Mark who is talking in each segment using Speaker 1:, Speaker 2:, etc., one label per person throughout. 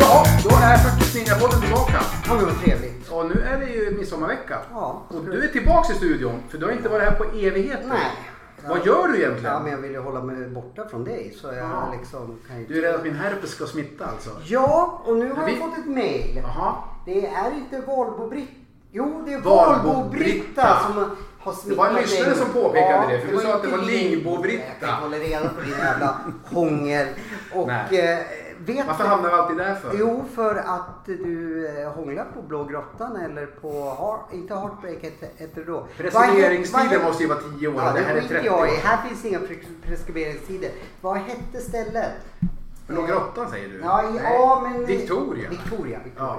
Speaker 1: Ja, då är faktiskt Ninjapodden tillbaka.
Speaker 2: Ja, men vad trevligt.
Speaker 1: Och nu är det ju midsommarvecka.
Speaker 2: Ja.
Speaker 1: Och du är tillbaka i studion, för du har inte varit här på evigheter.
Speaker 2: Nej.
Speaker 1: Vad gör du
Speaker 2: Ja,
Speaker 1: egentligen?
Speaker 2: men jag vill ju hålla mig borta från dig så jag
Speaker 1: Ja.
Speaker 2: liksom kan ju
Speaker 1: Du är rädd att min herpes ska smitta alltså?
Speaker 2: Ja, och nu har
Speaker 1: Vi-
Speaker 2: jag fått ett mejl.
Speaker 1: Jaha.
Speaker 2: Det är inte Volvo-Britt. Jo, det är
Speaker 1: Volvo-Britta.
Speaker 2: Volvo-Britta som har smittat
Speaker 1: Det var en lyssnare
Speaker 2: dig.
Speaker 1: som påpekade det, för du sa
Speaker 2: ju
Speaker 1: att det
Speaker 2: inte
Speaker 1: var
Speaker 2: Ling-
Speaker 1: Lingbo-Britta.
Speaker 2: Jag kan hålla reda på din jävla hångel. Och
Speaker 1: Nej.
Speaker 2: eh, vet
Speaker 1: Varför
Speaker 2: du-
Speaker 1: hamnar vi alltid där för?
Speaker 2: Jo, för att du eh, hånglar på Blå Grottan eller på, har, inte Heartbreak heter heter det då. Vad-
Speaker 1: Preskriberingstiden
Speaker 2: vad-
Speaker 1: måste ju vara 10 år
Speaker 2: Ja,
Speaker 1: och det
Speaker 2: det
Speaker 1: här är
Speaker 2: skiter
Speaker 1: 30 år.
Speaker 2: jag i. Här finns inga pres- preskriberingstider. Vad hette stället?
Speaker 1: Blå grottan säger du?
Speaker 2: Ja, i-
Speaker 1: Nej.
Speaker 2: ja, men...
Speaker 1: Victoria?
Speaker 2: Victoria, Victoria.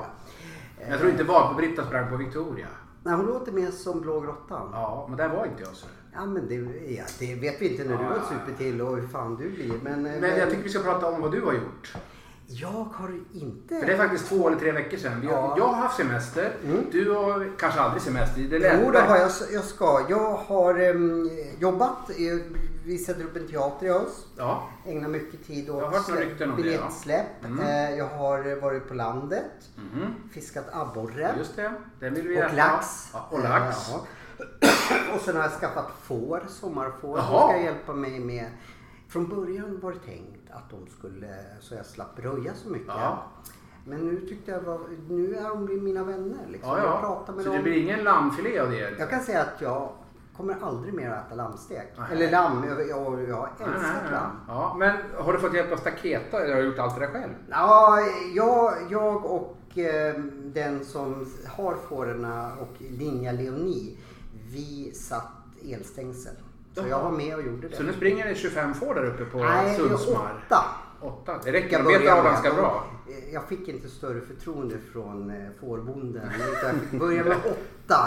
Speaker 1: Jag tror inte Valbo-Britta sprang på Victoria.
Speaker 2: Nej, hon låter mer som Blå Grottan. Ja.
Speaker 1: Ja, men där var inte jag så.
Speaker 2: men det, ja, det vet vi inte när du
Speaker 1: Ja.
Speaker 2: har supit till och hur fan du blir. Men, eh,
Speaker 1: Men jag tycker vi ska prata om vad du har gjort.
Speaker 2: jag har inte...
Speaker 1: För det är faktiskt två eller tre veckor sedan. Vi har,
Speaker 2: Ja.
Speaker 1: Jag har haft semester.
Speaker 2: Mm.
Speaker 1: Du har kanske aldrig semester. Det lät
Speaker 2: Jo, det har jag. Jag ska. Jag har em, jobbat. eh, Vi sätter upp en teater i höst.
Speaker 1: Ja.
Speaker 2: Ägnar mycket tid
Speaker 1: Jag har hört
Speaker 2: åt
Speaker 1: några rykten om det, ja.
Speaker 2: biljettsläpp.
Speaker 1: Mm.
Speaker 2: Eh, Jag har varit på landet.
Speaker 1: Mhm.
Speaker 2: Fiskat abborre.
Speaker 1: Just det. Den vill vi
Speaker 2: Och
Speaker 1: äta.
Speaker 2: lax.
Speaker 1: Ja, och lax.
Speaker 2: Ja. Och sen har jag skaffat får, sommarfår,
Speaker 1: Jaha.
Speaker 2: som ska hjälpa mig med. Från början var det tänkt att de skulle, så jag slapp röja så mycket.
Speaker 1: Ja.
Speaker 2: Men nu tyckte jag, var, nu är de mina vänner. Liksom.
Speaker 1: Ja,
Speaker 2: Jag
Speaker 1: ja.
Speaker 2: pratar med
Speaker 1: Så det
Speaker 2: dem.
Speaker 1: blir ingen lammfilé av det?
Speaker 2: Jag kan säga att jag kommer aldrig mer att äta lammstek.
Speaker 1: Nej.
Speaker 2: Eller lamm, jag, jag, jag har
Speaker 1: Nej, nej,
Speaker 2: älskat
Speaker 1: nej.
Speaker 2: lamm.
Speaker 1: Ja, men har du fått hjälp av staketa eller har du gjort allt det där själv?
Speaker 2: Ja, jag, jag och eh, den som har fårorna och Linja Leonie, vi satt elstängsel. Så
Speaker 1: Jaha.
Speaker 2: jag var med och gjorde det.
Speaker 1: Så nu springer det 25 får där uppe på
Speaker 2: Nej, det är
Speaker 1: Sundsmar?
Speaker 2: åtta.
Speaker 1: åtta. Det
Speaker 2: Jag
Speaker 1: räcker, de
Speaker 2: började
Speaker 1: betar av
Speaker 2: med-
Speaker 1: ganska bra.
Speaker 2: Eh, Jag fick inte större förtroende från eh, fårbonden. utan Jag fick börja med åtta.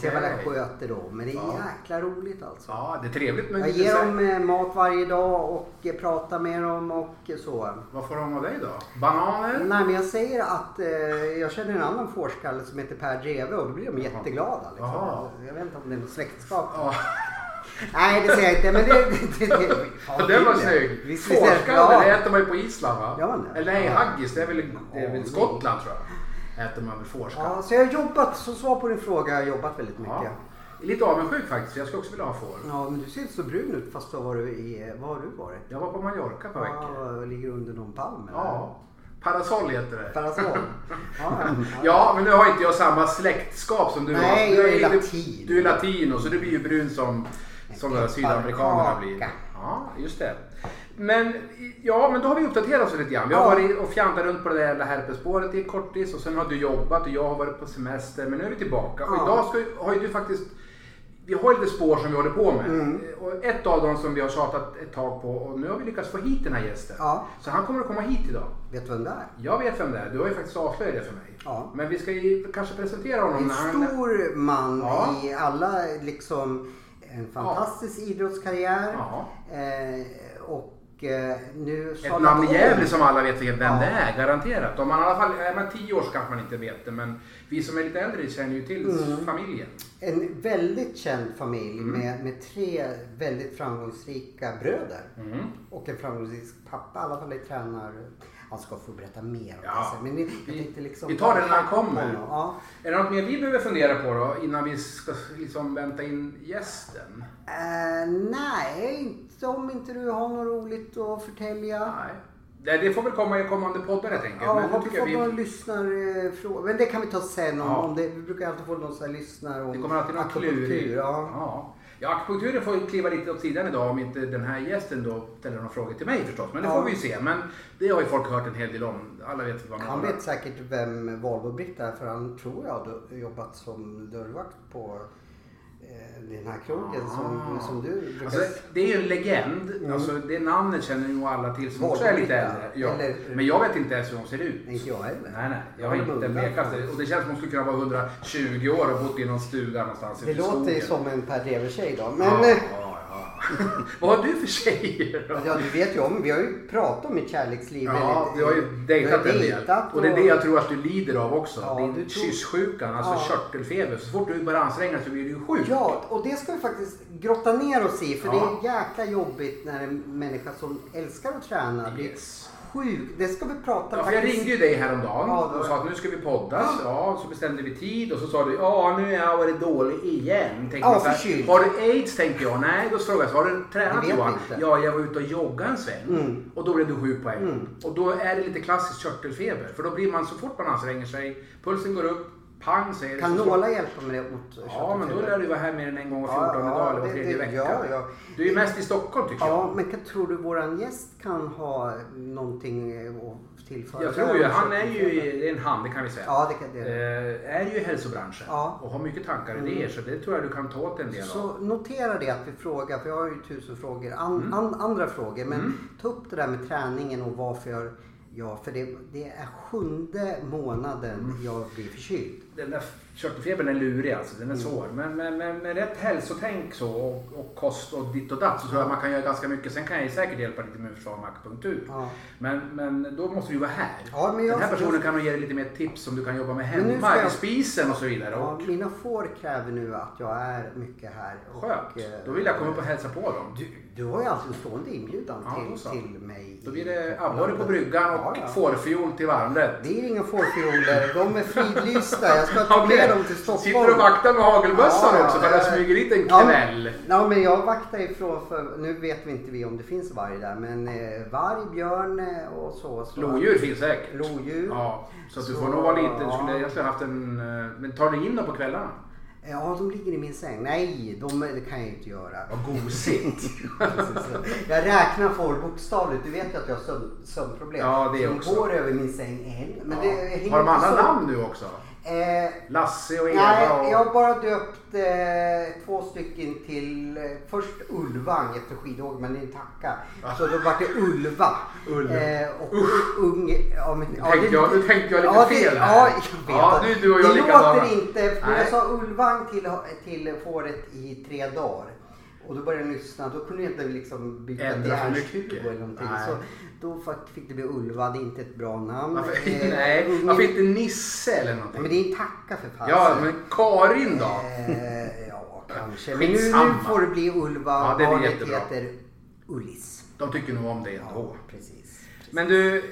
Speaker 2: Så jag var där
Speaker 1: Okej.
Speaker 2: och sköter då. Men det är
Speaker 1: Ja.
Speaker 2: jäkla roligt alltså.
Speaker 1: Ja, det är trevligt men
Speaker 2: Jag ger dem eh, mat varje dag och eh, pratar med dem och eh, så.
Speaker 1: Vad får de av dig då? Bananer?
Speaker 2: Nej men jag säger att eh, jag känner en annan fårskalle som heter Per Dreve och då blir de jätteglada. Liksom.
Speaker 1: Jaha.
Speaker 2: Jag vet inte om det är något släktskap.
Speaker 1: Ja.
Speaker 2: Nej det säger jag inte men det... det, det, det
Speaker 1: Ja, den var snygg.
Speaker 2: Visst, visst är det
Speaker 1: Fårskalle, det
Speaker 2: bra?
Speaker 1: äter man ju på Island va?
Speaker 2: Ja, nej.
Speaker 1: Eller nej,
Speaker 2: Ja.
Speaker 1: haggis, det är väl, det är väl
Speaker 2: Ja,
Speaker 1: Skottland tror jag. Äter man väl
Speaker 2: Ja,
Speaker 1: fårskalle.
Speaker 2: så jag har jobbat, som svar på din fråga, jag har jobbat väldigt mycket.
Speaker 1: Ja.
Speaker 2: Ja.
Speaker 1: Jag är Lite avundsjuk faktiskt, jag skulle också vilja ha får.
Speaker 2: men du ser inte så brun ut fast du har varit i... Vad har du varit?
Speaker 1: Jag var på Mallorca ett par veckor.
Speaker 2: Ja, ligger under någon palm eller?
Speaker 1: Ja. Parasoll heter det.
Speaker 2: Parasoll? Ja, ja, ja.
Speaker 1: Ja, men nu har inte jag samma släktskap som du
Speaker 2: Nej,
Speaker 1: har. Du
Speaker 2: jag är
Speaker 1: lite-
Speaker 2: latin.
Speaker 1: Du är latino, så du blir ju brun som, som de där sydamerikanerna
Speaker 2: pepparkaka.
Speaker 1: blir. Ja, just det. Men, ja, men då har vi uppdaterat oss lite grann. Vi har
Speaker 2: Ja.
Speaker 1: varit och fjantat runt på det där jävla herpesspåret i kortis och sen har du jobbat och jag har varit på semester. Men nu är vi tillbaka och
Speaker 2: Ja.
Speaker 1: idag ska, har ju du faktiskt vi har ju lite spår som vi håller på med.
Speaker 2: Mm.
Speaker 1: Och ett av dem som vi har tjatat ett tag på och nu har vi lyckats få hit den här gästen.
Speaker 2: Ja.
Speaker 1: Så han kommer att komma hit idag.
Speaker 2: Vet du vem det är?
Speaker 1: Jag vet vem det är. Du har ju faktiskt avslöjat det för mig.
Speaker 2: Ja.
Speaker 1: Men vi ska ju kanske presentera honom
Speaker 2: En
Speaker 1: när han...
Speaker 2: stor man
Speaker 1: Ja.
Speaker 2: i alla, liksom en fantastisk idrottskarriär.
Speaker 1: Ja.
Speaker 2: Eh, och eh, nu
Speaker 1: Ett namn i Gävle
Speaker 2: som...
Speaker 1: som alla vet vem
Speaker 2: Ja.
Speaker 1: det är, garanterat. Om man i alla fall är man tio år så kanske man inte vet det, men vi som är lite äldre känner ju till
Speaker 2: Mm.
Speaker 1: familjen.
Speaker 2: En väldigt känd familj
Speaker 1: Mm.
Speaker 2: med, med tre väldigt framgångsrika bröder.
Speaker 1: Mm.
Speaker 2: Och en framgångsrik pappa, i alla fall i tränar... Han ska få berätta mer om
Speaker 1: Ja.
Speaker 2: det sen. Men jag
Speaker 1: Vi-
Speaker 2: tänkte liksom...
Speaker 1: vi tar det när han kommer.
Speaker 2: Honom, Ja.
Speaker 1: Är det något mer vi behöver fundera på då, innan vi ska liksom vänta in gästen?
Speaker 2: Eh, nej, inte om inte du har något roligt att förtälja.
Speaker 1: Nej. Det, det får väl komma i kommande poddar jag tänker.
Speaker 2: Ja,
Speaker 1: men nu
Speaker 2: har vi
Speaker 1: tycker jag
Speaker 2: fått
Speaker 1: vi,
Speaker 2: några lyssnarfrågor? eh, Men det kan vi ta sen. Om,
Speaker 1: Ja.
Speaker 2: om det, vi brukar alltid få någon sån här lyssnare om
Speaker 1: det kommer alltid någon
Speaker 2: akupunktur,
Speaker 1: klurig.
Speaker 2: Ja.
Speaker 1: Ja. Ja, akupunkturen får ju kliva lite åt sidan idag om inte den här gästen då ställer några frågor till mig förstås. Men det
Speaker 2: Ja.
Speaker 1: får vi ju se. Men det har ju folk hört en hel del om. Alla vet vad man
Speaker 2: Han vet säkert vem Valbo-Britt är för han tror jag har jobbat som dörrvakt på eh, den här krogen som, som du brukar... Mm.
Speaker 1: Alltså, det är ju en legend. Alltså, det namnet känner ju alla till som också är lite äldre. Ja.
Speaker 2: Eller-
Speaker 1: Men jag vet inte ens hur hon ser ut.
Speaker 2: inte jag heller.
Speaker 1: Nej, nej. Jag har inte
Speaker 2: blundat.
Speaker 1: pekat. Och det känns som hon skulle kunna vara 120 år och bott i någon stuga någonstans
Speaker 2: Det
Speaker 1: ute i
Speaker 2: låter ju
Speaker 1: skogen.
Speaker 2: som en Per Drever-tjej då.
Speaker 1: Ja,
Speaker 2: Men, eh,
Speaker 1: ja, ja. Vad har du för tjejer då?
Speaker 2: Ja, du vet ju om, vi har ju pratat om mitt kärleksliv
Speaker 1: Ja,
Speaker 2: väldigt-
Speaker 1: vi har ju dejtat
Speaker 2: vi har
Speaker 1: en
Speaker 2: ju
Speaker 1: del.
Speaker 2: dejtat
Speaker 1: Och det är det jag tror att du lider av också.
Speaker 2: Ja,
Speaker 1: Din
Speaker 2: du tror-
Speaker 1: kyssjukan, alltså
Speaker 2: Ja.
Speaker 1: körtelfeber. Så fort du börjar anstränga dig så blir du ju sjuk.
Speaker 2: Ja, och det ska vi faktiskt grotta ner oss i för
Speaker 1: Ja.
Speaker 2: det är jäkla jobbigt när en människa som älskar att träna blir
Speaker 1: Yes.
Speaker 2: sjuk. Det ska vi prata
Speaker 1: Ja, för jag
Speaker 2: faktiskt-
Speaker 1: ringde ju dig häromdagen
Speaker 2: Ja, det var-
Speaker 1: och sa att nu ska vi poddas. Ja, så bestämde vi tid och så sa du ja nu har jag varit dålig igen. Tänkte
Speaker 2: Ja,
Speaker 1: jag så här,
Speaker 2: förkyld.
Speaker 1: har du aids tänkte jag. Nej, då frågade jag så har du
Speaker 2: Det
Speaker 1: tränat
Speaker 2: vet
Speaker 1: Johan?
Speaker 2: vi inte. Mm.
Speaker 1: Ja, jag var ute och joggade en sväng och då blev du sjuk på en gång. Och då är det lite klassisk körtelfeber för då blir man så fort man anstränger sig, pulsen går upp, pang säger det.
Speaker 2: Kan
Speaker 1: så-
Speaker 2: nåla hjälpa med det mot
Speaker 1: Ja, men då lär du vara här mer än en gång var 14
Speaker 2: Ja, ja,
Speaker 1: dag eller var
Speaker 2: det-
Speaker 1: tredje
Speaker 2: det-
Speaker 1: vecka.
Speaker 2: ja, ja.
Speaker 1: Du är ju mest i Stockholm tycker jag.
Speaker 2: Ja, men kan, tror du våran gäst kan ha någonting eh, att tillföra?
Speaker 1: Jag tror ju, han är ju i- det är en han, det kan vi säga.
Speaker 2: Ja, det kan det. är.
Speaker 1: eh, är ju i hälsobranschen
Speaker 2: Ja. Mm.
Speaker 1: och har mycket tankar och idéer så det tror jag du kan ta åt en del av.
Speaker 2: Så notera det att vi frågar, för jag har ju tusen frågor, an,
Speaker 1: Mm.
Speaker 2: an, andra frågor. Men ta upp det där med träningen och varför jag... Ja, för det, det är sjunde månaden
Speaker 1: Mm.
Speaker 2: jag blir förkyld.
Speaker 1: Den där körtelfebern är lurig alltså, den är
Speaker 2: Mm.
Speaker 1: svår. Men, men, men med rätt hälsotänk så och, och kost och ditt och datt så tror jag man kan göra ganska mycket. Sen kan jag ju säkert hjälpa lite med försvar med akupunktur.
Speaker 2: Ja.
Speaker 1: Men, men då måste du ju vara här.
Speaker 2: Ja, men jag-
Speaker 1: den här personen kan nog ge dig lite mer tips om du kan jobba med
Speaker 2: Men nu
Speaker 1: hemma,
Speaker 2: ska jag-
Speaker 1: i spisen och så vidare.
Speaker 2: Ja,
Speaker 1: Och
Speaker 2: mina får kräver nu att jag är mycket här. och, eh,
Speaker 1: skönt, då vill jag komma upp och hälsa på dem.
Speaker 2: Du, du har ju alltid en stående inbjudan
Speaker 1: Ja, då
Speaker 2: till,
Speaker 1: så.
Speaker 2: till mig.
Speaker 1: Då
Speaker 2: i
Speaker 1: blir det
Speaker 2: Topplandet.
Speaker 1: abborre på bryggan och
Speaker 2: Ja, ja.
Speaker 1: fårfiol till varmrätt.
Speaker 2: Det är inga fårfioler, de är fridlysta. Jag ska ta med dem till Stockholm.
Speaker 1: Sitter du och vaktar med hagelbössan
Speaker 2: Ja, ja,
Speaker 1: också för att
Speaker 2: ja.
Speaker 1: jag smyger dit en
Speaker 2: Ja,
Speaker 1: kväll?
Speaker 2: Ja, men jag vaktar ifrån för, nu vet vi inte vi om det finns varg där, men eh, varg, björn eh, och så. så
Speaker 1: Lodjur finns säkert.
Speaker 2: Lodjur. Ja.
Speaker 1: Ja, så att du
Speaker 2: Mm. Så-
Speaker 1: får nog vara lite, du
Speaker 2: ja.
Speaker 1: skulle egentligen haft en... eh, Men tar du in dem på kvällarna?
Speaker 2: Eh, de ligger i min säng. Nej, de, eh, det kan jag ju inte göra.
Speaker 1: Vad gosigt!
Speaker 2: jag räknar får bokstavligt. Du vet ju att jag har sömn, sömnproblem.
Speaker 1: Ja, det
Speaker 2: Så
Speaker 1: också.
Speaker 2: går över min säng en. Men
Speaker 1: Ja.
Speaker 2: det hänger
Speaker 1: Har de andra
Speaker 2: inte så-
Speaker 1: namn nu också?
Speaker 2: Eh,
Speaker 1: Lasse och Eva
Speaker 2: Nej,
Speaker 1: och...
Speaker 2: jag har bara döpt eh, två stycken till eh, först Ulvang efter skidåkning, men det är en tacka. Så då vart det Ulva.
Speaker 1: Ulva.
Speaker 2: Eh, och Ung... Ja, men, ja,
Speaker 1: Tänkte
Speaker 2: det-
Speaker 1: jag- nu tänkte jag lite
Speaker 2: ja, det-
Speaker 1: fel här.
Speaker 2: Ja, jag vet.
Speaker 1: Ja,
Speaker 2: att-
Speaker 1: nu är du och jag
Speaker 2: det
Speaker 1: likadana.
Speaker 2: låter inte, för
Speaker 1: Nej.
Speaker 2: jag sa Ulvang till, till fåret i tre dagar. Och då började jag lyssna, då kunde jag inte liksom byta till
Speaker 1: Ändra för
Speaker 2: Ernst
Speaker 1: mycket.
Speaker 2: Hugo eller någonting.
Speaker 1: Nej.
Speaker 2: Så då fa- fick det bli Ulva, det är inte ett bra namn.
Speaker 1: Varför,
Speaker 2: Eh,
Speaker 1: nej,
Speaker 2: ungen-
Speaker 1: varför inte Nisse eller
Speaker 2: Nej, Men
Speaker 1: någonting?
Speaker 2: det är en tacka för fasen.
Speaker 1: Ja, men Karin då?
Speaker 2: Eh, ja, kanske. Men nu, nu
Speaker 1: Skitsamma.
Speaker 2: får det bli Ulva.
Speaker 1: Ja, det blir
Speaker 2: Barnet
Speaker 1: jättebra.
Speaker 2: heter Ullis.
Speaker 1: De tycker nog om dig
Speaker 2: Ja,
Speaker 1: ändå.
Speaker 2: precis.
Speaker 1: Men du,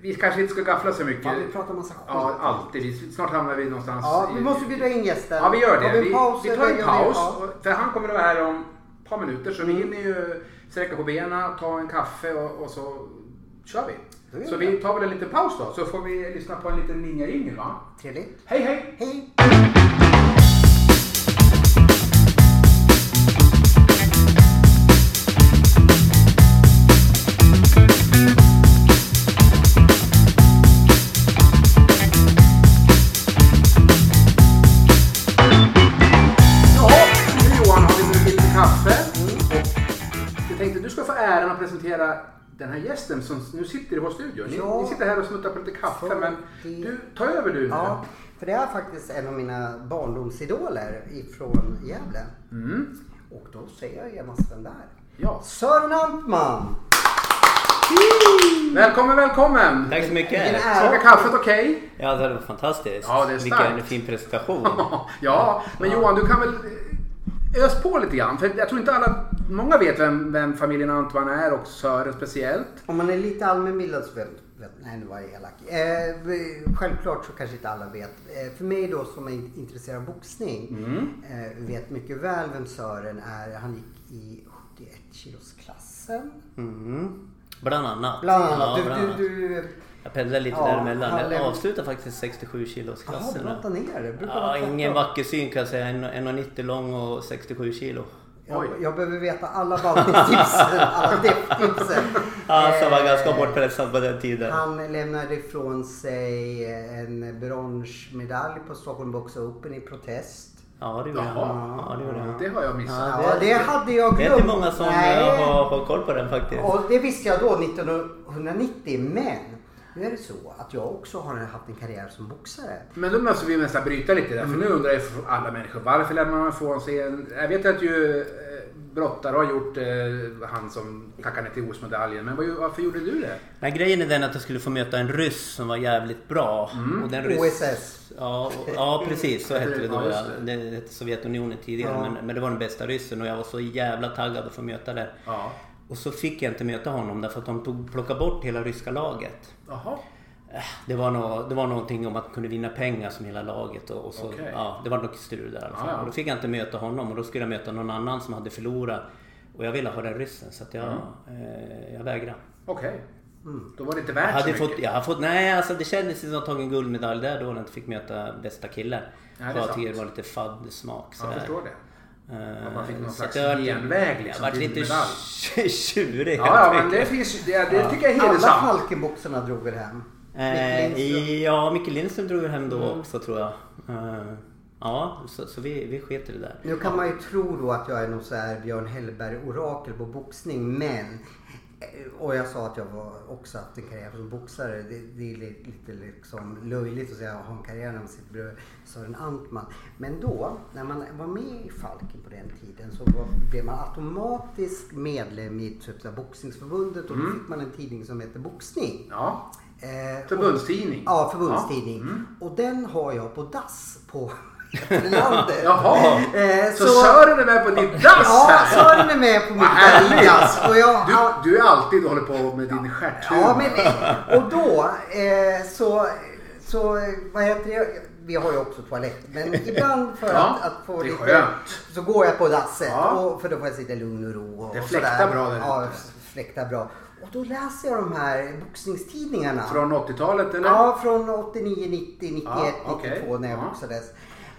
Speaker 1: vi kanske inte ska gaffla så mycket.
Speaker 2: Ja, vi pratar massa skit.
Speaker 1: Ja, alltid. Vi- Snart hamnar vi någonstans
Speaker 2: Ja,
Speaker 1: i-
Speaker 2: vi måste bjuda in gästen.
Speaker 1: Ja, vi gör det.
Speaker 2: Har vi
Speaker 1: Vi,
Speaker 2: en paus?
Speaker 1: vi tar en
Speaker 2: eller?
Speaker 1: paus.
Speaker 2: Ja.
Speaker 1: och- För han kommer att vara här om ett par minuter. Så vi hinner ju sträcka på benen, ta en kaffe och, och så kör
Speaker 2: Då
Speaker 1: vi.
Speaker 2: gör
Speaker 1: Så
Speaker 2: vi det.
Speaker 1: vi tar väl en liten paus då. Så får vi lyssna på en liten Ninja Jingle va?
Speaker 2: Trevligt.
Speaker 1: Hej hej!
Speaker 2: Hej!
Speaker 1: Ja, nu Johan har vi druckit lite kaffe. Och jag tänkte du ska få äran att presentera den här gästen som nu sitter i vår studio. Ni,
Speaker 2: Ja.
Speaker 1: ni sitter här och smuttar på lite kaffe
Speaker 2: Så
Speaker 1: men
Speaker 2: det-
Speaker 1: du, ta över du nu.
Speaker 2: Ja, för det är faktiskt en av mina barndomsidoler ifrån Gävle.
Speaker 1: Mm.
Speaker 2: Och då säger jag genast den där.
Speaker 1: Ja.
Speaker 2: Sören Antman!
Speaker 1: Välkommen, välkommen!
Speaker 3: Tack så mycket!
Speaker 2: Vilken ära.
Speaker 1: Smaka kaffet okej?
Speaker 3: Ja, det var fantastiskt.
Speaker 1: Ja, det är starkt.
Speaker 3: Vilken fin presentation.
Speaker 1: ja, men Johan du kan väl eh, ös på lite grann. För jag tror inte alla, många vet vem, vem familjen Antwan är och Sören speciellt.
Speaker 2: Om man är lite allmänbildad så vet, vet Nej, nu var jag elak. Eh, vi- självklart så kanske inte alla vet. Eh, för mig då som är in- intresserad av boxning
Speaker 3: Mm.
Speaker 2: eh, vet mycket väl vem Sören är. Han gick i 71 kilosklassen.
Speaker 3: Mm. Bland annat.
Speaker 2: Bland annat.
Speaker 3: Ja,
Speaker 2: du,
Speaker 3: bland annat.
Speaker 2: du, du,
Speaker 3: Jag pendlar lite
Speaker 2: Ja,
Speaker 3: däremellan.
Speaker 2: han
Speaker 3: Jag
Speaker 2: lever-
Speaker 3: avslutar faktiskt 67 kilos
Speaker 2: jaha,
Speaker 3: klassen.
Speaker 2: brotta ner det. Brukar
Speaker 3: Ja,
Speaker 2: vara
Speaker 3: ingen
Speaker 2: tvärtom.
Speaker 3: vacker syn kan jag säga. En- 1,90 lång och 67 kilo.
Speaker 2: Jag,
Speaker 1: Oj.
Speaker 2: jag behöver veta alla bantningstipsen, alla depftipsen.
Speaker 3: Alltså, jag var
Speaker 2: Eh,
Speaker 3: ganska hårt pressad på den tiden.
Speaker 2: Han lämnade ifrån sig en bronsmedalj på Stockholm Box Open i protest.
Speaker 3: Ja, det gjorde han. Ja, det gjorde han.
Speaker 1: Det har jag missat.
Speaker 2: Ja, det hade jag
Speaker 3: Det
Speaker 2: glömt.
Speaker 3: är inte många som
Speaker 2: Nej.
Speaker 3: eh, har, har koll på den faktiskt.
Speaker 2: Och det visste jag då, 1990. Men nu är det så att jag också har haft en karriär som boxare.
Speaker 1: Men då måste vi
Speaker 2: Mm.
Speaker 1: nästan bryta lite där. För nu undrar ju alla människor varför lämnar man ifrån sig en... Jag vet att ju eh, brottare och har gjort eh, han som tackade ner till OS-medaljen. Men vad, ju- varför gjorde du det?
Speaker 3: Nej, grejen är den att jag skulle få möta en ryss som var jävligt bra.
Speaker 1: Mm.
Speaker 3: Och den ryss...
Speaker 2: OSS.
Speaker 3: Ja, och, ja, precis så hette det då.
Speaker 1: Ja, just
Speaker 3: Ja. Det hette Sovjetunionen tidigare.
Speaker 2: Ja.
Speaker 3: Men, men det var den bästa ryssen och jag var så jävla taggad att få möta den.
Speaker 1: Ja.
Speaker 3: Och så fick jag inte möta honom därför att de tog, plockade bort hela ryska laget.
Speaker 1: Jaha.
Speaker 3: Äh, Det var, nå det var någonting om att man kunde vinna pengar som hela laget och, och så,
Speaker 1: Okej.
Speaker 3: ja, det var något strul där i alla fall.
Speaker 1: Ja, ja.
Speaker 3: Och då fick jag inte möta honom och då skulle jag möta någon annan som hade förlorat. Och jag ville ha den ryssen så att jag,
Speaker 1: Mm.
Speaker 3: eh, jag vägrade.
Speaker 1: Okej.
Speaker 2: Mm.
Speaker 1: Då var det inte värt
Speaker 3: Jag
Speaker 1: så
Speaker 3: hade
Speaker 1: mycket.
Speaker 3: fått, jag hade fått, nej alltså det kändes som att jag tagit en guldmedalj där då när jag inte fick möta bästa killen.
Speaker 1: det är
Speaker 3: jag
Speaker 1: sant.
Speaker 3: tyckte det var lite faddsmak
Speaker 1: Ja,
Speaker 3: sådär.
Speaker 1: jag förstår det.
Speaker 3: Eh,
Speaker 1: Att man fick någon
Speaker 3: så
Speaker 1: slags
Speaker 3: att jag var-
Speaker 1: genväg, liksom,
Speaker 3: Jag var
Speaker 1: till
Speaker 3: lite
Speaker 1: medalj.
Speaker 3: tj- tjurig
Speaker 1: Ja,
Speaker 3: helt
Speaker 1: ja men det,
Speaker 3: enkelt.
Speaker 1: finns, ju- det, det tycker jag är
Speaker 2: Alla
Speaker 1: hedersamt.
Speaker 2: Falkenboxarna drog väl hem?
Speaker 3: Eh,
Speaker 2: Micke Lindström.
Speaker 3: i- ja, Micke Lindström drog hem då
Speaker 1: Mm.
Speaker 3: också tror jag. Eh, ja, så, så vi, vi sket i det där.
Speaker 2: Nu kan man ju tro då att jag är någon så här Björn Hellberg-orakel på boxning, men... eh, Och jag sa att jag var också haft en karriär som boxare. Det, det är li- lite liksom löjligt att säga att jag har en karriär när man sitter bredvid Sören Antman. Men då, när man var med i Falken på den tiden så var, blev man automatiskt medlem i typ så här boxningsförbundet och
Speaker 1: Mm.
Speaker 2: då fick man en tidning som hette Boxning.
Speaker 1: Ja.
Speaker 2: Eh,
Speaker 1: Förbundstidning.
Speaker 2: Ja, förbundstidning.
Speaker 1: Mm.
Speaker 2: Och den har jag på dass på landet.
Speaker 1: Jaha.
Speaker 2: Eh,
Speaker 1: Så, Sören är med på ditt dass
Speaker 2: Ja,
Speaker 1: Alltså, här.
Speaker 2: Sören är med på mitt
Speaker 1: härligt.
Speaker 2: dass. Och jag,
Speaker 1: Du, du är alltid och håller på med din stjärthumor.
Speaker 2: ja, men, och då eh, så, så, vad heter det? Vi har ju också toalett, men ibland för
Speaker 1: Ja,
Speaker 2: att, att få
Speaker 1: det är
Speaker 2: lite...
Speaker 1: skönt.
Speaker 2: Så går jag på dasset,
Speaker 1: Ja.
Speaker 2: och, för då får jag sitta i lugn och ro. Och
Speaker 1: Det
Speaker 2: och
Speaker 1: fläktar
Speaker 2: sådär.
Speaker 1: bra där
Speaker 2: Ja,
Speaker 1: ute.
Speaker 2: fläktar bra. Och då läser jag de här boxningstidningarna.
Speaker 1: Från 80-talet eller?
Speaker 2: Ja, från 89, 90, 91,
Speaker 1: Ja, okej.
Speaker 2: 92 när jag
Speaker 1: Ja.
Speaker 2: boxades.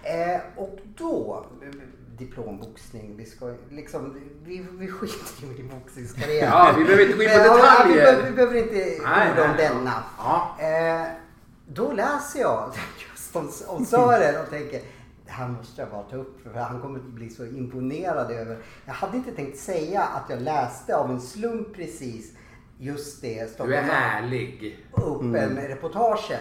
Speaker 2: Eh, och då, eh, diplomboxning, vi, ska, liksom, vi, vi skiter i min boxningskarriär.
Speaker 1: Ja, vi behöver inte gå in på
Speaker 2: Men, ja, Vi
Speaker 1: detaljer.
Speaker 2: behöver, vi behöver inte
Speaker 1: Nej,
Speaker 2: orda om
Speaker 1: nej.
Speaker 2: denna.
Speaker 1: Ja.
Speaker 2: Eh, då läser jag just om, om Sören och tänker det här måste jag bara ta upp för han kommer att bli så imponerad över. Jag hade inte tänkt säga att jag läste av en slump precis just det.
Speaker 1: Du är
Speaker 2: Stockholm-
Speaker 1: härlig.
Speaker 2: upp
Speaker 3: Mm.
Speaker 2: en reportaget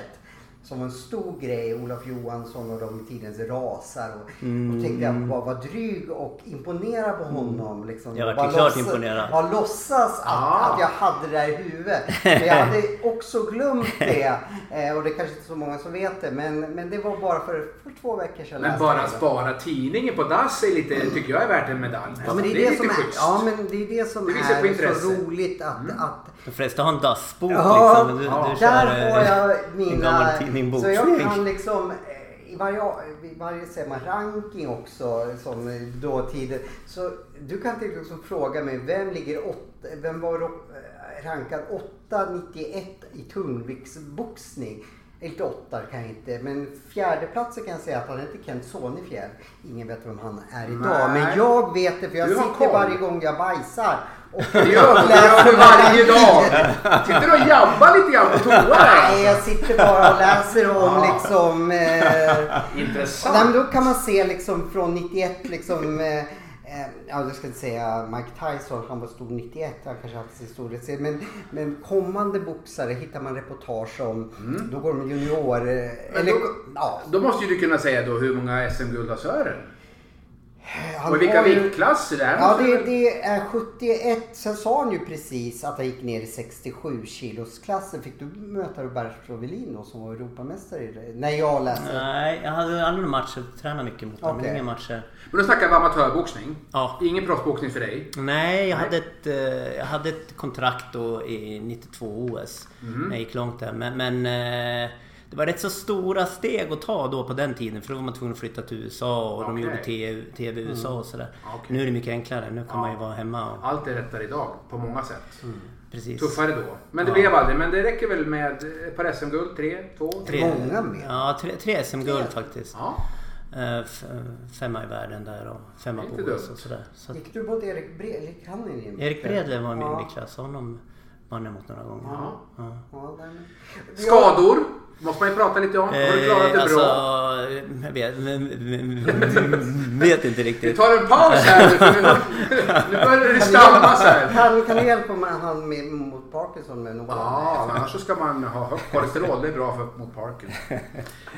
Speaker 2: som var en stor grej. Olof Johansson och de i tidens rasar. Och, och tänkte
Speaker 3: Mm.
Speaker 2: jag var, var dryg och imponera på honom. Liksom,
Speaker 3: Jag
Speaker 2: Och
Speaker 3: vart
Speaker 2: bara
Speaker 3: ju klart
Speaker 2: låtsas-
Speaker 3: imponerad.
Speaker 2: Bara låtsas att,
Speaker 1: Ah.
Speaker 2: att jag hade det där i huvudet. Men jag hade också glömt det. Eh, och det är kanske inte så många som vet det. Men, men det var bara för, för två veckor sedan.
Speaker 1: Men
Speaker 2: läste
Speaker 1: bara
Speaker 2: jag
Speaker 1: att
Speaker 2: det.
Speaker 1: spara tidningen på dass är lite, tycker jag är värt en medalj.
Speaker 2: Ja men det är det,
Speaker 1: lite
Speaker 2: som är,
Speaker 1: schysst.
Speaker 2: ja, men det, är det som
Speaker 1: Det visar på
Speaker 2: är
Speaker 1: intresse. Mm.
Speaker 2: så roligt att, att
Speaker 3: De flesta har en dassbok
Speaker 2: Ja,
Speaker 3: liksom. men Du, du
Speaker 2: där
Speaker 3: kör, eh,
Speaker 2: har jag
Speaker 3: En
Speaker 2: mina...
Speaker 3: gammal tidning
Speaker 2: Så jag
Speaker 3: boxning.
Speaker 2: kan liksom eh, i varje, i varje säger man, ranking också som i dåtiden. Så du kan till exempel fråga mig vem ligger åtta, vem var ro- eh, rankad 891 i tungviktsboxning? Inte åtta kan jag inte, men fjärdeplatsen kan jag säga att han heter Kent Sonefjäll. Ingen vet vem han är idag,
Speaker 1: Nej.
Speaker 2: men jag vet det för jag
Speaker 1: Du har koll.
Speaker 2: sitter varje gång jag bajsar. Och
Speaker 1: Det gör du, det gör du varje dag. Sitter du och jabbar lite grann på toa
Speaker 2: Nej,
Speaker 1: där?
Speaker 2: jag sitter bara och läser om
Speaker 1: Ja.
Speaker 2: liksom... Eh,
Speaker 1: Intressant.
Speaker 2: nej, men då kan man se liksom från 91 liksom... Eh, eh, ja, jag ska inte säga Mike Tyson, han var stor 91, han kanske hade sin storhetstid. Men, men kommande boxare hittar man reportage om. Då går de junior... Eh,
Speaker 1: Mm. Men
Speaker 2: eller,
Speaker 1: då-
Speaker 2: ja,
Speaker 1: Då måste ju du kunna säga då hur många SM-guld har Sören?
Speaker 2: han
Speaker 1: Och i vilka
Speaker 2: har ju-
Speaker 1: viktklasser? Det här
Speaker 2: Ja,
Speaker 1: måste
Speaker 2: det,
Speaker 1: väl-
Speaker 2: det är 71. Sen sa han ju precis att han gick ner i 67 kilosklassen. Fick du möta Roberto Velino som var Europamästare i det? När jag läste.
Speaker 3: Nej, jag hade aldrig några matcher. Tränade mycket mot honom.
Speaker 2: Okej.
Speaker 3: Inga matcher.
Speaker 1: Men då snackar vi amatörboxning.
Speaker 3: Ja.
Speaker 1: Ingen proffsboxning för dig.
Speaker 3: Nej, jag hade ett, eh, jag hade ett kontrakt då i 92 OS.
Speaker 1: Mhm.
Speaker 3: Jag gick långt där. Men, men eh, det var rätt så stora steg att ta då på den tiden. För då var man tvungen att flytta till USA och de
Speaker 1: Okej. Mm.
Speaker 3: gjorde TV, TV i USA och sådär.
Speaker 1: Okej.
Speaker 3: Nu är det mycket enklare. Nu kan man ju vara hemma och...
Speaker 1: Allt är rättare idag på många sätt.
Speaker 2: Mm.
Speaker 3: Precis.
Speaker 1: Tuffare då. Men det blev aldrig. Men det räcker väl med ett par SM-guld? Tre, två, tre?
Speaker 2: Många med.
Speaker 3: Ja, tre, tre SM-guld faktiskt.
Speaker 1: Ja.
Speaker 3: Eh, f- femma i världen där och femma på
Speaker 1: Inte
Speaker 3: OS
Speaker 1: dumt.
Speaker 3: och sådär. Så att,
Speaker 2: Gick du mot Erik Bredle? Gick han in i en
Speaker 3: Erik
Speaker 2: viktklass?
Speaker 3: Bredle var i min
Speaker 2: Ja.
Speaker 3: viktklass. Honom vann jag mot några gånger.
Speaker 1: Ja.
Speaker 3: Ja.
Speaker 2: Ja, nej, men-
Speaker 1: Skador? Måste man ju prata lite om. Har du
Speaker 3: Eh,
Speaker 1: klarat det
Speaker 3: alltså,
Speaker 1: bra?
Speaker 3: Jag vet, vet inte
Speaker 1: Vi
Speaker 3: riktigt.
Speaker 1: tar en paus här nu. för Nu nu börjar det stammas här.
Speaker 2: Han kan ju hjälpa med, han med, mot Parkinson med några.
Speaker 1: Ja, men annars så ska man ha högt kolesterol. Det är bra för, mot Parkinson.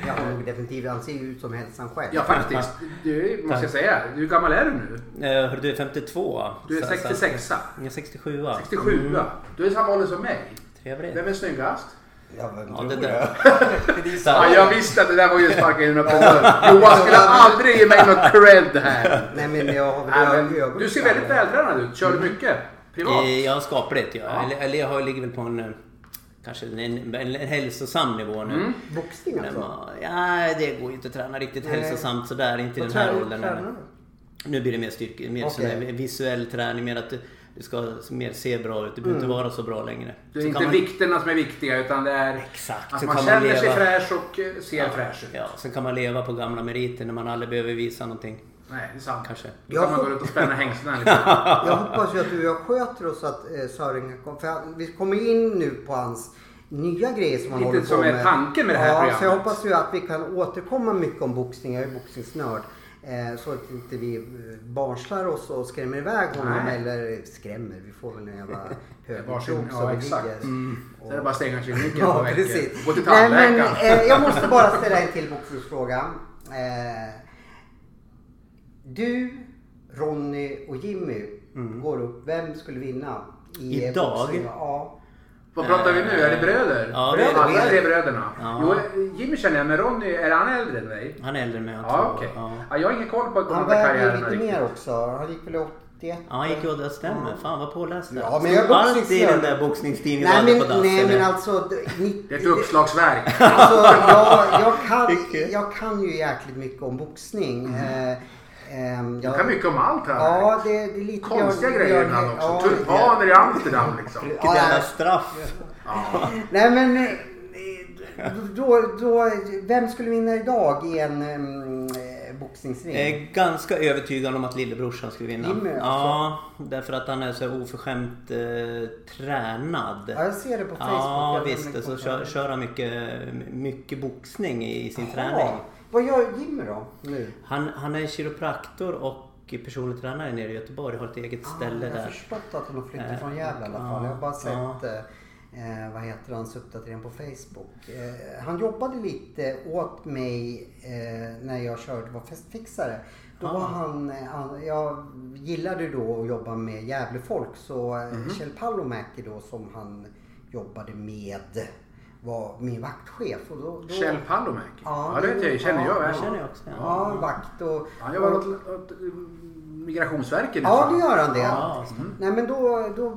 Speaker 2: Jag har nog definitivt, han ser ju ut som hälsan själv.
Speaker 1: Ja, faktiskt. Du, måste jag säga. Hur gammal är du nu?
Speaker 3: Eh, hörru, Du är 52.
Speaker 1: Du är
Speaker 3: så- så-
Speaker 1: 66.
Speaker 3: Jag är 67.
Speaker 1: 67. Du är samma ålder som mig.
Speaker 3: Trevligt.
Speaker 1: Vem är snyggast?
Speaker 2: Ja, vem
Speaker 3: Ja,
Speaker 2: tror
Speaker 3: det
Speaker 2: du?
Speaker 3: där. Det är
Speaker 1: Ja,
Speaker 3: sant.
Speaker 1: jag visste att det där var ju sparken in öppen dörr. Johan skulle aldrig ge mig något cred här.
Speaker 2: Nej men jag har
Speaker 1: Nej,
Speaker 2: väl
Speaker 1: men,
Speaker 2: ögon-
Speaker 1: du ser väldigt vältränad ut. Kör du mycket? Privat?
Speaker 3: Eh, Ja, skapligt. Ja. Eller, eller jag har- ligger väl på en eh, kanske en, en, en hälsosam nivå nu.
Speaker 2: Boxning
Speaker 3: Men,
Speaker 2: alltså?
Speaker 3: eh, Ja, det går ju inte att träna riktigt
Speaker 2: Nej.
Speaker 3: hälsosamt sådär. Inte i
Speaker 2: Vad
Speaker 3: den här
Speaker 2: tränar-
Speaker 3: åldern.
Speaker 2: tränar du?
Speaker 3: Nu blir det mer styrke, mer
Speaker 2: Okej.
Speaker 3: sån här visuell träning. Mer att du, du ska mer se bra ut. Du behöver inte vara så bra längre.
Speaker 1: Det är
Speaker 3: Så
Speaker 1: inte
Speaker 3: kan man-
Speaker 1: vikterna som är viktiga utan det är
Speaker 3: Exakt,
Speaker 1: att
Speaker 3: så
Speaker 1: man
Speaker 3: kan man
Speaker 1: känner sig
Speaker 3: leva.
Speaker 1: fräsch och eh, ser fräsch ut.
Speaker 3: Ja, sen kan man leva på gamla meriter när man aldrig behöver visa någonting.
Speaker 1: Nej, det är sant.
Speaker 3: Kanske.
Speaker 1: Då kan
Speaker 2: Jag
Speaker 1: man
Speaker 2: får-
Speaker 1: gå runt och spänna hängslena lite.
Speaker 2: Jag hoppas ju att du och jag sköter oss så att eh, Sören kan komma. För han- vi kommer ju in nu på hans nya grejer som han
Speaker 1: Lite
Speaker 2: håller på
Speaker 1: som är
Speaker 2: med.
Speaker 1: tanken med det här
Speaker 2: ja,
Speaker 1: programmet.
Speaker 2: Så jag hoppas ju att vi kan återkomma mycket om boxning. Jag är ju boxningsnörd. Eh, Så att inte vi eh, barnslar oss och skrämmer iväg honom.
Speaker 1: Nej.
Speaker 2: Eller skrämmer, vi får väl en jävla högerkrok
Speaker 1: Varsin,
Speaker 2: som
Speaker 1: ja, exakt.
Speaker 2: ligger.
Speaker 1: Mm. Så är det bara att stänga kliniken på
Speaker 2: Ja,
Speaker 1: veckor.
Speaker 2: precis.
Speaker 1: Gå till
Speaker 2: Nej, men,
Speaker 1: tandläkaren.
Speaker 2: eh, jag måste bara ställa en till boxningsfråga. Eh, du, Ronny och Jimmy går upp. Vem skulle vinna? I eh,
Speaker 3: Idag?
Speaker 2: boxning? Ja.
Speaker 1: Vad pratar vi nu? Är det bröder?
Speaker 3: Ja,
Speaker 1: Bröder,
Speaker 2: det är det.
Speaker 1: Alla tre bröderna.
Speaker 3: Ja.
Speaker 1: Jo, Jimmy känner jag, men Ronny, är han äldre än dig?
Speaker 3: Han är äldre än mig, jag
Speaker 1: Ja,
Speaker 3: tror.
Speaker 1: okej.
Speaker 3: Ja.
Speaker 1: Ja, jag har ingen koll på
Speaker 2: Han väger
Speaker 1: kommentarkarriärerna
Speaker 2: lite
Speaker 1: riktigt.
Speaker 2: mer också. Han gick väl 81?
Speaker 3: Ja, han gick ju det stämmer. Fan vad påläst det
Speaker 2: Ja, men jag är
Speaker 3: Allt i den
Speaker 2: boxningsnörd.
Speaker 3: där boxningstidningen du
Speaker 2: Nej
Speaker 3: hade på
Speaker 2: men,
Speaker 3: dass,
Speaker 2: nej,
Speaker 3: eller?
Speaker 2: men alltså... d- ni-
Speaker 1: Det är ett uppslagsverk.
Speaker 2: Alltså, jag, jag, kan,
Speaker 3: Mycket.
Speaker 2: jag kan ju jäkligt mycket om boxning. Eh, ehm,
Speaker 1: Du
Speaker 2: jag-
Speaker 1: kan mycket om allt här.
Speaker 2: Ja, det, det är lite...
Speaker 1: Konstiga
Speaker 2: Björn-
Speaker 1: grejer
Speaker 2: Björn-
Speaker 1: ibland också.
Speaker 2: ja,
Speaker 1: Tulpaner i Amsterdam liksom.
Speaker 3: Vilket
Speaker 2: Ja,
Speaker 3: jävla
Speaker 2: nej.
Speaker 3: straff.
Speaker 1: Ja.
Speaker 2: Nej men, eh, då, då, vem skulle vinna idag i en um, boxningsring?
Speaker 3: Jag är ganska övertygad om att lillebrorsan skulle vinna.
Speaker 2: Jimmy, alltså.
Speaker 3: Ja, därför att han är så oförskämt eh, tränad.
Speaker 2: ja, jag ser det på Facebook.
Speaker 3: Ja,
Speaker 2: Jag
Speaker 3: visst.
Speaker 2: kommer
Speaker 3: Alltså,
Speaker 2: inte ihåg.
Speaker 3: kör, kör han mycket, mycket boxning i sin
Speaker 2: Ja.
Speaker 3: träning.
Speaker 2: Vad gör Jimmy då? Nu?
Speaker 3: Han, han är kiropraktor och personlig tränare nere i Göteborg. Har ett eget
Speaker 1: Ah,
Speaker 2: Ah,
Speaker 3: ställe
Speaker 2: jag har
Speaker 3: där.
Speaker 2: förstått att han har flyttat
Speaker 3: Eh,
Speaker 2: från Gävle i alla fall.
Speaker 3: ja,
Speaker 2: Jag har bara
Speaker 3: ja.
Speaker 2: sett, eh, eh, vad heter hans uppdatering på Facebook. Eh, han jobbade lite åt mig eh, när jag körde, var festfixare.
Speaker 1: Ah.
Speaker 2: Då var han, eh, han, jag gillade då att jobba med Gävlefolk så eh,
Speaker 1: Mhm.
Speaker 2: Kjell Palomäki då som han jobbade med var min vaktchef. Och då, då,
Speaker 1: Kjell Palomäki.
Speaker 2: Ja,
Speaker 1: Ja, det vet jag ju. Känner jag
Speaker 2: ja,
Speaker 1: väl.
Speaker 3: Det känner jag också. Ja.
Speaker 2: Ja, vakt och...
Speaker 1: Han jobbar
Speaker 2: och-
Speaker 1: åt, åt eh, Migrationsverket.
Speaker 2: Ja, det gör han det.
Speaker 3: Ja,
Speaker 2: Nej men då, då,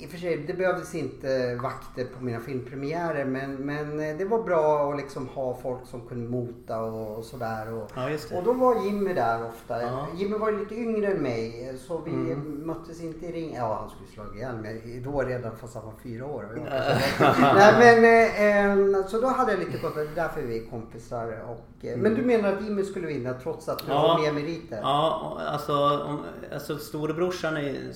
Speaker 2: i och för sig, det behövdes inte vakter på mina filmpremiärer men, men eh, det var bra att liksom ha folk som kunde mota och, och sådär. Och,
Speaker 3: Ja, just det.
Speaker 2: och då var Jimmy där ofta.
Speaker 3: Ja. Mm.
Speaker 2: Jimmy var ju lite yngre än mig eh, så vi möttes inte i ring. Ja, han skulle slagit ihjäl mig då redan fast han var fyra år. och jag kanske var- Nej men eh, eh, så då hade jag lite kontakt, därför är vi kompisar. Och, eh, Men du menar att Jimmy skulle vinna trots att du har mer meriter?
Speaker 3: Mm. Ja, och alltså, om, alltså storebrorsan är, ju-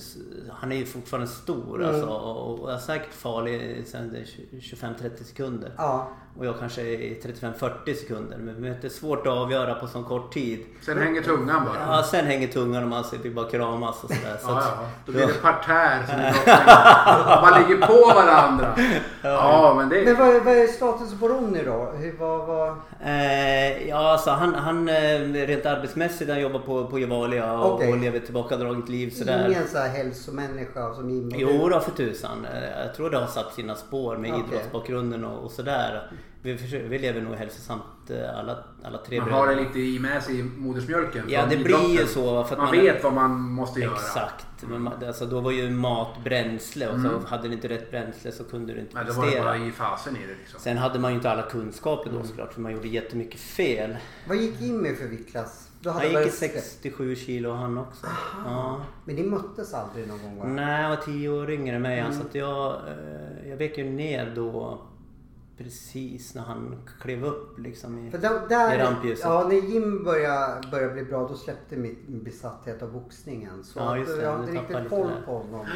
Speaker 3: han är ju fortfarande stor
Speaker 1: Mm.
Speaker 3: alltså, och, och är säkert farlig sen 25-30 sekunder.
Speaker 2: ja.
Speaker 3: Och jag kanske är 35-40 sekunder. Men det är svårt att avgöra på så kort tid.
Speaker 1: Sen hänger tungan bara.
Speaker 3: Ja, sen hänger tungan och man ser vi bara kramas och sådär. Så
Speaker 1: Ja,
Speaker 3: att-
Speaker 1: ja. Då blir det parterre som är brottning. Man ligger på varandra. Ja, men det...
Speaker 2: Men vad, vad är statusen på Ronny då? Hur, vad, vad...
Speaker 3: Eh, ja, alltså han, han eh, rent arbetsmässigt, han jobbar på, på Gevalia och,
Speaker 2: Okej.
Speaker 3: och lever ett tillbakadraget liv sådär.
Speaker 2: Ingen så här hälsomänniska som Jimmy?
Speaker 3: Jo då för tusan. Eh, Jag tror det har satt sina spår med
Speaker 2: Okej.
Speaker 3: idrottsbakgrunden och, och sådär. Vi, försöker, vi lever nog hälsosamt eh, alla, alla tre
Speaker 1: Man har det lite i med sig i modersmjölken.
Speaker 3: Ja,
Speaker 1: från
Speaker 3: det blir
Speaker 1: idrotten.
Speaker 3: ju så, för att
Speaker 1: man,
Speaker 3: man-
Speaker 1: vet vad man måste göra. Mm.
Speaker 3: Exakt. Men man, alltså, då var ju mat bränsle och så hade du inte rätt bränsle så kunde du inte
Speaker 1: Men Mm. då var det
Speaker 3: prestera.
Speaker 1: bara Mm. i fasen i det liksom.
Speaker 3: Sen hade man ju inte alla kunskaper då såklart för man gjorde jättemycket fel.
Speaker 2: Vad gick Jimmy för viktklass? Du hade
Speaker 3: Han gick i
Speaker 2: varit-
Speaker 3: 67 kilo han också. Ja.
Speaker 2: Men ni möttes aldrig någon gång va?
Speaker 3: Nej, han var tio år yngre än mig. Så
Speaker 2: Mm.
Speaker 3: att jag, eh, jag vek ju ner då precis när han klev upp liksom i,
Speaker 2: För där, där,
Speaker 3: i rampljuset.
Speaker 2: ja, när Jim började, började bli bra då släppte min besatthet av boxningen. Så
Speaker 3: Ja, just
Speaker 2: att
Speaker 3: det.
Speaker 2: jag
Speaker 3: Du
Speaker 2: har inte
Speaker 3: tappade
Speaker 2: riktigt
Speaker 3: lite
Speaker 2: koll
Speaker 3: där.
Speaker 2: på honom.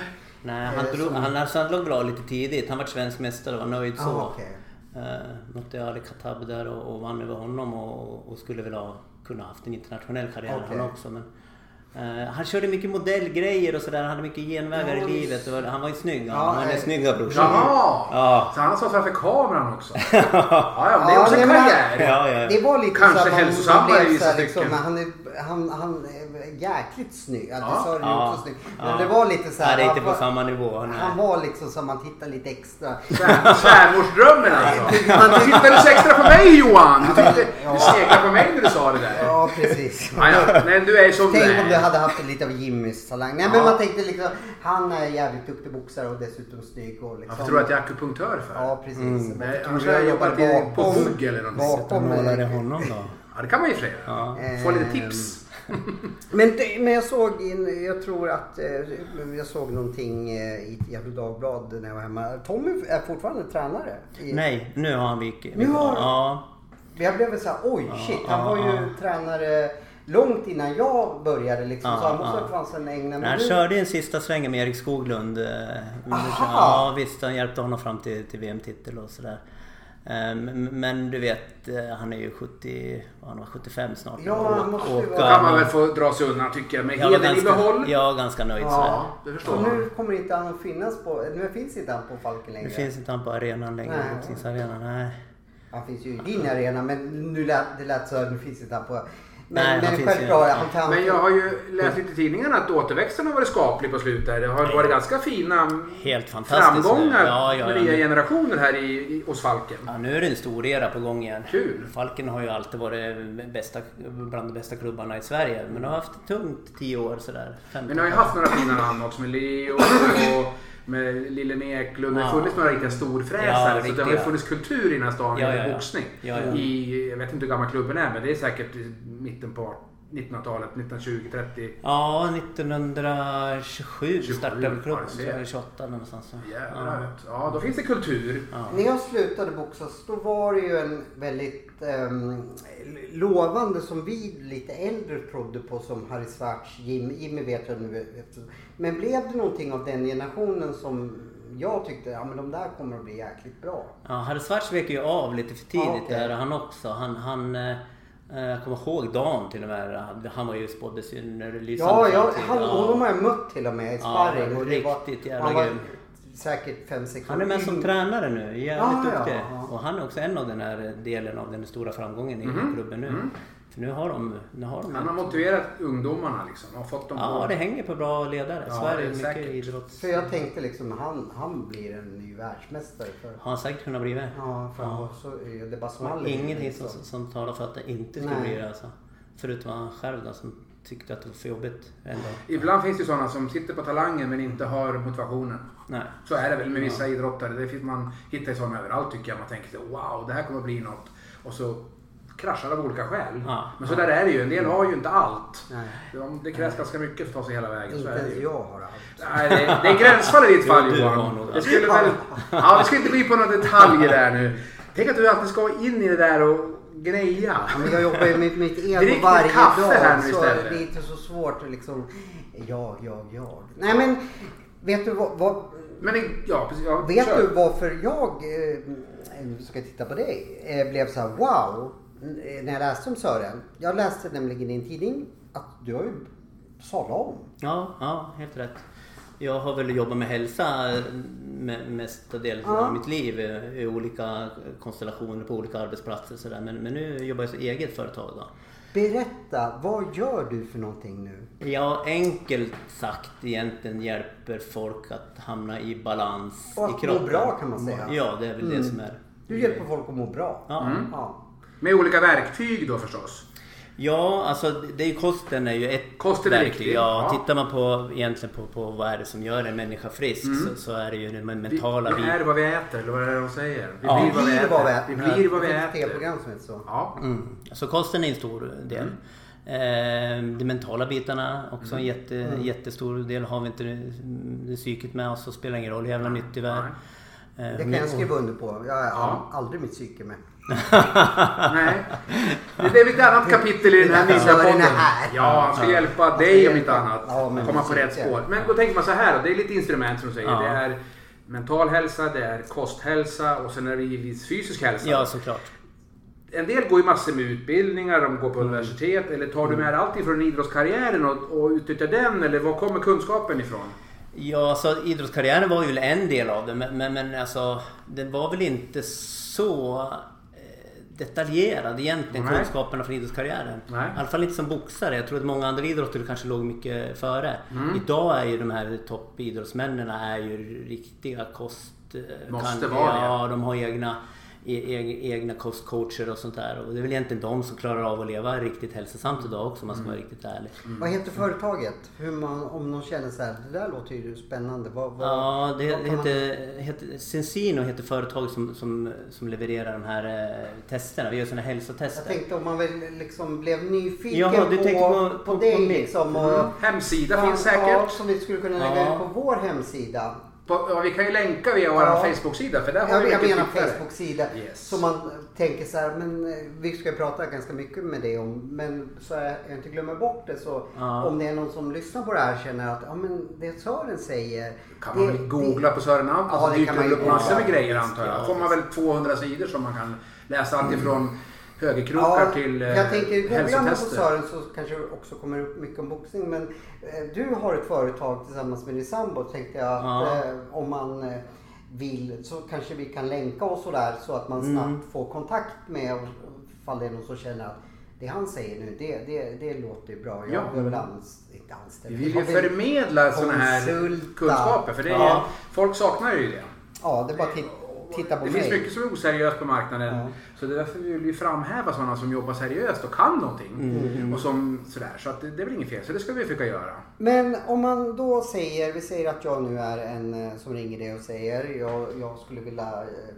Speaker 3: Nej, han,
Speaker 2: Eh,
Speaker 3: drog,
Speaker 2: som-
Speaker 3: han, alltså, han låg bra lite tidigt. Han var svensk mästare och var nöjd så.
Speaker 2: Ah, okej.
Speaker 3: Eh, mötte Ali Khatab där och, och vann över honom och, och skulle väl ha kunnat haft en internationell karriär
Speaker 2: Okej.
Speaker 3: han också. Men, eh, han körde mycket modellgrejer och sådär. Han hade mycket genvägar
Speaker 2: Ja,
Speaker 3: i
Speaker 2: visst.
Speaker 3: livet. Och han var ju snygg.
Speaker 2: Ja, eh,
Speaker 3: han var
Speaker 2: nej.
Speaker 3: den snygga brorsan.
Speaker 1: Jaha!
Speaker 3: Ja.
Speaker 1: Så han har stått framför kameran också? ja, ja, men det är också
Speaker 2: Ja,
Speaker 1: en
Speaker 2: det är-
Speaker 1: karriär.
Speaker 3: Ja, ja.
Speaker 2: Det var lite
Speaker 1: Kanske
Speaker 2: så att man-
Speaker 1: hälsosammare
Speaker 2: man blev
Speaker 1: i vissa
Speaker 2: så här liksom,
Speaker 1: stycken.
Speaker 2: Han är, han, han är jäkligt snygg. Ja,
Speaker 1: Ja.
Speaker 2: det sa du ju
Speaker 3: Ja.
Speaker 2: också snygg. Men
Speaker 3: Ja.
Speaker 2: det var lite så här.
Speaker 3: Nej, det är inte
Speaker 2: han
Speaker 3: på
Speaker 2: var-
Speaker 3: samma nivå. nej.
Speaker 2: Han var liksom som man tittar lite extra.
Speaker 1: Svär- Svärmorsdrömmen alltså. Man tittade så extra på mig Johan! Du, tyckte, du sneglade på mig när du sa det där.
Speaker 2: Ja, precis.
Speaker 1: Ja, ja. Men du är ju som du
Speaker 2: Tänk om du
Speaker 1: är.
Speaker 2: hade haft lite av Jimmys talang. Nej,
Speaker 1: Ja.
Speaker 2: men man tänkte liksom, han är jävligt duktig boxare och dessutom snygg. Och liksom,
Speaker 1: Varför tror du att jag är akupunktör för?
Speaker 2: Ja, precis.
Speaker 1: Nej,
Speaker 2: Varför tror
Speaker 1: annars
Speaker 2: du
Speaker 1: hade jag
Speaker 2: jobbar
Speaker 1: jobbat i- på
Speaker 2: bakom-
Speaker 1: Bugg eller något.
Speaker 3: Sätt att
Speaker 2: Bakom
Speaker 3: måla det
Speaker 2: eh,
Speaker 3: honom då.
Speaker 1: Ja, det kan man ju i och för sig göra.
Speaker 3: Ja. Ehm.
Speaker 1: Få lite tips.
Speaker 2: Men, det- men jag såg, in, jag tror att eh, jag såg någonting eh, i Gefle Dagblad när jag var hemma. Tommy är fortfarande tränare. I,
Speaker 3: Nej, nu har han vikit.
Speaker 2: Nu har-
Speaker 3: Ja.
Speaker 2: Jag blev så här, oj shit, han
Speaker 3: ja,
Speaker 2: var ju
Speaker 3: ja.
Speaker 2: tränare långt innan jag började liksom.
Speaker 3: Ja,
Speaker 2: så han måste
Speaker 3: ja.
Speaker 2: ha chansen att ägna
Speaker 3: Nej, han
Speaker 2: minut.
Speaker 3: körde ju en sista sväng med Erik Skoglund. eh, under-
Speaker 2: Aha!
Speaker 3: Ja visst, han hjälpte honom fram till, till VM-titel och sådär. Ehm, Men du vet, eh, han är ju 70, vad han var 75 snart.
Speaker 2: Ja,
Speaker 3: Och-
Speaker 2: han måste ju
Speaker 3: och- eh,
Speaker 2: vara-
Speaker 1: Då kan man väl få dra sig undan tycker jag med
Speaker 3: jag var
Speaker 1: hedern i
Speaker 3: ganska,
Speaker 1: behåll.
Speaker 3: jag var ganska nöjd sådär.
Speaker 1: Ja, det förstår
Speaker 2: Och
Speaker 1: man.
Speaker 2: nu kommer inte han att finnas på, nu finns inte han på Falken
Speaker 3: Nu
Speaker 2: längre.
Speaker 3: finns inte han på arenan längre,
Speaker 2: Nej.
Speaker 3: boxningsarenan. Nej.
Speaker 2: Han finns ju i din arena men nu lät, det lät så här, nu finns inte han på. Men,
Speaker 3: Nej, han
Speaker 2: men
Speaker 3: finns ju-
Speaker 2: självklart,
Speaker 3: ja.
Speaker 2: han kan.
Speaker 1: Men jag har ju läst lite i tidningarna att återväxten har varit skaplig på slutet. Det har varit ganska fina
Speaker 3: Helt fantastiskt.
Speaker 1: framgångar
Speaker 3: nu. Ja, ja,
Speaker 1: med
Speaker 3: ja,
Speaker 1: nya
Speaker 3: nu-
Speaker 1: generationer här i, i, hos Falken.
Speaker 3: Ja, nu är det en stor era på gång igen.
Speaker 1: Kul.
Speaker 3: Falken har ju alltid varit bästa, bland de bästa klubbarna i Sverige. Men de har haft det tungt 10 år sådär. 15
Speaker 1: Men ni har ju haft några fina namn också med Leo och med Lille Eklund. Det har
Speaker 3: Ja.
Speaker 1: funnits några riktiga storfräsare.
Speaker 3: Ja,
Speaker 1: så det har ju
Speaker 3: riktiga.
Speaker 1: funnits kultur i den här staden
Speaker 3: Ja,
Speaker 1: med
Speaker 3: ja, ja.
Speaker 1: boxning.
Speaker 3: Ja, ja.
Speaker 1: I, jag vet inte hur gammal klubben är men det är säkert i mitten på 1900-talet, 1920, 30.
Speaker 3: Ja, 1927 startade väl klubben.
Speaker 1: ja,
Speaker 3: så
Speaker 1: det.
Speaker 3: Eller 28 någonstans. så.
Speaker 1: Jävlar. Ja. då finns det kultur.
Speaker 2: När jag slutade boxas då var det ju en väldigt ehm, lovande som vi lite äldre trodde på som Harry Svartz, Jim, Jimmy vet jag nu. efter- Men blev det någonting av den generationen som jag tyckte, ja men de där kommer att bli jäkligt bra.
Speaker 3: Ja, Harry Svartz vek ju av lite för tidigt
Speaker 2: Ja, okej.
Speaker 3: där han också. Han, han eh, eh, jag kommer ihåg Dan till och med. Han- Han var ju spåddes ju när det lysande
Speaker 2: Ja, jag,
Speaker 3: framtid.
Speaker 2: han,
Speaker 3: Ja.
Speaker 2: honom har jag mött till och med i sparring. och det
Speaker 3: riktigt jävla
Speaker 2: han var
Speaker 3: grym.
Speaker 2: Säkert 5-6 år
Speaker 3: Han är med som
Speaker 2: yngre.
Speaker 3: tränare nu. Jävligt
Speaker 2: Mm. Ja, ja,
Speaker 3: duktig.
Speaker 2: ja.
Speaker 3: Och han är också en av den här delen av den stora framgången i
Speaker 2: Mhm,
Speaker 3: klubben nu. För nu har de... Nu har de
Speaker 1: Han har motiverat ungdomarna liksom. Har fått dem
Speaker 3: ja,
Speaker 1: på...
Speaker 3: det hänger på bra ledare.
Speaker 1: Ja,
Speaker 3: Sverige
Speaker 1: det är
Speaker 3: är mycket
Speaker 1: säkert.
Speaker 3: idrotts...
Speaker 2: För jag tänkte liksom, han, han blir en ny världsmästare. För,
Speaker 3: Har han säkert kunnat bli med.
Speaker 2: ja, för han var så, det bara
Speaker 3: Det var
Speaker 2: smaller.
Speaker 3: ingenting som, som talar för att det inte skulle
Speaker 2: liksom. Nej.
Speaker 3: bli det alltså. Förutom han själv då, som tyckte att det var för jobbigt en dag.
Speaker 1: Ibland finns det ju sådana som sitter på talangen men inte har motivationen.
Speaker 3: Nej.
Speaker 1: Så är det väl med vissa idrottare. Det finns man hittar ju sådana överallt tycker jag. Man tänker sig wow, det här kommer att bli något. Och så kraschar av olika skäl.
Speaker 3: Ja.
Speaker 1: Men så där är det ju. En del har ju inte allt.
Speaker 2: Nej.
Speaker 1: De- Det krävs ganska mycket för att ta sig hela vägen. Så
Speaker 2: Inte
Speaker 1: är det
Speaker 2: ens
Speaker 1: ju.
Speaker 2: jag har allt.
Speaker 1: Nej, det, det är gränsfall i ditt
Speaker 3: Jo,
Speaker 1: fall
Speaker 3: du var
Speaker 1: Johan.
Speaker 3: nog
Speaker 1: Det skulle väl, ja, vi ska inte gå in på några detaljer där nu. Tänk att du alltid ska in i det där och greja.
Speaker 2: Ja, men jag jobbar ju med mitt
Speaker 1: Drick
Speaker 2: ego
Speaker 1: ditt
Speaker 2: varje
Speaker 1: kaffe
Speaker 2: dag.
Speaker 1: här nu
Speaker 2: så
Speaker 1: istället.
Speaker 2: det är inte så svårt att liksom, jag, jag, jag. Nej men, vet du vad, vad
Speaker 1: Men det- ja, precis. Ja,
Speaker 2: Vet
Speaker 1: kör.
Speaker 2: du varför jag, eh, nu ska jag titta på dig, eh, blev så här wow eh, när jag läste om Sören? Jag läste nämligen i en tidning att du har ju sadlat om.
Speaker 3: Ja, ja, helt rätt. Jag har väl jobbat med hälsa eh, me- mestadels
Speaker 2: Ja.
Speaker 3: av mitt liv eh, i olika konstellationer på olika arbetsplatser och sådär. Men, men nu jobbar jag som eget företag. Då.
Speaker 2: Berätta, vad gör du för någonting nu?
Speaker 3: Jag enkelt sagt egentligen hjälper folk att hamna i balans
Speaker 2: Och
Speaker 3: i
Speaker 2: att
Speaker 3: kroppen.
Speaker 2: må bra kan man säga. Mm.
Speaker 3: Ja, det är väl det som är.
Speaker 2: Du hjälper
Speaker 1: Mm.
Speaker 2: folk att må bra.
Speaker 3: Ja.
Speaker 2: Ja.
Speaker 1: Med olika verktyg då förstås.
Speaker 3: Ja, alltså det är ju kosten är ju ett
Speaker 1: Kosten är viktig,
Speaker 3: Ja,
Speaker 1: ja.
Speaker 3: tittar man på egentligen på, på vad är det som gör en människa frisk så, så är Mm. det ju den
Speaker 1: Vi,
Speaker 3: mentala
Speaker 1: vi är
Speaker 3: biten.
Speaker 1: vad vi äter, eller vad är det de säger? Vi
Speaker 3: Ja.
Speaker 1: blir vad vi
Speaker 2: Blir vad vi
Speaker 1: äter.
Speaker 2: äter.
Speaker 1: Vi blir vad vi
Speaker 2: Det finns ett
Speaker 1: äter.
Speaker 2: tv-program som heter så.
Speaker 1: Ja.
Speaker 3: Mm. Så kosten är en stor del. Eh, de mentala bitarna också en jätte, jättestor del. Har vi inte det, det psyket med oss så spelar det ingen roll hur jävla nyttig vi är. Eh,
Speaker 2: Det kan
Speaker 3: men-
Speaker 2: jag skriva under på. Jag har
Speaker 1: Ja.
Speaker 2: aldrig mitt psyke med.
Speaker 1: Nej. Det blev ett annat kapitel i den här
Speaker 2: Det är därför
Speaker 1: Nissa-podden.
Speaker 2: den är här.
Speaker 1: Ja, han ska
Speaker 3: Ja.
Speaker 1: hjälpa
Speaker 2: ska
Speaker 1: dig om
Speaker 2: hjälpa.
Speaker 1: inte annat.
Speaker 2: Ja, men
Speaker 1: Komma på
Speaker 2: precis,
Speaker 1: rätt
Speaker 2: ja.
Speaker 1: spår. Men då tänker man så här då. Det är lite instrument som du säger.
Speaker 3: Ja.
Speaker 1: Det är mental hälsa, det är kosthälsa och sen är det givetvis fysisk hälsa.
Speaker 3: Ja, såklart.
Speaker 1: En del går ju massor med utbildningar, de går på universitet. Eller tar du med dig allting från idrottskarriären och, och utnyttjar den? Eller var kommer kunskapen ifrån?
Speaker 3: Ja, så idrottskarriären var ju en del av det, men, men, men alltså, det var väl inte så eh, detaljerad egentligen,
Speaker 1: Nej.
Speaker 3: kunskaperna från idrottskarriären.
Speaker 1: Nej.
Speaker 3: I alla fall inte som boxare. Jag tror att många andra idrotter kanske låg mycket före.
Speaker 1: Mm.
Speaker 3: Idag är ju de här toppidrottsmännen är ju riktiga kost... eh,
Speaker 1: Måste
Speaker 3: kan-
Speaker 1: vara det.
Speaker 3: Ja, de har egna, e- e- egna kostcoacher och sånt där. Och det är väl egentligen de som klarar av att leva riktigt hälsosamt
Speaker 1: Mm.
Speaker 3: idag också om man ska vara riktigt ärlig.
Speaker 2: Vad heter företaget? Hur man, om någon känner så här, det där låter ju spännande. Vad, vad,
Speaker 3: Ja, det
Speaker 2: vad kan man-
Speaker 3: heter, heter, Sensino heter företaget som, som, som levererar de här eh, testerna. Vi gör sådana
Speaker 2: Jag
Speaker 3: hälsotester.
Speaker 2: tänkte om man väl liksom blev nyfiken
Speaker 3: Jaha, du
Speaker 2: på,
Speaker 3: tänkte på-
Speaker 2: på,
Speaker 3: på- på
Speaker 2: dig
Speaker 3: mig.
Speaker 2: liksom. Och,
Speaker 1: Hemsida Mm. finns
Speaker 2: Ja,
Speaker 1: säkert.
Speaker 2: som vi skulle kunna lägga
Speaker 3: Ja.
Speaker 2: ut på vår hemsida.
Speaker 1: På, ja, vi kan ju länka via vår
Speaker 2: Ja.
Speaker 1: Facebook-sida för där har
Speaker 2: Jag,
Speaker 1: vi
Speaker 2: jag
Speaker 1: mycket
Speaker 2: menar
Speaker 1: tittare.
Speaker 2: Facebook-sida.
Speaker 1: Yes.
Speaker 2: Så man tänker så här, men eh, vi ska ju prata ganska mycket med det om, men så jag jag inte glömmer bort det så
Speaker 3: Ja.
Speaker 2: om det är någon som lyssnar på det här känner att, ja men det Sören säger.
Speaker 1: Kan
Speaker 2: det,
Speaker 1: man väl googla på Sören Amp? Alltså,
Speaker 2: Ja, det
Speaker 1: det dyker
Speaker 2: kan
Speaker 1: väl
Speaker 2: man
Speaker 1: upp
Speaker 2: ju
Speaker 1: massor med
Speaker 3: googla.
Speaker 1: grejer antar jag.
Speaker 3: Ja,
Speaker 1: får man väl 200 sidor som man kan läsa allt ifrån högerkrokar
Speaker 2: Mm. Ja,
Speaker 1: till eh,
Speaker 2: jag tänker googlar man på
Speaker 1: hälsotester.
Speaker 2: Sören så kanske det också kommer upp mycket om boxning. Men eh, du har ett företag tillsammans med din sambo tänkte jag att
Speaker 3: Ja.
Speaker 2: eh, om man eh, vill så kanske vi kan länka och sådär så att
Speaker 1: Mm.
Speaker 2: man snabbt får kontakt med och ifall det är någon som känner att det han säger nu det, det, det låter ju bra. Jag
Speaker 1: Ja.
Speaker 2: behöver ans- inte anställa.
Speaker 1: Vi vill ju förmedla sådana här
Speaker 2: Konsulta.
Speaker 1: kunskaper för det är,
Speaker 3: Ja.
Speaker 1: folk saknar ju det.
Speaker 2: Ja, det är bara att titta, titta på
Speaker 1: det
Speaker 2: mig.
Speaker 1: finns mycket som är oseriöst på marknaden.
Speaker 2: Ja.
Speaker 1: Så det är därför vi vill ju framhäva sådana som jobbar seriöst och kan någonting.
Speaker 2: Mm,
Speaker 1: Och som, sådär. Så att det, det är väl inget fel, så det ska vi försöka göra.
Speaker 2: Men om man då säger, vi säger att jag nu är en eh, som ringer dig och säger jag, jag skulle vilja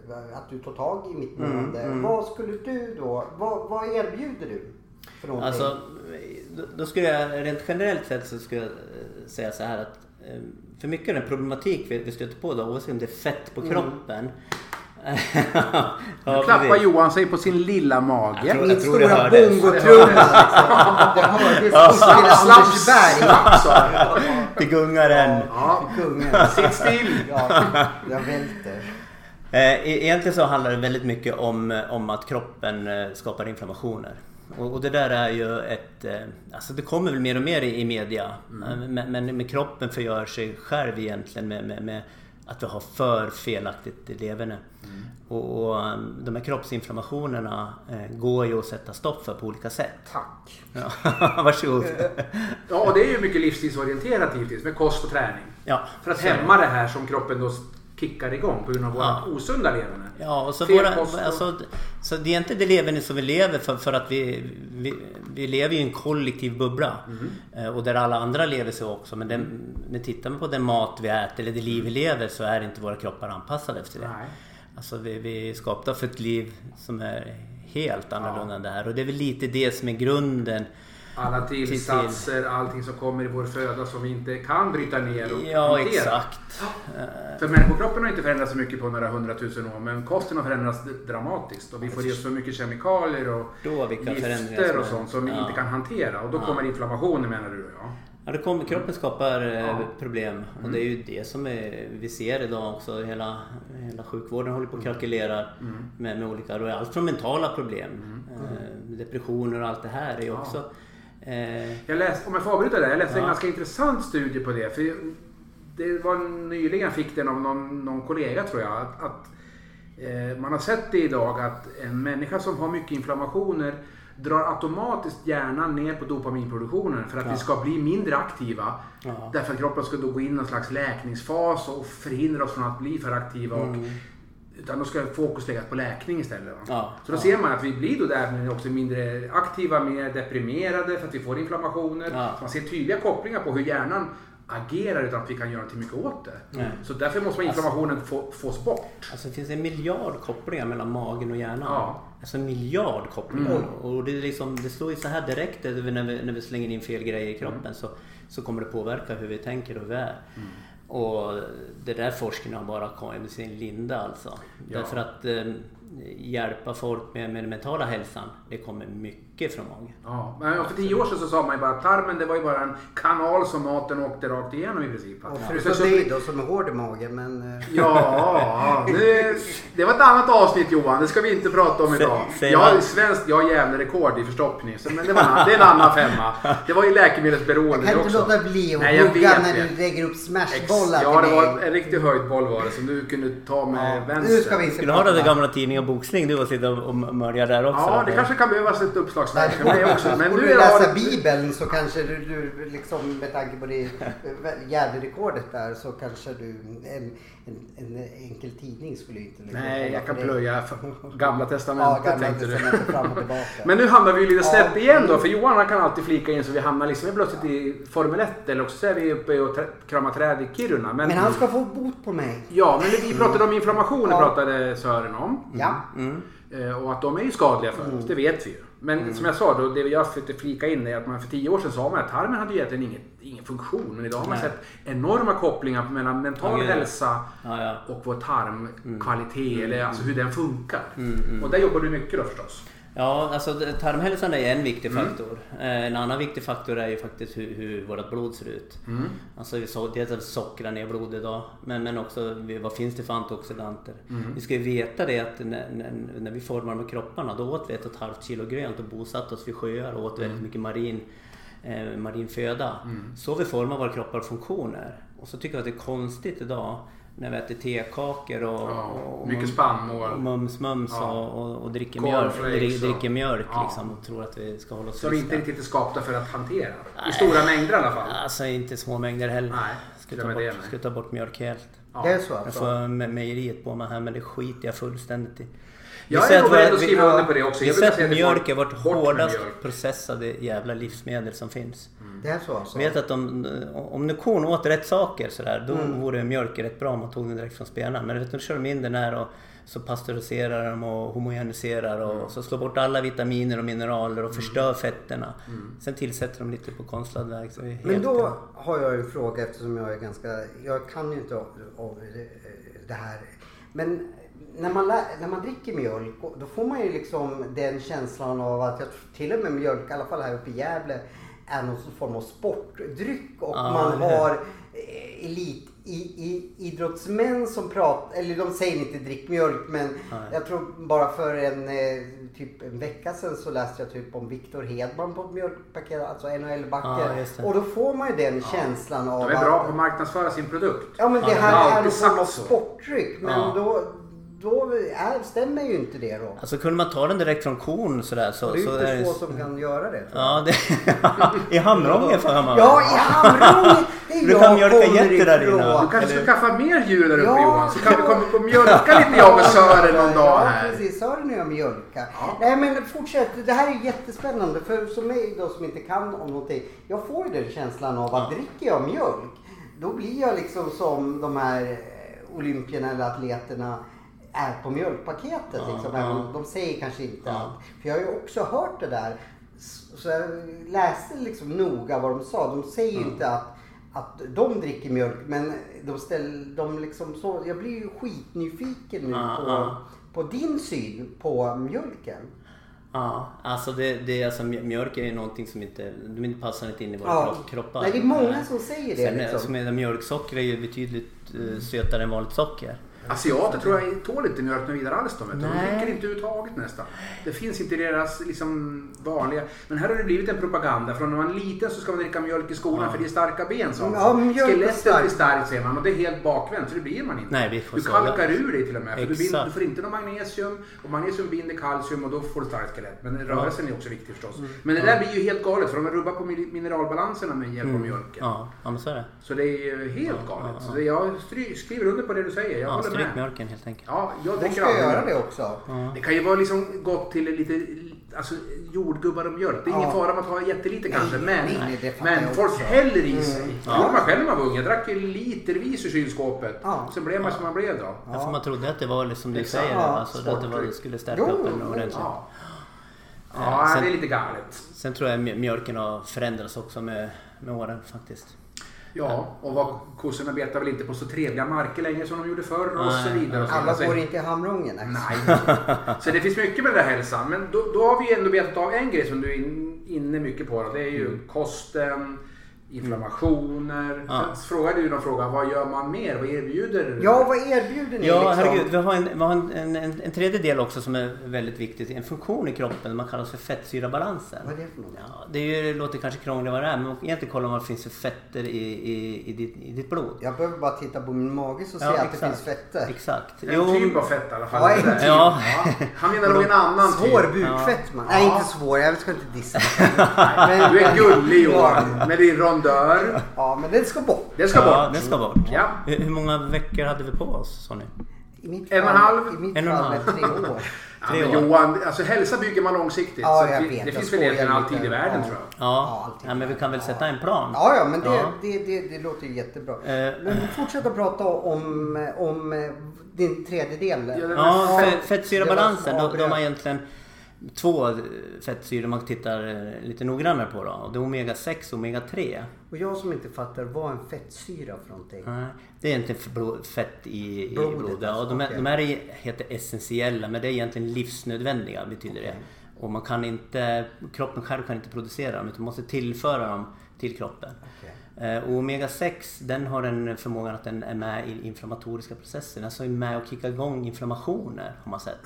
Speaker 2: eh, att du tar tag i mitt
Speaker 3: Mm,
Speaker 2: boende. Vad skulle du då, vad, vad erbjuder du? För någonting?
Speaker 3: Alltså, då- då skulle jag rent generellt sett så skulle jag eh, säga så här att eh, för mycket av den problematik vi, vi stöter på då, oavsett om det är fett
Speaker 2: Mm.
Speaker 3: på kroppen. ja,
Speaker 1: nu klappar
Speaker 3: precis.
Speaker 1: Johan sig på sin lilla mage.
Speaker 3: Jag tror-
Speaker 2: Min
Speaker 3: det
Speaker 2: stora
Speaker 3: hördes.
Speaker 2: bongotrumma liksom. Det hördes ja. till Anders Berg.
Speaker 1: Slapp, sa jag.
Speaker 3: Det gungar än.
Speaker 1: Ja,
Speaker 2: Kungen.
Speaker 1: sitt still.
Speaker 2: Ja, jag välter.
Speaker 3: Eh, e- Egentligen så handlar det väldigt mycket om, om att kroppen eh, skapar inflammationer. Och, och det där är ju ett... eh, Alltså det kommer väl mer och mer i, i media. Eh, Men, men, men kroppen förgör sig själv egentligen med, med, med att vi har för felaktigt leverne. Och, och eh, de här kroppsinflammationerna eh, går ju att sätta stopp för på olika sätt.
Speaker 2: Tack.
Speaker 3: Ja, varsågod.
Speaker 1: Ja, och det är ju mycket livsstilsorienterat givetvis med kost och träning.
Speaker 3: Ja,
Speaker 1: För att
Speaker 3: så är det.
Speaker 1: hämma det här som kroppen då kickar igång på grund av våra
Speaker 3: Ja.
Speaker 1: osunda leverne.
Speaker 3: Ja, och så,
Speaker 1: Fel
Speaker 3: våra,
Speaker 1: kost och-
Speaker 3: alltså, så det är inte det leverne som vi lever för, för att vi, vi, vi lever i en kollektiv bubbla.
Speaker 1: Mhm.
Speaker 3: Eh, Och där alla andra lever så också. Men den, men tittar man på den mat vi äter eller det liv vi lever så är inte våra kroppar anpassade efter det.
Speaker 1: Nej.
Speaker 3: Alltså vi, vi är skapta för ett liv som är helt annorlunda än det här. Och det är väl lite det som är grunden.
Speaker 1: Alla tillsatser, allting som kommer i vår föda som vi inte kan bryta ner och
Speaker 3: Ja, exakt. Eh,
Speaker 1: För människokroppen har inte förändrats så mycket på några hundratusen år men kosten har förändrats dramatiskt och vi får i oss så mycket kemikalier och
Speaker 3: Då vilka förändringar
Speaker 1: gifter
Speaker 3: som
Speaker 1: och
Speaker 3: är-
Speaker 1: sånt som vi
Speaker 3: Ja.
Speaker 1: inte kan hantera och då kommer inflammationer menar du? Ja.
Speaker 3: Ja, det kommer, kroppen skapar eh, problem och det är ju det som är, vi ser idag också. Hela, hela sjukvården håller på och krackelerar med, med olika, och allt från mentala problem, eh, depressioner och allt det här är ju också... Eh,
Speaker 1: Jag läste, om jag får avbryta det, jag läste en
Speaker 3: Ja.
Speaker 1: ganska intressant studie på det. För det var nyligen jag fick den av någon, någon kollega tror jag. Att, att, eh, man har sett det idag att en människa som har mycket inflammationer drar automatiskt hjärnan ner på dopaminproduktionen för att vi ska bli mindre aktiva.
Speaker 3: Ja.
Speaker 1: Därför att kroppen ska då gå in i någon slags läkningsfas och förhindra oss från att bli för aktiva.
Speaker 3: Mm.
Speaker 1: Och, utan då ska fokus läggas på läkning istället. Va?
Speaker 3: Ja.
Speaker 1: Så då
Speaker 3: Ja.
Speaker 1: ser man att vi blir då därmed också mindre aktiva, mer deprimerade för att vi får inflammationer.
Speaker 3: Ja.
Speaker 1: Så man ser tydliga kopplingar på hur hjärnan agerar utan att vi kan göra någonting mycket åt det.
Speaker 3: Nej.
Speaker 1: Så därför måste man inflammationen få, fås bort.
Speaker 3: Alltså det finns en miljard kopplingar mellan magen och hjärnan.
Speaker 1: Ja.
Speaker 3: Alltså en miljard kopplingar. Och det, är liksom, det slår ju så här direkt när vi, när vi slänger in fel grejer i kroppen så, så kommer det påverka hur vi tänker och hur vi är. Och det där forskningen har bara kommit med sin linda alltså. Därför att eh, hjälpa folk med, med den mentala hälsan. Det kommer mycket från magen.
Speaker 1: Ja, men för tio år sedan så sa man ju bara att tarmen det var ju bara en kanal som maten åkte rakt igenom i princip.
Speaker 2: Och
Speaker 1: Och sen
Speaker 2: förutom
Speaker 1: så-
Speaker 2: dig då som är hård i magen men... eh,
Speaker 1: Ja, det, det var ett annat avsnitt Johan. Det ska vi inte prata om idag.
Speaker 3: Sä- säger
Speaker 1: Jag
Speaker 3: han.
Speaker 1: har svenskt, jag har Gävlerekord i förstoppning. Så, men det, var en, annan- det är en annan femma. Det var ju läkemedelsberoende
Speaker 2: Kan
Speaker 1: det
Speaker 2: du inte
Speaker 1: också.
Speaker 2: låta bli att
Speaker 1: Nej, jag
Speaker 2: hugga
Speaker 1: vet
Speaker 2: när
Speaker 1: det.
Speaker 2: du lägger upp
Speaker 1: Ex-
Speaker 2: smashbollar
Speaker 1: Ja, det
Speaker 2: till
Speaker 1: var
Speaker 2: mig?
Speaker 1: en riktig höjdboll var det som du kunde ta med
Speaker 2: Ja,
Speaker 1: vänster.
Speaker 2: nu ska vi inte
Speaker 3: Skulle du ha den där
Speaker 2: prata.
Speaker 3: gamla tidningen boxning du och sitta och mörja där också?
Speaker 1: Ja, det
Speaker 3: Eller?
Speaker 1: kanske kan behövas ett uppslagsverk för mig också. Men
Speaker 2: Borde
Speaker 1: nu
Speaker 2: du
Speaker 1: är
Speaker 2: läsa
Speaker 1: det...
Speaker 2: Bibeln så kanske du, du liksom, med tanke på det eh, Gävlerekordet där så kanske du en, en, en enkel tidning skulle ju inte liksom
Speaker 1: Nej,
Speaker 2: hålla
Speaker 1: jag kan
Speaker 2: för dig.
Speaker 1: plöja Gamla
Speaker 2: Ja,
Speaker 1: Testamentet
Speaker 2: gamla
Speaker 1: tänkte du.
Speaker 2: testamentet fram och tillbaka.
Speaker 1: Men nu hamnar vi ju lite snett
Speaker 2: Ja.
Speaker 1: igen då, för Johan han kan alltid flika in så vi hamnar liksom vi är plötsligt i Formel 1 eller också så är vi uppe och tra- kramar träd i Kiruna. Men,
Speaker 2: Men han ska få bot på mig.
Speaker 1: Ja, men vi pratade om inflammation, det
Speaker 2: Ja.
Speaker 1: pratade Sören om.
Speaker 2: Ja. Mm.
Speaker 3: Mm.
Speaker 1: Eh, Och att de är ju skadliga för oss, det vet vi ju. Men som jag sa, då, det jag försökte flika in är att man för tio år sedan sa man att tarmen hade ju egentligen inget, ingen funktion. Men idag har man
Speaker 3: Nej.
Speaker 1: sett enorma kopplingar mellan mental
Speaker 3: Ja, gud, ja.
Speaker 1: hälsa
Speaker 3: Ja, Mm. ja.
Speaker 1: och vår tarmkvalitet, eller alltså hur den funkar.
Speaker 3: Mm,
Speaker 1: Och där jobbar du mycket då förstås.
Speaker 3: Ja, alltså tarmhälsan är en viktig
Speaker 1: Mm.
Speaker 3: faktor. Eh, En annan viktig faktor är ju faktiskt hur, hur vårt blod ser ut.
Speaker 1: Mm.
Speaker 3: Alltså vi så, dels att sockra ner blodet då, men, men också vi- vad finns det för antioxidanter?
Speaker 1: Mm.
Speaker 3: Vi ska ju veta det att när, när, när vi formar de här kropparna, då åt vi ett och ett halvt kilo grönt och bosatte oss vid sjöar och åt
Speaker 1: Mm.
Speaker 3: väldigt mycket marin, eh, marin föda. Så vi formar våra kroppar och funktioner. Och så tycker jag att det är konstigt idag när vi äter tekakor och,
Speaker 1: Ja,
Speaker 3: och, och
Speaker 1: mycket
Speaker 3: mums-
Speaker 1: spannmål.
Speaker 3: och mums-mums
Speaker 1: Ja.
Speaker 3: och, och, och dricker mjölk,
Speaker 1: Cornflakes
Speaker 3: dri-
Speaker 1: och-
Speaker 3: dricker mjölk
Speaker 1: Ja.
Speaker 3: liksom och tror att vi ska hålla oss
Speaker 1: Som inte
Speaker 3: friska.
Speaker 1: riktigt är skapta för att hantera. I stora mängder i alla fall.
Speaker 3: Alltså inte små mängder heller.
Speaker 1: Nej,
Speaker 3: skulle, ta
Speaker 1: glömmer
Speaker 3: bort,
Speaker 1: det, nej.
Speaker 3: skulle ta bort mjölk helt.
Speaker 1: Ja.
Speaker 2: Det är så
Speaker 3: Jag
Speaker 2: alltså?
Speaker 3: får me- mejeriet på mig här men det skiter jag fullständigt i. Vi
Speaker 1: Jag är
Speaker 3: säger
Speaker 1: nog
Speaker 3: vi-
Speaker 1: beredd att skriva
Speaker 3: vi-
Speaker 1: under på det också.
Speaker 3: Vi
Speaker 1: Jag brukar
Speaker 3: säger
Speaker 1: säga
Speaker 3: att
Speaker 1: till folk,
Speaker 3: mjölk är vårt
Speaker 1: bort med
Speaker 3: hårdast
Speaker 1: mjölk.
Speaker 3: processade jävla livsmedel som finns.
Speaker 2: Det är så alltså?
Speaker 3: Jag vet att om, om nu kon åt rätt saker sådär, då
Speaker 2: Mm.
Speaker 3: vore mjölk rätt bra om man tog den direkt från spenarna. Men vet du, då kör de in den här och så pasteuriserar de och homogeniserar och
Speaker 2: Mm.
Speaker 3: så slår bort alla vitaminer och mineraler och förstör fetterna. Sen tillsätter de lite på konstlad väg. Så vi är
Speaker 2: Mm. Men
Speaker 3: helt-
Speaker 2: då har jag en fråga eftersom jag är ganska... Jag kan ju inte av, av eh, det här. Men när man, lä- när man dricker mjölk och- då får man ju liksom den känslan av att jag tror till och med mjölk, i alla fall här uppe i Gävle, är någon form av sportdryck och
Speaker 3: Ja,
Speaker 2: man
Speaker 3: eller hur?
Speaker 2: har eh, elit i, i, idrottsmän som pratar, eller de säger inte drick mjölk men jag tror bara för en eh, typ en vecka sedan så läste jag typ om Viktor Hedman på ett mjölkpaket, alltså
Speaker 3: Ja,
Speaker 2: NHL-backen.
Speaker 3: just det.
Speaker 2: och då får man ju den känslan av
Speaker 1: De är bra på
Speaker 2: att...
Speaker 1: att marknadsföra sin produkt.
Speaker 2: Ja men det
Speaker 3: Ja,
Speaker 1: de har
Speaker 2: här är
Speaker 1: alltid
Speaker 2: någon form av
Speaker 1: sagt så.
Speaker 2: sportdryck men
Speaker 3: Ja.
Speaker 2: då, då är, stämmer ju inte det då.
Speaker 3: Alltså kunde man ta den direkt från kon sådär så...
Speaker 2: Det är ju
Speaker 3: Alltså, så
Speaker 2: inte
Speaker 3: det-
Speaker 2: få som kan göra det. tror jag.
Speaker 3: Ja, det... I Hamrånge får jag
Speaker 2: Ja, i Hamrånge! Det är
Speaker 3: Du kan
Speaker 2: jag
Speaker 3: mjölka
Speaker 2: kommer
Speaker 3: getter där
Speaker 2: ifrån.
Speaker 3: inne.
Speaker 1: Du kanske
Speaker 3: Eller-
Speaker 1: ska skaffa mer djur där uppe
Speaker 2: Ja.
Speaker 1: Johan, så kan vi komma upp och mjölka lite jag med Sören någon dag
Speaker 2: Ja,
Speaker 1: här.
Speaker 2: precis. Sören och jag mjölkar. Nej, men fortsätt. Det här är jättespännande. För som mig då som inte kan om någonting. Jag får ju den känslan av att dricker jag mjölk, då blir jag liksom som de här eh, olympierna eller atleterna är på mjölkpaketet. liksom. Även om De säger kanske inte allt. För jag har ju också hört det där. S- Så jag läste liksom noga vad de sa. De säger ju inte att att de dricker mjölk men de ställer, de liksom så, jag blir ju skitnyfiken nu
Speaker 3: Ja,
Speaker 2: på,
Speaker 3: ja.
Speaker 2: på din syn på mjölken.
Speaker 3: Ja, alltså det, det är alltså mj- mjölk är ju någonting som inte, de inte passar inte in i våra
Speaker 2: Ja.
Speaker 3: kropp- kroppar. Eh,
Speaker 2: Nej, det är många som säger det,
Speaker 3: Sen,
Speaker 2: liksom. Mm.
Speaker 3: som är, mjölksocker är ju betydligt eh, sötare än vanligt socker.
Speaker 1: Asiater tror jag tål inte mjölk nu vidare alls. De, vet du. de
Speaker 3: Nej.
Speaker 1: dricker inte överhuvudtaget nästan. Det finns inte i deras liksom, vanliga... Men här har det blivit en propaganda. Från när man är liten så ska man dricka mjölk i skolan för det är starka ben sa
Speaker 2: Ja,
Speaker 1: man.
Speaker 2: mjölk är
Speaker 1: Skelettet
Speaker 2: starkt.
Speaker 1: blir starkt säger man och det är helt bakvänt så det blir man inte.
Speaker 3: Nej, vi får
Speaker 1: du
Speaker 3: så-
Speaker 1: kalkar ur dig till och med. För du, binder,
Speaker 3: Exakt.
Speaker 1: du får inte någon magnesium och magnesium binder kalcium och då får du ett starkt skelett. Men rörelsen är också viktig förstås.
Speaker 3: Mm.
Speaker 1: Men det där blir ju helt galet för de rubbar på min- mineralbalanserna med hjälp av mjölken.
Speaker 3: Mm. Ja, ja men så är det.
Speaker 1: Så det är ju helt galet. Så det, jag stry- skriver under på det du säger. Jag
Speaker 3: Ja,
Speaker 1: håller
Speaker 3: stryk
Speaker 1: med.
Speaker 3: mjölken helt enkelt.
Speaker 1: Ja, jag
Speaker 2: De
Speaker 1: dricker
Speaker 2: ska
Speaker 1: aldrig
Speaker 2: göra
Speaker 1: mjölk.
Speaker 2: det också.
Speaker 1: Det kan ju vara liksom gott till lite alltså, jordgubbar och mjölk. Det är ingen
Speaker 2: Ja.
Speaker 1: fara om att ha jättelite kanske. Men,
Speaker 2: nej, nej, det fattar
Speaker 1: men
Speaker 2: jag
Speaker 1: folk
Speaker 2: också.
Speaker 1: häller i sig. Mm.
Speaker 3: Ja.
Speaker 1: Ja. man själv när man var ung. Jag drack ju litervis ur kylskåpet.
Speaker 2: Ja.
Speaker 1: Sen blev man som man blev då.
Speaker 3: Ja. För man trodde att det var liksom du
Speaker 1: Exakt.
Speaker 3: säger,
Speaker 2: Ja,
Speaker 3: alltså, att det var,
Speaker 1: sportdryck.
Speaker 3: skulle stärka
Speaker 2: Jo,
Speaker 3: upp en
Speaker 2: jo,
Speaker 3: ordentligt.
Speaker 1: Ja, ja
Speaker 3: sen-
Speaker 1: det är lite galet.
Speaker 3: Sen tror jag mj- mjölken har förändrats också med, med åren faktiskt.
Speaker 1: Ja, och vad, kossorna betar väl inte på så trevliga marker längre som de gjorde förr och så vidare. Och så
Speaker 2: Alla
Speaker 1: vidare.
Speaker 2: går inte i hamrången. alltså.
Speaker 1: Nej. Så det finns mycket med det här hälsan. Men då, då har vi ändå betat av en grej som du är in- inne mycket på. Då. Det är ju
Speaker 2: Mm.
Speaker 1: kosten, inflammationer.
Speaker 3: Ja.
Speaker 1: Sen frågade du någon fråga, vad gör man mer? Vad erbjuder
Speaker 2: Ja, vad erbjuder ni?
Speaker 3: Ja,
Speaker 2: liksom?
Speaker 3: herregud. Vi har, en, vi har en, en, en, en tredje del också som är väldigt viktig. En funktion i kroppen. Man kallas för fettsyrabalansen.
Speaker 2: Vad är det för något?
Speaker 3: Ja, det är ju, låter kanske krångligare vad det är, men egentligen kollar man vad det finns för fetter i, i, i, ditt, i ditt blod.
Speaker 2: Jag behöver bara titta på min mage så ser jag att det finns fetter.
Speaker 3: Exakt.
Speaker 1: En typ av fett i alla fall.
Speaker 2: Ja, en
Speaker 1: Det där.
Speaker 2: typ.
Speaker 3: Ja.
Speaker 1: Han menar nog en annan
Speaker 2: Svår
Speaker 1: typ.
Speaker 2: bukfett man. Nej,
Speaker 1: Ja.
Speaker 2: inte svår. Jag ska inte dissa.
Speaker 1: Du är gullig
Speaker 2: Ja.
Speaker 1: Johan, med din rondör.
Speaker 2: Ja, men den ska bort.
Speaker 1: Det ska
Speaker 3: ja,
Speaker 1: bort.
Speaker 3: den ska bort.
Speaker 1: Ja.
Speaker 3: Hur, hur många veckor hade vi på oss, sa ni?
Speaker 2: I mitt
Speaker 1: En och en
Speaker 2: fall-
Speaker 1: halv.
Speaker 2: I mitt
Speaker 3: En och en
Speaker 2: fall är
Speaker 3: halv.
Speaker 2: tre år.
Speaker 1: Ja,
Speaker 3: Tre
Speaker 1: men
Speaker 3: år.
Speaker 1: Johan, alltså hälsa bygger man långsiktigt.
Speaker 2: Ja,
Speaker 1: så
Speaker 2: jag
Speaker 1: det-
Speaker 2: vet.
Speaker 1: det
Speaker 2: Jag
Speaker 1: finns väl
Speaker 2: skojar
Speaker 1: egentligen
Speaker 2: lite.
Speaker 1: alltid i världen
Speaker 2: Ja.
Speaker 1: tror jag.
Speaker 2: Ja,
Speaker 3: Ja,
Speaker 2: alltid.
Speaker 3: ja men vi kan väl sätta en plan?
Speaker 2: Ja, ja, men det,
Speaker 3: Ja.
Speaker 2: Det, det, det låter ju jättebra.
Speaker 3: Eh.
Speaker 2: Men fortsätt att prata om, om eh, din tredje del.
Speaker 1: Ja, det-
Speaker 2: Ja,
Speaker 3: Ja, fe- fettsyrabalansen.
Speaker 2: det var
Speaker 3: Då,
Speaker 2: smart.
Speaker 3: då har man egentligen två eh, fettsyror man tittar eh, lite noggrannare på då. Och Det är Omega 6 och Omega 3.
Speaker 2: Och jag som inte fattar vad en fettsyra för någonting.
Speaker 3: Nej, Det är egentligen för blod- fett i, i
Speaker 2: Blodet,
Speaker 3: blodet.
Speaker 2: alltså,
Speaker 3: ja, de, här,
Speaker 2: okej.
Speaker 3: de här är, heter essentiella men det är egentligen livsnödvändiga betyder det. Och man kan inte, kroppen själv kan inte producera dem utan man måste tillföra dem till kroppen. Eh, Och omega 6 den har den förmågan att den är med i inflammatoriska processer. Den är med och kickar igång inflammationer har man sett.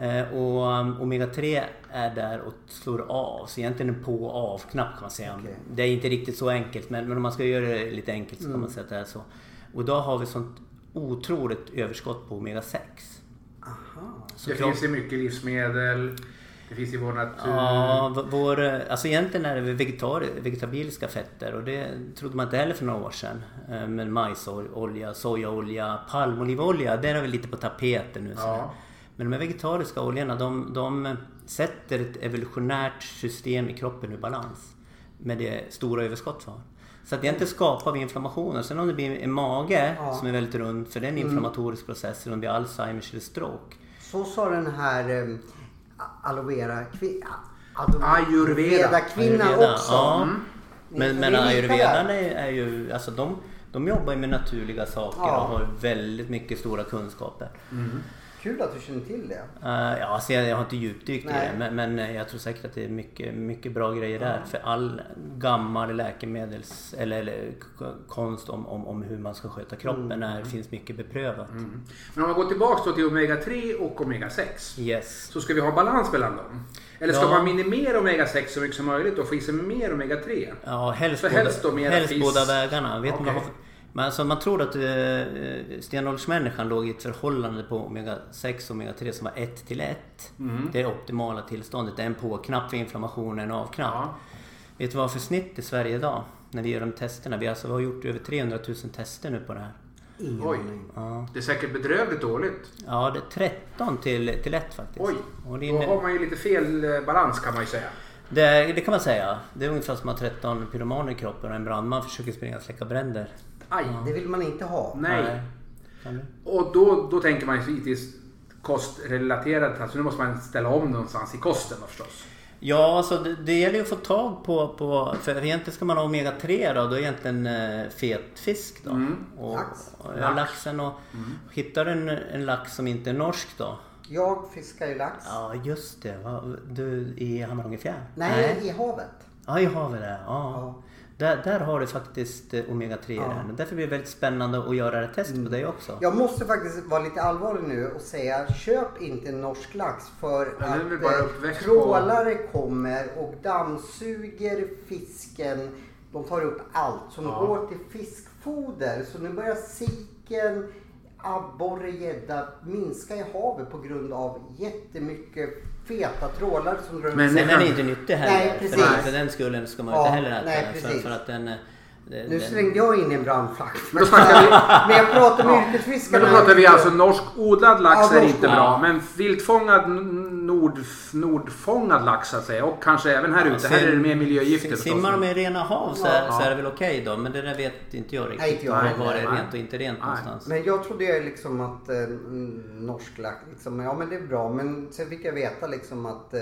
Speaker 3: Eh, Och um, omega 3 är där och slår av. Så egentligen en på och av-knapp kan man säga.
Speaker 2: Okej.
Speaker 3: Det är inte riktigt så enkelt men, men om man ska göra det lite enkelt så kan man säga att det är så. Och då har vi sånt otroligt överskott på omega 6.
Speaker 2: Aha.
Speaker 3: Så
Speaker 1: Det
Speaker 3: kropp-
Speaker 1: finns i mycket livsmedel. Det finns i vår natur.
Speaker 3: Ja, eh, v- vår, eh, alltså egentligen är det väl vegetar- vegetabiliska fetter och det trodde man inte heller för några år sedan. Eh, Men majsolja, sojaolja, palmolivolja, det är väl lite på tapeten nu. sådär.
Speaker 1: Ja.
Speaker 3: Men de här vegetariska oljorna, de, de sätter ett evolutionärt system i kroppen ur balans med det stora överskott vi har. Så att egentligen skapar vi inflammationer. Sen om det blir en mage
Speaker 2: Ja.
Speaker 3: som är väldigt rund, för det är en inflammatorisk process, eller om det blir Alzheimers eller stroke.
Speaker 2: Så sa den här eh, aloe vera kvinna.
Speaker 1: Ayurveda.
Speaker 2: kvinna
Speaker 3: Ayurveda,
Speaker 2: också.
Speaker 3: Ja.
Speaker 2: Mm.
Speaker 3: Men,
Speaker 2: Ni-
Speaker 3: men
Speaker 2: ni är lika
Speaker 3: ayurvedan
Speaker 2: där.
Speaker 3: är, är ju, alltså de, de jobbar ju med naturliga saker
Speaker 2: Ja.
Speaker 3: och har väldigt mycket stora kunskaper.
Speaker 2: Kul att du känner till det.
Speaker 3: Eh, ja, alltså jag, jag har inte djupdykt i
Speaker 2: Nej.
Speaker 3: det men, men eh, jag tror säkert att det är mycket, mycket bra grejer där. För all gammal läkemedels eller, eller k- konst om, om, om hur man ska sköta kroppen
Speaker 2: Mm.
Speaker 3: är, finns mycket beprövat.
Speaker 1: Men om man går tillbaka då till Omega 3 och Omega 6.
Speaker 3: Yes.
Speaker 1: Så ska vi ha balans mellan dem. Eller ska
Speaker 3: Ja.
Speaker 1: man minimera Omega 6 så mycket som möjligt och få i sig mer Omega 3?
Speaker 3: Ja, helst,
Speaker 1: Så
Speaker 3: båda,
Speaker 1: helst då mera
Speaker 3: helst
Speaker 1: fisk.
Speaker 3: båda vägarna. Vet man,
Speaker 1: Okej.
Speaker 3: man, alltså man tror att uh, stenåldersmänniskan låg i ett förhållande på omega 6 och omega 3 som var 1 till 1.
Speaker 1: Mm.
Speaker 3: Det är optimala tillståndet. Det är en på-knapp för inflammation och en av-knapp.
Speaker 1: Ja.
Speaker 3: Vet du vad för snitt i Sverige idag? När vi gör de testerna. Vi, alltså, vi har gjort över 300 000 tester nu på det här.
Speaker 2: Ingen
Speaker 1: Oj.
Speaker 2: aning.
Speaker 3: Ja,
Speaker 1: Det är säkert bedrövligt dåligt.
Speaker 3: ja det är 13 till, till 1 faktiskt.
Speaker 1: Oj,
Speaker 3: Och det,
Speaker 1: då
Speaker 3: är,
Speaker 1: har man ju lite fel eh, balans kan man ju säga.
Speaker 3: det, är- det kan man säga. Det är ungefär som att ha 13 pyromaner i kroppen och en brandman försöker springa och släcka bränder.
Speaker 1: Aj,
Speaker 2: Det vill man inte ha.
Speaker 1: nej.
Speaker 3: Kan du?
Speaker 1: Och då, då tänker man ju givetvis kostrelaterat. Alltså nu måste man ställa om någonstans i kosten då förstås.
Speaker 3: Ja, alltså det, det gäller ju att få tag på, på... För egentligen ska man ha omega 3 då, då är egentligen eh, fet fisk då. Och,
Speaker 2: Mm. Lax. Mm.
Speaker 3: Och, ja, laxen och... Hittar du en, en lax som inte är norsk då?
Speaker 2: Jag fiskar ju lax.
Speaker 3: Ja, just det. va? Du, i Hammarångefjärd?
Speaker 2: Nej, i havet.
Speaker 3: Ja, i havet där. Ja.
Speaker 2: Ja.
Speaker 3: Där, där har du faktiskt eh, omega 3 i det här. Därför blir det väldigt spännande att göra ett test
Speaker 2: Mm.
Speaker 3: på dig också.
Speaker 2: Jag måste faktiskt vara lite allvarlig nu och säga köp inte norsk lax för
Speaker 1: Ja, det är väl
Speaker 2: att
Speaker 1: bara
Speaker 2: eh,
Speaker 1: uppväxt på-
Speaker 2: trålare kommer och dammsuger fisken. De tar upp allt som
Speaker 1: Ja.
Speaker 2: går till fiskfoder. Så nu börjar siken, abborre, gädda minska i havet på grund av jättemycket feta trålar som rör
Speaker 1: Men-
Speaker 2: sig.
Speaker 3: Sen är det inte nyttig heller.
Speaker 2: Nej, precis.
Speaker 3: För, för den skullen ska man ju
Speaker 2: Ja,
Speaker 3: inte heller äta
Speaker 2: nej,
Speaker 3: den. För,
Speaker 2: precis.
Speaker 3: för att den... eh, den-
Speaker 2: Nu
Speaker 3: den-
Speaker 2: slängde jag in en brandfack.
Speaker 1: Men då snackar vi-
Speaker 2: Men jag pratar med
Speaker 1: Men
Speaker 2: yrkesfiskarna.
Speaker 1: då pratar vi alltså norsk odlad lax
Speaker 2: Ja,
Speaker 1: är
Speaker 2: norsk
Speaker 1: inte
Speaker 2: odlad.
Speaker 1: bra. Men viltfångad n- nord, nordfångad lax så att säga. Och kanske även här ute. här är det mer miljögifter förstås.
Speaker 3: Simmar de i rena hav så är,
Speaker 1: Ja.
Speaker 3: så är det väl okej då. Men det där vet inte jag riktigt.
Speaker 2: Nej, inte jag
Speaker 3: var-
Speaker 2: heller.
Speaker 3: Var det är
Speaker 1: Nej.
Speaker 3: rent och inte rent
Speaker 1: Nej.
Speaker 3: någonstans.
Speaker 2: Men jag trodde ju liksom att eh, mm, norsk lax, liksom, ja men det är bra. Men sen fick jag veta liksom att eh,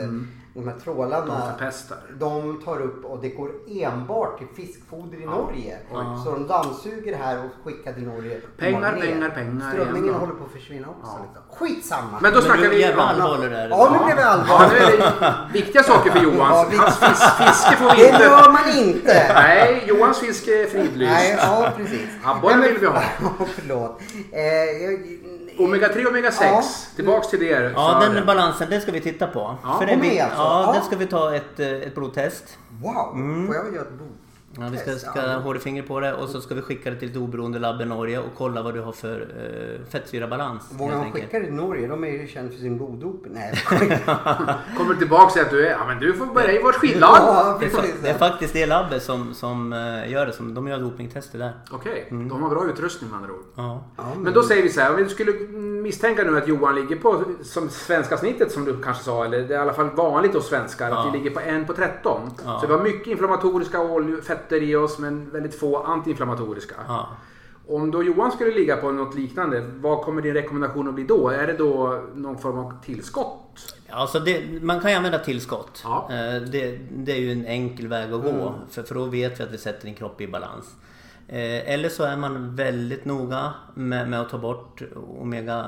Speaker 2: de här trålarna,
Speaker 1: Mm. De förpestar.
Speaker 2: de tar upp och det går enbart till fiskfoder i Norge. Norge. Så de dammsuger här och skickar till Norge.
Speaker 1: Pengar,
Speaker 2: Ner.
Speaker 1: pengar, pengar
Speaker 2: Strömmingen
Speaker 1: igen då.
Speaker 2: håller på att försvinna också. Liksom. Skitsamma!
Speaker 1: Men då
Speaker 3: Men
Speaker 1: snackar
Speaker 3: du
Speaker 1: vi...
Speaker 3: jävla
Speaker 1: Ja,
Speaker 3: allvarlig där.
Speaker 2: ja, nu blev det
Speaker 1: Ja, nu
Speaker 2: allvar.
Speaker 1: är det viktiga saker för
Speaker 2: Ja,
Speaker 1: Johans.
Speaker 2: vi-
Speaker 1: Hans fis- fiske får vi
Speaker 2: Det
Speaker 1: inte...
Speaker 2: gör man inte!
Speaker 1: Nej, Johans fiske är
Speaker 2: Nej,
Speaker 1: fridlyst.
Speaker 2: ja precis.
Speaker 1: Abborren vill vi ha.
Speaker 2: Förlåt. Eh, jag-
Speaker 1: Omega 3 och omega 6.
Speaker 2: Ja.
Speaker 1: Tillbaks till det.
Speaker 3: Ja,
Speaker 1: Sören.
Speaker 3: den balansen, den ska vi titta på.
Speaker 1: Ja,
Speaker 3: den
Speaker 2: och
Speaker 3: vi,
Speaker 2: med alltså.
Speaker 3: ja,
Speaker 2: Ja.
Speaker 3: den ska vi ta ett, eh, ett blodtest.
Speaker 2: Wow! Får jag väl göra ett bord?
Speaker 3: Mm. Ja, vi ska,
Speaker 2: Test,
Speaker 3: ska
Speaker 2: ja.
Speaker 3: hålla fingret på det och så ska vi skicka det till ett oberoende labb i Norge och kolla vad du har för eh, fettsyrabalans.
Speaker 2: Vågar
Speaker 3: helt
Speaker 2: de
Speaker 3: enkelt.
Speaker 2: skicka det till Norge? De är ju kända för sin bloddop. Nej,
Speaker 1: Kommer tillbaka och säger att du är... Ja, men du får börja i vårt skidlag.
Speaker 2: Ja,
Speaker 3: Det är, fa-
Speaker 2: precis.
Speaker 3: det är faktiskt det labbet som, som eh, gör det, som, de gör dopingtester där.
Speaker 1: Okej, de har bra utrustning med andra ord.
Speaker 3: Ja.
Speaker 2: Ja,
Speaker 1: Men då säger vi så här, om vi skulle misstänka nu att Johan ligger på som svenska snittet som du kanske sa, eller det är i alla fall vanligt hos svenskar, att
Speaker 3: Ja.
Speaker 1: vi ligger på 1 på 13.
Speaker 3: Ja.
Speaker 1: Så vi har mycket inflammatoriska olje- fetter i oss men väldigt få antiinflammatoriska.
Speaker 3: Ja.
Speaker 1: Om då Johan skulle ligga på något liknande, vad kommer din rekommendation att bli då? Är det då någon form av tillskott?
Speaker 3: Alltså det, man kan ju använda tillskott.
Speaker 1: Ja.
Speaker 3: Eh, Det, det är ju en enkel väg att gå.
Speaker 2: Mm.
Speaker 3: För, för då vet vi att vi sätter din kropp i balans. Eh, Eller så är man väldigt noga med, med att ta bort Omega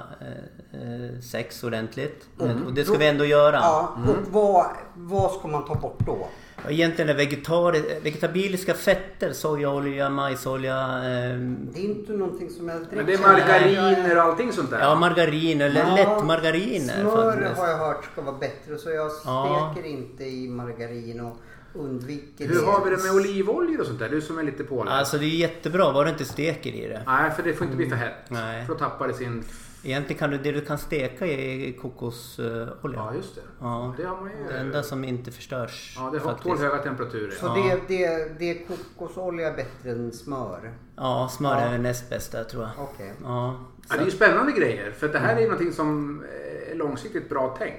Speaker 3: 6 ordentligt. Eh, Och det ska vi ändå göra.
Speaker 2: Mm. Ja,
Speaker 3: Mm.
Speaker 2: och vad, vad ska man ta bort då?
Speaker 3: Ja, Egentligen är vegetar- vegetabiliska fetter, sojaolja, majsolja, eh,
Speaker 2: Det är inte någonting som jag direkt
Speaker 1: Men det är
Speaker 2: känner-
Speaker 1: margariner och allting sånt där?
Speaker 3: ja, margarin eller
Speaker 2: Ja,
Speaker 3: lättmargariner.
Speaker 2: Smör
Speaker 3: faktiskt.
Speaker 2: har jag hört ska vara bättre så jag
Speaker 3: Ja.
Speaker 2: steker inte i margarin och undviker
Speaker 1: Hur har vi det med olivoljor och sånt där? Du som är lite påläst.
Speaker 3: Alltså det är jättebra, bara du inte steker i det.
Speaker 1: Nej, för det får inte bli för hett.
Speaker 3: Mm, Nej.
Speaker 1: För då tappar det sin...
Speaker 3: Egentligen kan du, det du kan steka är kokosolja.
Speaker 1: Ja, just det.
Speaker 3: Ja.
Speaker 1: Det har man ju...
Speaker 3: Det enda som inte förstörs
Speaker 1: Ja, det har tål
Speaker 3: faktiskt.
Speaker 1: höga temperaturer.
Speaker 2: Så det, det, det är kokosolja bättre än smör?
Speaker 3: Ja, smör är väl näst bästa tror jag.
Speaker 2: Okej.
Speaker 3: Ja.
Speaker 1: Ja, det är ju spännande grejer. För det här är ju någonting som eh, är långsiktigt bra tänk.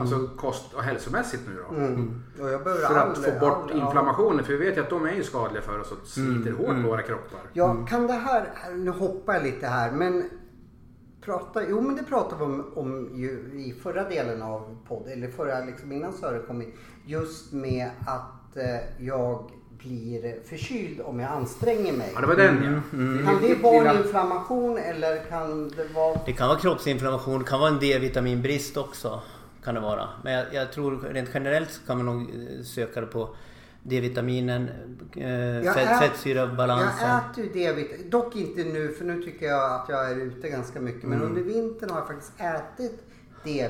Speaker 1: Alltså kost och hälsomässigt nu då.
Speaker 2: Mm. Och jag behöver
Speaker 1: För
Speaker 2: all-
Speaker 1: att få bort
Speaker 2: all- all-
Speaker 1: inflammationen. För vi vet ju att de är ju skadliga för oss och sliter hårt på våra kroppar.
Speaker 2: Ja, kan det här, nu hoppar jag lite här, men prata, jo men det pratade vi om, om ju i förra delen av podden, eller förra liksom innan Sören kom in, just med att eh, jag blir förkyld om jag anstränger mig.
Speaker 1: Ja, det var Mm. den ja.
Speaker 2: Kan det vara en inflammation eller kan det vara...
Speaker 3: Det kan vara kroppsinflammation, det kan vara en D-vitaminbrist också. Kan det vara. Men jag, jag tror rent generellt så kan man nog eh, söka det på D-vitaminen, eh,
Speaker 2: Jag
Speaker 3: fett,
Speaker 2: ä-
Speaker 3: fettsyrabalansen.
Speaker 2: Jag äter ju D-vitamin, dock inte nu för nu tycker jag att jag är ute ganska mycket. Men under vintern har jag faktiskt ätit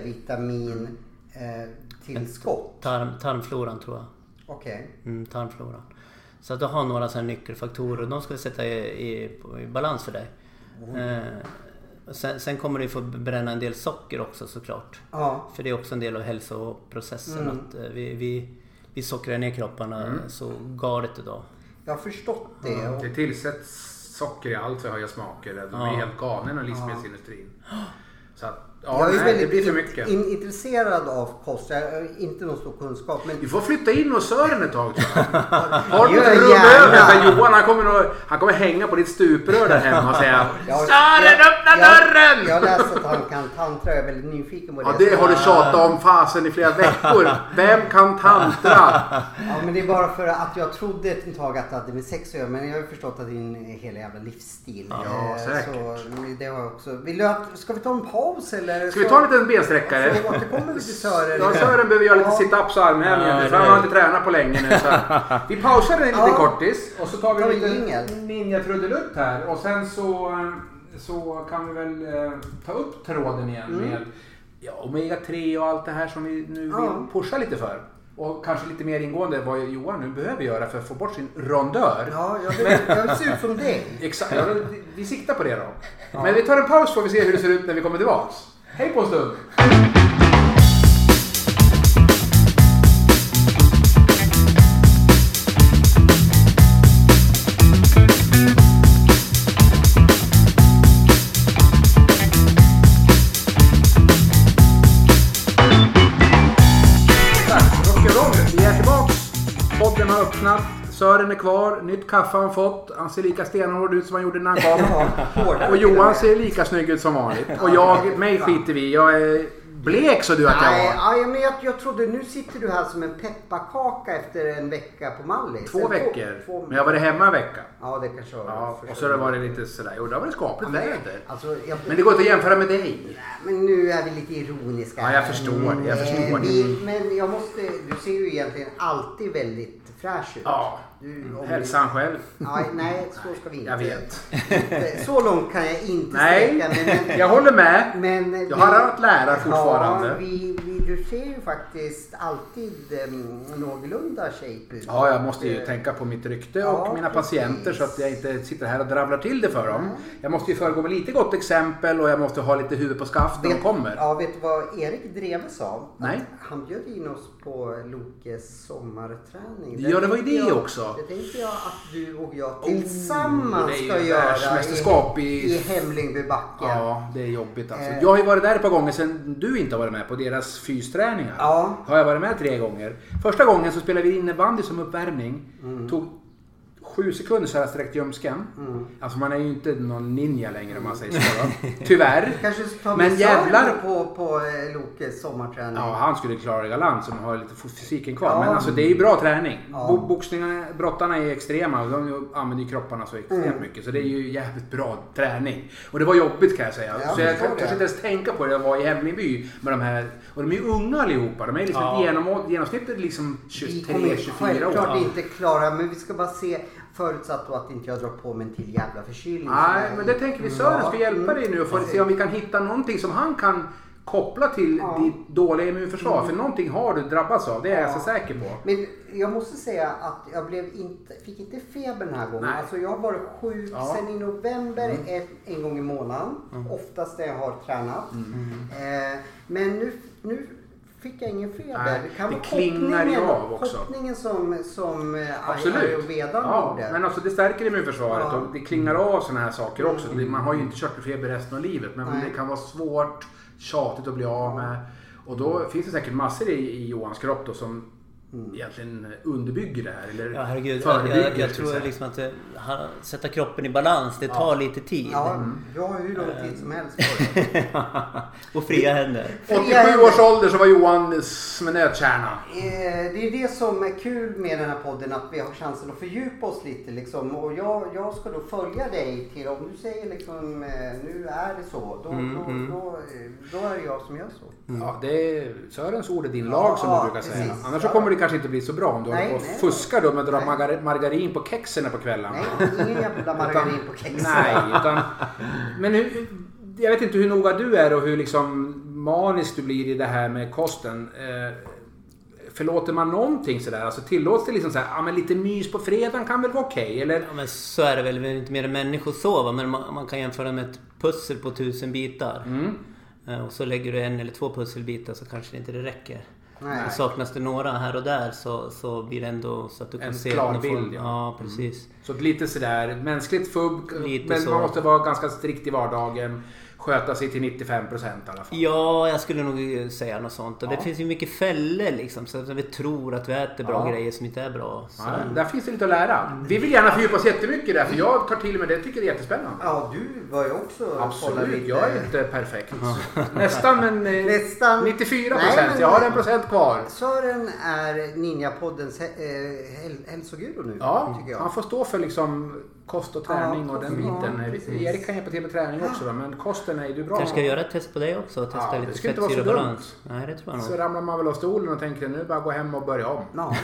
Speaker 2: D-vitamin eh, tillskott.
Speaker 3: Tarm, tarmfloran tror jag.
Speaker 2: Okej.
Speaker 3: Mm, tarmfloran. Så att du har några sådana nyckelfaktorer och de ska vi sätta i, i, i balans för dig. Eh, och sen, sen kommer du få bränna en del socker också såklart.
Speaker 2: Ja.
Speaker 3: För det är också en del av hälsoprocessen att eh, vi, vi, vi sockrar ner kropparna så galet idag.
Speaker 2: Jag har förstått det. Och,
Speaker 1: Det tillsätts socker i allt för höga smaker. De är helt galna inom livsmedelsindustrin. Så att, ja,
Speaker 2: jag är
Speaker 1: nej, det
Speaker 2: väldigt
Speaker 1: blir för
Speaker 2: int-
Speaker 1: mycket.
Speaker 2: In, intresserad av kost. Jag har inte någon stor kunskap. Men
Speaker 1: Du får flytta in hos Sören ett tag tror jag. Har du
Speaker 2: Gör
Speaker 1: ett
Speaker 2: jag
Speaker 1: rum
Speaker 2: gärna.
Speaker 1: över för Johan? Han kommer, nog, han kommer hänga på ditt stuprör där hemma och säga
Speaker 2: jag-
Speaker 1: Sören
Speaker 2: jag-
Speaker 1: öppna
Speaker 2: jag- Jag
Speaker 1: dörren!
Speaker 2: har läst att han kan tantra. Jag är väldigt nyfiken på det.
Speaker 1: Ja det
Speaker 2: Så-
Speaker 1: har du tjatat om fasen i flera veckor. Vem kan tantra?
Speaker 2: Ja, men det är bara för att jag trodde ett tag att det hade med sex att göra. Men jag har ju förstått att det är en hela jävla livsstil.
Speaker 1: Ja,
Speaker 2: Eh,
Speaker 1: säkert.
Speaker 2: Så det har jag också. Vill du att, ska vi ta en paus eller?
Speaker 1: Ska vi ta en liten bensträckare?
Speaker 2: Så återkommer vi till Sören.
Speaker 1: Ja, Sören behöver göra lite
Speaker 2: Ja.
Speaker 1: situps och armhävningar nu,
Speaker 3: Ja,
Speaker 1: för han
Speaker 3: det-
Speaker 1: har inte tränat på länge nu. Så vi pausar en liten
Speaker 2: Ja.
Speaker 1: kortis och så tar vi
Speaker 2: Tar vi
Speaker 1: en
Speaker 2: jingel.
Speaker 1: liten ninjatrudelutt här och sen så, eh, så kan vi väl eh, ta upp tråden igen
Speaker 2: Mm.
Speaker 1: med ja, Omega 3 och allt det här som vi nu vill
Speaker 2: Ja.
Speaker 1: pusha lite för. Och kanske lite mer ingående vad Johan nu behöver göra för att få bort sin rondör.
Speaker 2: Ja, jag vill, jag vill se ut som dig.
Speaker 1: Exakt, ja, vi- vi siktar på det då. Men vi tar en paus får vi se hur det ser ut när vi kommer tillbaks. Hej på en stund! Rock'n'roll. Vi är tillbaks. Podden har öppnat. Sören är kvar. Nytt kaffe har han fått. Han ser lika stenhård ut som han gjorde när han kom.
Speaker 2: Ja, hårdare
Speaker 1: Och
Speaker 2: till och
Speaker 1: Johan
Speaker 2: med.
Speaker 1: ser lika snygg ut som vanligt. Och jag, mig skiter vi i. Jag är blek så du att jag
Speaker 2: Nej, alltså,
Speaker 1: var.
Speaker 2: ja, men jag, jag trodde nu sitter du här som en pepparkaka efter en vecka på Mallis.
Speaker 1: Två
Speaker 2: Eller
Speaker 1: veckor.
Speaker 2: Två,
Speaker 1: Men jag var hemma en vecka.
Speaker 2: Ja, det kanske var.
Speaker 1: Ja,
Speaker 2: förstår
Speaker 1: och så
Speaker 2: du.
Speaker 1: var det lite sådär. Jo, då var det skapligt väder.
Speaker 2: Alltså, jag,
Speaker 1: Men det går inte att jämföra med dig.
Speaker 2: Men nu är vi lite ironiska.
Speaker 1: Ja,
Speaker 2: här.
Speaker 1: jag förstår det, jag
Speaker 2: Eh,
Speaker 1: förstår det.
Speaker 2: Vi, men jag måste, du ser ju egentligen alltid väldigt fräsch ut.
Speaker 1: Ja.
Speaker 2: Du, om
Speaker 1: Hälsan själv.
Speaker 2: Du, nej, nej, så ska vi inte.
Speaker 1: Jag vet.
Speaker 2: Inte- Så långt kan jag inte
Speaker 1: Nej,
Speaker 2: sträcka mig, men-
Speaker 1: jag håller med.
Speaker 2: Men, eh,
Speaker 1: Jag har att lära fortfarande.
Speaker 2: Ja, vi, vi, du ser ju faktiskt alltid um, någorlunda shape ut. Eh,
Speaker 1: Ja, jag måste ju tänka på mitt rykte och
Speaker 2: Ja,
Speaker 1: mina patienter
Speaker 2: precis. Mm.
Speaker 1: så att jag inte sitter här och dravlar till det för dem. Jag måste ju föregå med lite gott exempel och jag måste ha lite huvud på skaft när de
Speaker 2: Vet-
Speaker 1: kommer.
Speaker 2: Ja, vet du vad Erik Dreve sa?
Speaker 1: Nej.
Speaker 2: Att Han bjöd in oss på Lokes sommarträning.
Speaker 1: Ja, det var ju
Speaker 2: tänkte
Speaker 1: det
Speaker 2: jag-
Speaker 1: också. Oh,
Speaker 2: Det tänkte jag att du och jag tillsammans
Speaker 3: det är ju
Speaker 2: ska göra
Speaker 1: världsmästerskap i-
Speaker 2: i Hemlingbybacken.
Speaker 1: Ja, det är jobbigt alltså.
Speaker 2: Eh.
Speaker 1: Jag har ju varit där ett par gånger sen du inte har varit med på deras fysträningar.
Speaker 2: Ja.
Speaker 1: Har jag varit med tre gånger. Första gången så spelade vi innebandy som uppvärmning.
Speaker 2: Mm.
Speaker 1: Tog sju sekunder så här sträckt ljumsken. Alltså man är ju inte någon ninja längre om man säger så. Då. Tyvärr.
Speaker 2: Kanske ta
Speaker 1: Men
Speaker 2: med
Speaker 1: jävlar-
Speaker 2: Sören på, på eh, Lokes sommarträning.
Speaker 1: Ja, han skulle klara det galant som har lite fysiken kvar.
Speaker 2: Ja.
Speaker 1: Men alltså det är ju bra träning.
Speaker 2: Ja.
Speaker 1: Bo- Boxningarna, brottarna är ju extrema och de använder ju kropparna så extremt
Speaker 2: Mm.
Speaker 1: mycket. Så det är ju jävligt bra träning. Och det var jobbigt kan jag säga.
Speaker 2: Ja,
Speaker 1: så jag
Speaker 2: förstår
Speaker 1: kanske
Speaker 2: det.
Speaker 1: inte ens tänka på det. Jag var i Hemlingby med de här. Och de är ju unga allihopa. De är liksom
Speaker 3: Ja.
Speaker 1: genom, genomsnittet liksom
Speaker 2: Vi kommer
Speaker 1: 23-24 år.
Speaker 2: självklart inte klara, men vi ska bara se förutsatt då att inte jag drar på mig en till jävla förkylning.
Speaker 1: Nej,
Speaker 2: som
Speaker 1: men
Speaker 2: jag-
Speaker 1: det tänker vi Sören ska
Speaker 2: Ja,
Speaker 1: hjälpa
Speaker 2: mm,
Speaker 1: dig nu och få
Speaker 2: precis.
Speaker 1: se om vi kan hitta någonting som han kan koppla till
Speaker 2: Ja. Mm.
Speaker 1: ditt dåliga immunförsvar. För någonting har du drabbats av. Det är jag så
Speaker 2: Ja.
Speaker 1: säker på.
Speaker 2: Men jag måste säga att jag blev inte, fick inte feber den här gången.
Speaker 1: Nej.
Speaker 2: Alltså jag har varit sjuk
Speaker 1: Ja. Mm.
Speaker 2: sedan i november en, en gång i månaden. Oftast när jag har tränat.
Speaker 1: Mm.
Speaker 2: Eh, men nu, nu fick jag ingen feber.
Speaker 1: Nej, det
Speaker 2: vara
Speaker 1: klingar ju
Speaker 2: kopplingen-
Speaker 1: av också.
Speaker 2: Kopplingen som, som eh,
Speaker 1: Absolut.
Speaker 2: ayurvedan
Speaker 1: Ja,
Speaker 2: gjorde.
Speaker 1: men alltså det stärker immunförsvaret
Speaker 2: Ja.
Speaker 1: och det klingar av sådana här saker också. Det- Man har ju inte körtelfeber resten av livet men
Speaker 2: Nej.
Speaker 1: det kan vara svårt, tjatigt att bli av med. Och då finns det säkert massor i, i Johans kropp då som
Speaker 2: Mm.
Speaker 1: egentligen underbygger det här. Eller
Speaker 3: Ja herregud. Jag,
Speaker 1: förebygger,
Speaker 3: jag, jag
Speaker 1: ska vi
Speaker 3: tror
Speaker 1: säga.
Speaker 3: liksom att det, ha- sätta kroppen i balans, det tar lite tid.
Speaker 2: Ja,
Speaker 1: Mm.
Speaker 2: jag har hur lång tid som helst på det.
Speaker 3: och fria händer.
Speaker 1: 87 års ålder så var Johan s- med nötkärna.
Speaker 2: Eh, Det är det som är kul med den här podden, att vi har chansen att fördjupa oss lite. Liksom. Och jag, jag ska då följa dig till, om du säger liksom, eh, nu är det så, då,
Speaker 1: Mm,
Speaker 2: då, då, eh, då är det jag som gör så.
Speaker 1: Ja, det är Sörens ord är din lag som
Speaker 2: Mm. Ja,
Speaker 1: du brukar säga.
Speaker 2: precis.
Speaker 1: Annars så
Speaker 2: Ja.
Speaker 1: kommer det kanske inte bli så bra om du
Speaker 2: Nej,
Speaker 1: håller på och
Speaker 2: nej.
Speaker 1: fuskar då med att dra
Speaker 2: Nej.
Speaker 1: margar- margarin på kexen på kvällarna.
Speaker 2: Nej, ingen jävla margarin på kexen.
Speaker 1: Nej, utan... Men hur, jag vet inte hur noga du är och hur liksom manisk du blir i det här med kosten. Eh, förlåter man någonting sådär? Alltså tillåts det liksom såhär, ja men lite mys på fredagen kan väl vara okej? Eller?
Speaker 3: Ja, men så är det väl, vi är inte mer än människor så va? men man, man kan jämföra med ett pussel på tusen bitar.
Speaker 1: Mm.
Speaker 3: Eh, Och så lägger du en eller två pusselbitar så kanske det inte det räcker.
Speaker 2: Nej.
Speaker 3: Och saknas det några här och där så, så blir det ändå så att du kan
Speaker 1: En
Speaker 3: se...
Speaker 1: klar
Speaker 3: någon
Speaker 1: bild, ja. Mm.
Speaker 3: ja. precis.
Speaker 1: Så att lite sådär mänskligt fubb,
Speaker 3: Lite
Speaker 1: men
Speaker 3: så.
Speaker 1: man måste vara ganska strikt i vardagen. Sköta sig till 95% i alla fall.
Speaker 3: Ja, jag skulle nog säga något sånt. Och det finns ju mycket fällor liksom. Så att vi tror att vi äter bra
Speaker 1: Ja.
Speaker 3: grejer som inte är bra. Så.
Speaker 1: Ja, där finns det lite att lära. Vi vill gärna fördjupa oss jättemycket där, för jag tar till mig det. Jag tycker det är jättespännande.
Speaker 2: Ja, du var ju också och kollade
Speaker 1: Absolut, jag är inte perfekt. Nästan, men eh,
Speaker 2: Nästan.
Speaker 1: 94
Speaker 2: Nej,
Speaker 1: procent.
Speaker 2: men-
Speaker 1: Jag har en procent kvar.
Speaker 2: Sören är Ninjapoddens hä- eh, häl- hälsoguru nu,
Speaker 1: Ja,
Speaker 2: tycker jag.
Speaker 1: han får stå för liksom kost och träning
Speaker 2: Ja,
Speaker 1: och den
Speaker 2: kost-
Speaker 1: biten.
Speaker 2: ja, precis.
Speaker 1: Erik kan hjälpa till med träning också då, men kosten är ju du bra.
Speaker 3: Kanske ska jag göra ett test på dig också och testa
Speaker 1: Ja, det
Speaker 3: lite
Speaker 1: skulle inte vara så
Speaker 3: fettsyrabalans. Nej, det tror jag
Speaker 1: Så
Speaker 3: nog.
Speaker 1: ramlar man väl av stolen och tänker nu bara gå hem och börja om.
Speaker 2: Ja,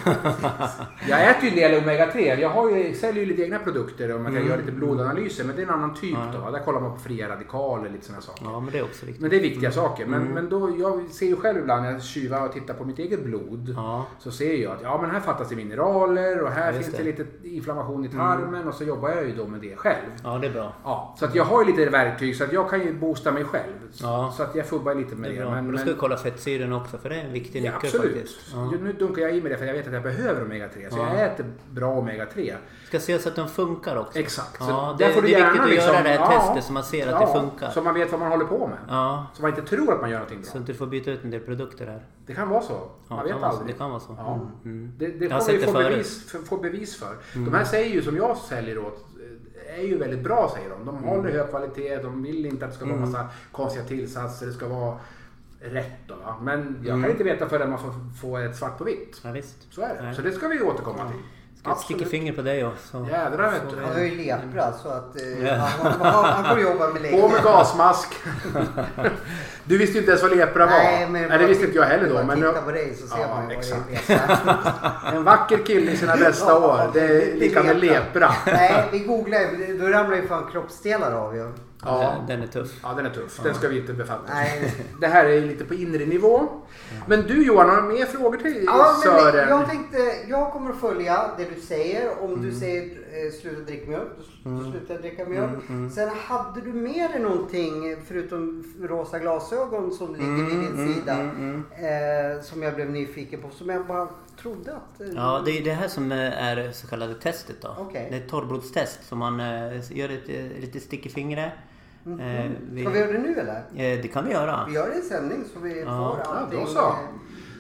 Speaker 1: Jag äter ju en del Omega 3. Jag har ju, säljer ju lite egna produkter och man
Speaker 2: Mm.
Speaker 1: kan göra lite blodanalyser. Men det är en annan typ då. va? Där kollar man på fria radikaler och lite sådana saker.
Speaker 3: Ja, men det är också viktigt.
Speaker 1: Men det är viktiga
Speaker 3: Mm.
Speaker 1: saker. Men, men då, jag ser ju själv ibland när jag tjuvar och tittar på mitt eget blod.
Speaker 3: Ja.
Speaker 1: Så ser jag att ja, men här fattas det mineraler och här
Speaker 3: Ja, just
Speaker 1: finns det.
Speaker 3: det. Mm.
Speaker 1: lite inflammation i tarmen. Och så jobbar jag ju då med det själv.
Speaker 3: Ja, det är bra.
Speaker 1: Ja, så att jag har ju lite verktyg så att jag kan ju boosta mig själv. Så-
Speaker 3: Ja.
Speaker 1: Så att jag fubbar lite
Speaker 3: Det
Speaker 1: med
Speaker 3: är
Speaker 1: det.
Speaker 3: bra. Men, då ska vi kolla fettsyrorna också för det är en viktig
Speaker 1: ja,
Speaker 3: nyckel
Speaker 1: absolut.
Speaker 3: faktiskt. Ja.
Speaker 1: Ju- Nu dunkar jag i mig det för jag vet att jag behöver Omega 3. Så jag äter bra Omega 3.
Speaker 3: Ska se så att de funkar också.
Speaker 1: Exakt. Så
Speaker 3: Ja,
Speaker 1: där
Speaker 3: det,
Speaker 1: får du
Speaker 3: det är
Speaker 1: gärna
Speaker 3: viktigt att
Speaker 1: liksom-
Speaker 3: göra det här
Speaker 1: ja,
Speaker 3: testet så man ser att
Speaker 1: ja,
Speaker 3: det funkar.
Speaker 1: Så man vet vad man håller på med.
Speaker 3: Ja,
Speaker 1: Så man inte tror att man gör någonting bra.
Speaker 3: så att du får byta ut en del produkter här.
Speaker 1: Det kan vara så.
Speaker 3: Ja,
Speaker 1: Man
Speaker 3: det
Speaker 1: vet
Speaker 3: kan vara så.
Speaker 1: aldrig.
Speaker 3: Det kan vara så.
Speaker 1: Ja.
Speaker 3: Mm.
Speaker 1: Det, det
Speaker 3: Jag har
Speaker 1: får vi
Speaker 3: sett
Speaker 1: få
Speaker 3: det förut. Mm.
Speaker 1: bevis, för, få bevis för. De här säger ju, som jag säljer åt, eh, är ju väldigt bra
Speaker 3: Mm.
Speaker 1: säger de. De håller hög kvalitet, de vill inte att det ska vara massa konstiga tillsatser. Det ska vara rätt. Då, va? Men jag
Speaker 3: Mm.
Speaker 1: kan inte veta förrän man får, får ett svart på vitt.
Speaker 3: Ja, visst.
Speaker 1: Så är det.
Speaker 3: Nej.
Speaker 1: Så det ska vi återkomma till.
Speaker 3: Ska jag sticka finger på dig och så...
Speaker 1: Jädrar vet
Speaker 3: så-
Speaker 1: du.
Speaker 2: Han har ju lepra så att eh,
Speaker 3: Ja.
Speaker 2: han, han, han får jobba med
Speaker 1: På med
Speaker 2: länge.
Speaker 1: gasmask. Du visste ju inte ens vad lepra var. Nej, det
Speaker 2: bara
Speaker 1: visste inte jag
Speaker 2: titta-
Speaker 1: heller då.
Speaker 2: bara
Speaker 1: Men
Speaker 2: titta på dig så ser
Speaker 1: Ja,
Speaker 2: man ju vad det
Speaker 1: exakt.
Speaker 2: är.
Speaker 1: en vacker kille i sina bästa år. Det är lika med lepra.
Speaker 2: Nej, vi googlar ju. Då ramlar ju fan kroppsdelar av ju.
Speaker 1: Ja,
Speaker 3: Den, den är tuff.
Speaker 1: Ja, den är tuff. Den ska vi inte befatta oss med.
Speaker 2: Nej.
Speaker 1: Det här är lite på inre nivå. Men du Johan, har du mer frågor till
Speaker 2: Ja, men
Speaker 1: Sören?
Speaker 2: jag tänkte, jag kommer att följa det du säger. Om
Speaker 1: Mm.
Speaker 2: du säger eh, sluta dricka mjölk, då sl- då slutar jag dricka mjölk.
Speaker 1: Mm,
Speaker 2: Sen hade du med dig någonting förutom f- rosa glasögon som ligger vid
Speaker 1: Mm,
Speaker 2: din sida. Eh, som jag blev nyfiken på, som jag bara trodde att... eh,
Speaker 3: Ja, det är det här som eh, är så kallade testet då.
Speaker 2: Okej.
Speaker 3: Det är ett torrblodstest som man eh, gör ett eh, litet stick i fingret.
Speaker 1: Mhm.
Speaker 3: Eh, vi-
Speaker 2: Ska vi göra det nu eller?
Speaker 3: Eh, Det kan vi göra.
Speaker 2: Vi gör det i sändning så vi får
Speaker 1: Ja,
Speaker 2: allting.
Speaker 1: då så.
Speaker 2: eh,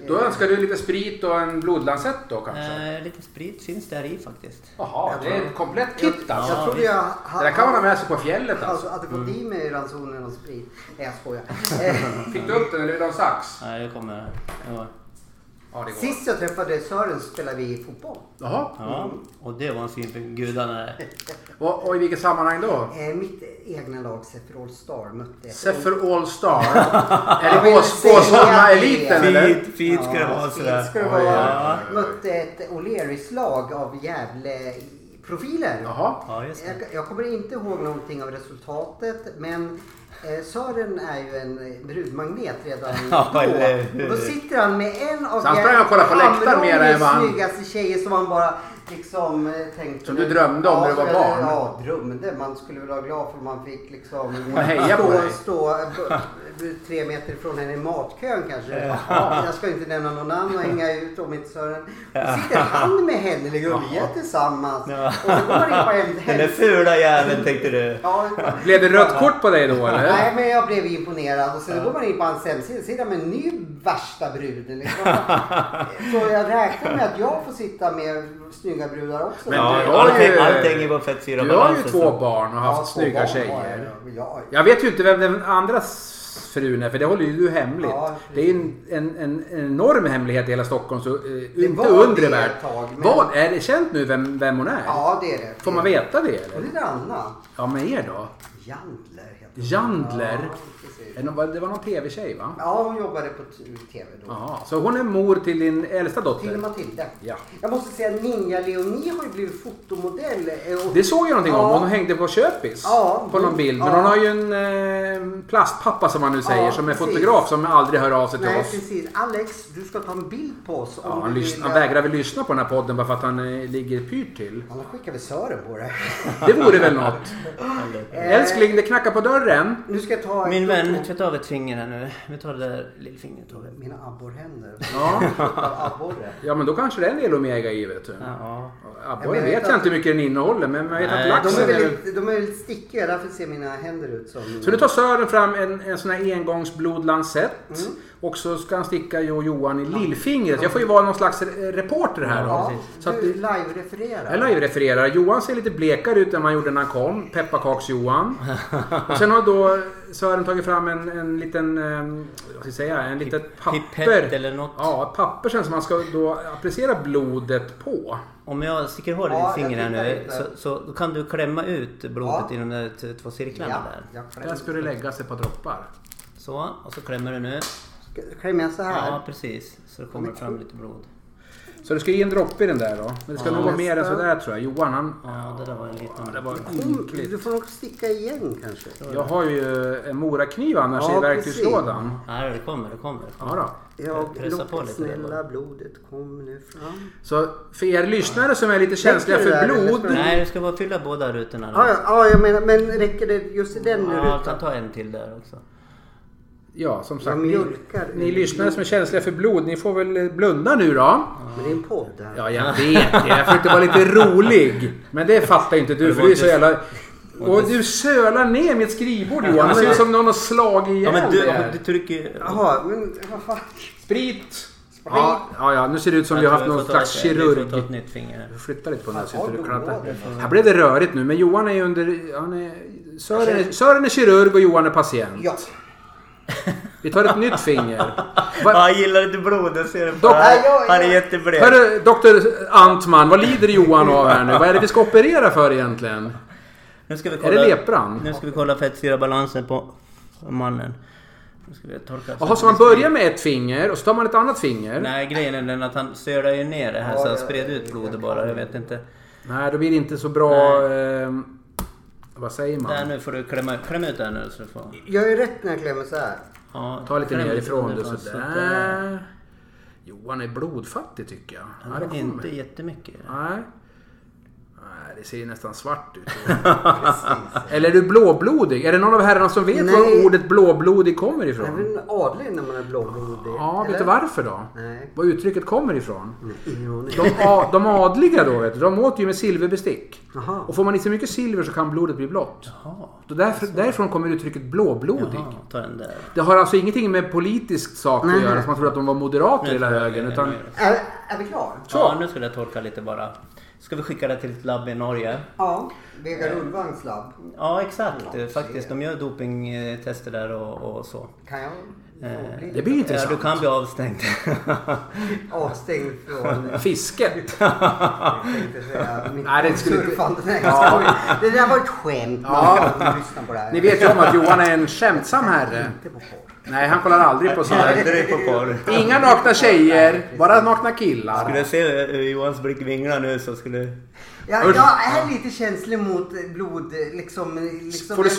Speaker 1: Då önskar du lite sprit och en blodlansett då kanske?
Speaker 3: Eh, Lite sprit finns där i faktiskt.
Speaker 1: Jaha, det är ett komplett kit
Speaker 2: eh, Jag
Speaker 1: alltså.
Speaker 2: trodde jag...
Speaker 1: Det där kan man ha med sig på fjället
Speaker 2: Alltså
Speaker 1: alltså.
Speaker 2: att det fått i mig ransonen och sprit. Nej jag skojar. Eh,
Speaker 1: Fick du upp den eller vill du ha en sax?
Speaker 3: Nej, det kommer här. Ja.
Speaker 1: Ja, det går.
Speaker 2: Sist jag träffade Sören så spelade vi fotboll.
Speaker 1: Jaha.
Speaker 3: Ja, och det var en syn på gudarna.
Speaker 1: Och, och i vilket sammanhang då?
Speaker 2: Eh, mitt egna lag Seferol Star mötte...
Speaker 1: Seffer All Star? är det
Speaker 2: vill
Speaker 1: Bås-
Speaker 2: säga
Speaker 1: Båsholma-eliten
Speaker 2: det.
Speaker 1: eller?
Speaker 3: Fint, fint ska det vara sådär.
Speaker 2: Fint ska det
Speaker 1: Oj, oj, oj,
Speaker 2: vara.
Speaker 1: oj.
Speaker 2: Mötte ett O'Learys-lag av Gävle-profiler.
Speaker 1: Jaha.
Speaker 3: Ja, just det.
Speaker 2: Jag, jag kommer inte ihåg någonting av resultatet men eh, Sören är ju en eh, brudmagnet redan
Speaker 3: Ja,
Speaker 2: då.
Speaker 3: eller hur?
Speaker 2: Och då sitter han med en av
Speaker 1: Så han sprang och kollade på läktaren
Speaker 2: Hamrons
Speaker 1: mer än vad han-
Speaker 2: snyggaste tjejer som han bara liksom eh, tänkte...
Speaker 1: Som du drömde om när du
Speaker 2: så
Speaker 1: var
Speaker 2: jag-
Speaker 1: barn.
Speaker 2: Ja, drömde. Man skulle väl vara glad för om man fick liksom
Speaker 1: Och heja på
Speaker 2: stå,
Speaker 1: dig.
Speaker 2: stå eh, b- b- tre meter från henne i matkön kanske. Ja, Jag ska inte nämna någon namn och hänga ut om inte Sören. Då sitter han med henne, ligger och ler tillsammans.
Speaker 3: Ja.
Speaker 2: Och så går man in på
Speaker 3: Den där
Speaker 2: hem-
Speaker 3: fula jäveln tänkte du.
Speaker 2: Ja,
Speaker 1: Blev det rött kort på dig då eller?
Speaker 2: Nej men jag blev imponerad och sen går man in på hans hemsida sitter med en ny värsta brud. Liksom. Så jag räknar med att jag får sitta med snygga brudar också.
Speaker 1: Men
Speaker 3: Ja,
Speaker 1: du har
Speaker 3: allting,
Speaker 1: ju-
Speaker 3: allting är bara fettsyra
Speaker 1: Du har ju
Speaker 3: balansen,
Speaker 1: två
Speaker 3: så-
Speaker 1: barn och
Speaker 2: Ja,
Speaker 1: haft
Speaker 2: två
Speaker 1: snygga
Speaker 2: barn har
Speaker 1: tjejer.
Speaker 2: jag. Ja, ja.
Speaker 1: Jag vet ju inte vem den andra s- frun är, för det håller ju du hemligt.
Speaker 2: Ja, precis.
Speaker 1: det är ju en, en, en enorm hemlighet i hela Stockholm, så eh, inte
Speaker 2: var
Speaker 1: undre
Speaker 2: det
Speaker 1: värld.
Speaker 2: ett tag, men-
Speaker 1: Vad Är det känt nu vem, vem hon är?
Speaker 2: Ja det är det.
Speaker 1: Får man veta det eller?
Speaker 2: Hon heter Anna.
Speaker 1: Ja, men er då?
Speaker 2: Jandler heter hon.
Speaker 1: Jandler?
Speaker 2: Ja, precis.
Speaker 1: Är det någon- Det var någon TV-tjej va?
Speaker 2: Ja hon jobbade på t- TV då.
Speaker 1: Jaha, så hon är mor till din äldsta
Speaker 2: Till
Speaker 1: dotter?
Speaker 2: Matilda.
Speaker 1: Ja.
Speaker 2: Jag måste säga Ninja Leonie har ju blivit fotomodell. eh, och-
Speaker 1: Det såg jag någonting om.
Speaker 2: Ja.
Speaker 1: Hon hängde på Köpis.
Speaker 2: Ja,
Speaker 1: på någon
Speaker 2: hon-
Speaker 1: bild. Men
Speaker 2: ja.
Speaker 1: hon har ju en eh, plastpappa som man nu säger
Speaker 2: Ja,
Speaker 1: som är
Speaker 2: precis.
Speaker 1: fotograf som aldrig hör av sig till
Speaker 2: Nej
Speaker 1: oss.
Speaker 2: precis. Alex, du ska ta en bild på oss. om
Speaker 1: Ja,
Speaker 2: du
Speaker 1: han, lys-
Speaker 2: vill- eh,
Speaker 1: han vägrar väl lyssna på den här podden bara för att han eh, ligger pyrt till.
Speaker 2: Annars skickar vi Sören på det.
Speaker 1: Det vore väl något. Älskling, det knackar på dörren.
Speaker 2: Nu ska jag ta...
Speaker 3: Min vän, tvätta av ett finger här nu. Vi tar det där lillfingret. Tove.
Speaker 2: Mina abborrhänder.
Speaker 1: Ja.
Speaker 2: Av abborre.
Speaker 1: ja, men då kanske det är en del omega i vet du.
Speaker 3: Ja.
Speaker 1: Abborre vet jag inte hur mycket den innehåller men jag vet
Speaker 3: Nej,
Speaker 1: att
Speaker 3: de
Speaker 2: De
Speaker 1: laxen
Speaker 2: är
Speaker 1: är väl...
Speaker 2: väldigt, de är väldigt stickiga, därför ser mina händer ut som...
Speaker 1: Så nu tar Sören fram en, en sån här engångsblodlansett. Och så ska han sticka jag och Johan i lillfingret. Jag får ju vara någon slags eh, reporter här
Speaker 2: Ja,
Speaker 1: då. Så att
Speaker 2: du live-refererar.
Speaker 1: Jag live-refererar. Johan ser lite blekare ut än han gjorde när han kom. Pepparkaks-Johan. Och sen har då Sören tagit fram en, en liten, eh, vad ska jag säga, en litet papper.
Speaker 3: pipett eller något.
Speaker 1: Ja, ett papper sen som man ska då applicera blodet på.
Speaker 3: Om jag sticker hål i
Speaker 2: Ja,
Speaker 3: ditt finger här
Speaker 2: jag tittar
Speaker 3: nu
Speaker 2: lite.
Speaker 3: så, så då kan du klämma ut blodet
Speaker 2: Ja.
Speaker 3: i de där t- två cirklarna
Speaker 2: Ja,
Speaker 3: där.
Speaker 2: jag
Speaker 1: Där
Speaker 2: klämmer.
Speaker 1: ska det läggas ett par droppar.
Speaker 3: Så, och så klämmer du nu.
Speaker 2: Ska- Klämmer jag så här?
Speaker 3: Ja, precis. Så det kommer fram lite blod.
Speaker 1: Så du ska ge en droppe i den där då. Men det ska
Speaker 3: Ja.
Speaker 1: nog vara mer än sådär tror jag. Johan han...
Speaker 3: Ja, det där var en liten...
Speaker 1: Ja, det var
Speaker 2: Kom,
Speaker 1: ynkligt.
Speaker 2: Mm, Du får nog sticka igen kanske.
Speaker 1: Jag har ju en morakniv annars
Speaker 2: Ja,
Speaker 1: i verktygslådan.
Speaker 3: Nej, det kommer, det kommer.
Speaker 1: Ja, då.
Speaker 2: Jag
Speaker 3: Pressa på
Speaker 2: lockar
Speaker 3: lite där
Speaker 2: snälla
Speaker 3: bara.
Speaker 2: blodet kom nu fram.
Speaker 1: Så för er lyssnare som är lite känsliga
Speaker 2: Räcker det
Speaker 1: för
Speaker 2: där, eller
Speaker 1: blod.
Speaker 2: ska
Speaker 3: Nej, du ska bara fylla båda rutorna.
Speaker 2: Ja,
Speaker 3: Då.
Speaker 2: ja, ja, jag menar, men räcker det just i den nu
Speaker 3: Ja, jag kan
Speaker 2: rutan?
Speaker 3: ta en till där också.
Speaker 1: Ja, som sagt.
Speaker 2: Jag mjölkar.
Speaker 1: Ni lyssnare som är känsliga för blod, ni får väl blunda nu då.
Speaker 2: Men det är en podd här.
Speaker 1: Ja, jag vet det. Jag försökte vara lite rolig. Men det fattar ju inte du, för du är så jävla... Och du sölar ner mitt skrivbord Johan. Det ser ut som någon har slagit
Speaker 3: Ja,
Speaker 1: ihjäl
Speaker 3: men
Speaker 1: det
Speaker 3: du,
Speaker 1: här.
Speaker 3: du trycker ju...
Speaker 2: Jaha, men vad fan.
Speaker 1: Sprit! Ja, ja, ja, nu ser det ut som vi
Speaker 3: Jag
Speaker 1: har haft
Speaker 3: tror jag
Speaker 1: någon
Speaker 3: får ta
Speaker 1: slags
Speaker 3: ett- vi får
Speaker 1: kirurg...
Speaker 3: ta ett nytt finger här.
Speaker 1: Flytta lite på den här så
Speaker 2: Ja,
Speaker 1: inte du
Speaker 2: då
Speaker 1: klantar.
Speaker 2: går det.
Speaker 1: Här blev det rörigt nu, men Johan är ju under... Han är, Sören, är, Sören är kirurg och Johan är patient.
Speaker 2: Ja.
Speaker 1: Vi tar ett nytt finger.
Speaker 3: Ja, Han gillar inte blod, det ser det på.
Speaker 1: Dock-
Speaker 3: Han,
Speaker 2: Ja, ja, ja.
Speaker 3: han är jätteblek.
Speaker 1: Hörru, doktor Antman, vad lider Johan av här nu? Vad är det vi ska operera för egentligen?
Speaker 3: Nu ska vi
Speaker 1: Är det lepran?
Speaker 3: Nu ska vi kolla fettsyrabalansen på mannen. Nu ska vi torka.
Speaker 1: Jaha, så man börjar med ett finger och så tar man ett annat finger? Nej,
Speaker 3: Nej, grejen är den att han sölar ju ner det här
Speaker 2: Ja,
Speaker 3: så han
Speaker 2: ja,
Speaker 3: spred
Speaker 2: ja,
Speaker 3: ut
Speaker 2: ja.
Speaker 3: blodet bara. Jag vet inte.
Speaker 1: då blir det inte så bra... Eh, vad säger man?
Speaker 3: Där nu får du klämma, klämma ut det här nu så du får...
Speaker 2: Jag är rätt när jag klämmer så här.
Speaker 3: Ja,
Speaker 1: Ta lite
Speaker 3: kläm ut
Speaker 1: nerifrån
Speaker 3: den
Speaker 1: du,
Speaker 3: nu, så att
Speaker 1: sådär. Johan är blodfattig tycker jag. Ja, det
Speaker 3: det-
Speaker 1: kommer.
Speaker 3: Inte jättemycket.
Speaker 1: Nej. Nej, det ser ju nästan svart ut. Eller är du blåblodig? Är det någon av herrarna som vet var
Speaker 2: Nej.
Speaker 1: ordet blåblodig kommer
Speaker 2: Det är
Speaker 1: ifrån?
Speaker 2: väl en adlig när man är blåblodig?
Speaker 1: Ja, vet
Speaker 2: eller?
Speaker 1: du varför då?
Speaker 2: Nej.
Speaker 1: Var uttrycket kommer ifrån?
Speaker 2: Ingen aning.
Speaker 1: De, a, de adliga då, vet du, de åt ju med silverbestick.
Speaker 2: Jaha.
Speaker 1: Och får man i sig mycket silver så kan blodet bli blått.
Speaker 3: Jaha,
Speaker 1: Så därför, därifrån kommer uttrycket blåblodig.
Speaker 3: jaha, ta den där.
Speaker 1: Det har alltså ingenting med politisk sak att
Speaker 2: Nej.
Speaker 1: göra, som man tror att de var moderater hela
Speaker 3: tror jag
Speaker 1: högen.
Speaker 3: det är
Speaker 1: Utan,
Speaker 3: mer.
Speaker 2: Är, är vi klara?
Speaker 3: Ja, nu ska jag torka lite bara. Ska vi skicka det till ett labb i Norge?
Speaker 2: Ja. Vegard Ulvvangs labb.
Speaker 3: Ja, exakt.
Speaker 2: Ja,
Speaker 3: Faktiskt, de gör dopingtester där och, och så. Eh,
Speaker 2: Kan jag få bli
Speaker 1: det blir ju
Speaker 3: Ja, du
Speaker 1: intressant.
Speaker 3: kan bli avstängd.
Speaker 2: avstängd från...
Speaker 1: Fisket.
Speaker 2: Jag tänkte säga mitt
Speaker 1: Nej, det skulle inte-
Speaker 2: surfande. Nej, jag skojar. Det där var ett skämt.
Speaker 1: Ja.
Speaker 2: Ja. Lyssna på det här.
Speaker 1: Ni vet ju om att Johan är en skämtsam herre.
Speaker 2: Inte på porr.
Speaker 1: Nej, han kollar aldrig på sånt här.
Speaker 3: Aldrig på porr.
Speaker 1: Inga nakna tjejer, bara nakna killar.
Speaker 3: Skulle jag se hur Johans blick vinglar nu så skulle...
Speaker 2: Jag,
Speaker 1: Usch.
Speaker 2: jag är lite känslig mot blod. Liksom, liksom,
Speaker 1: Får du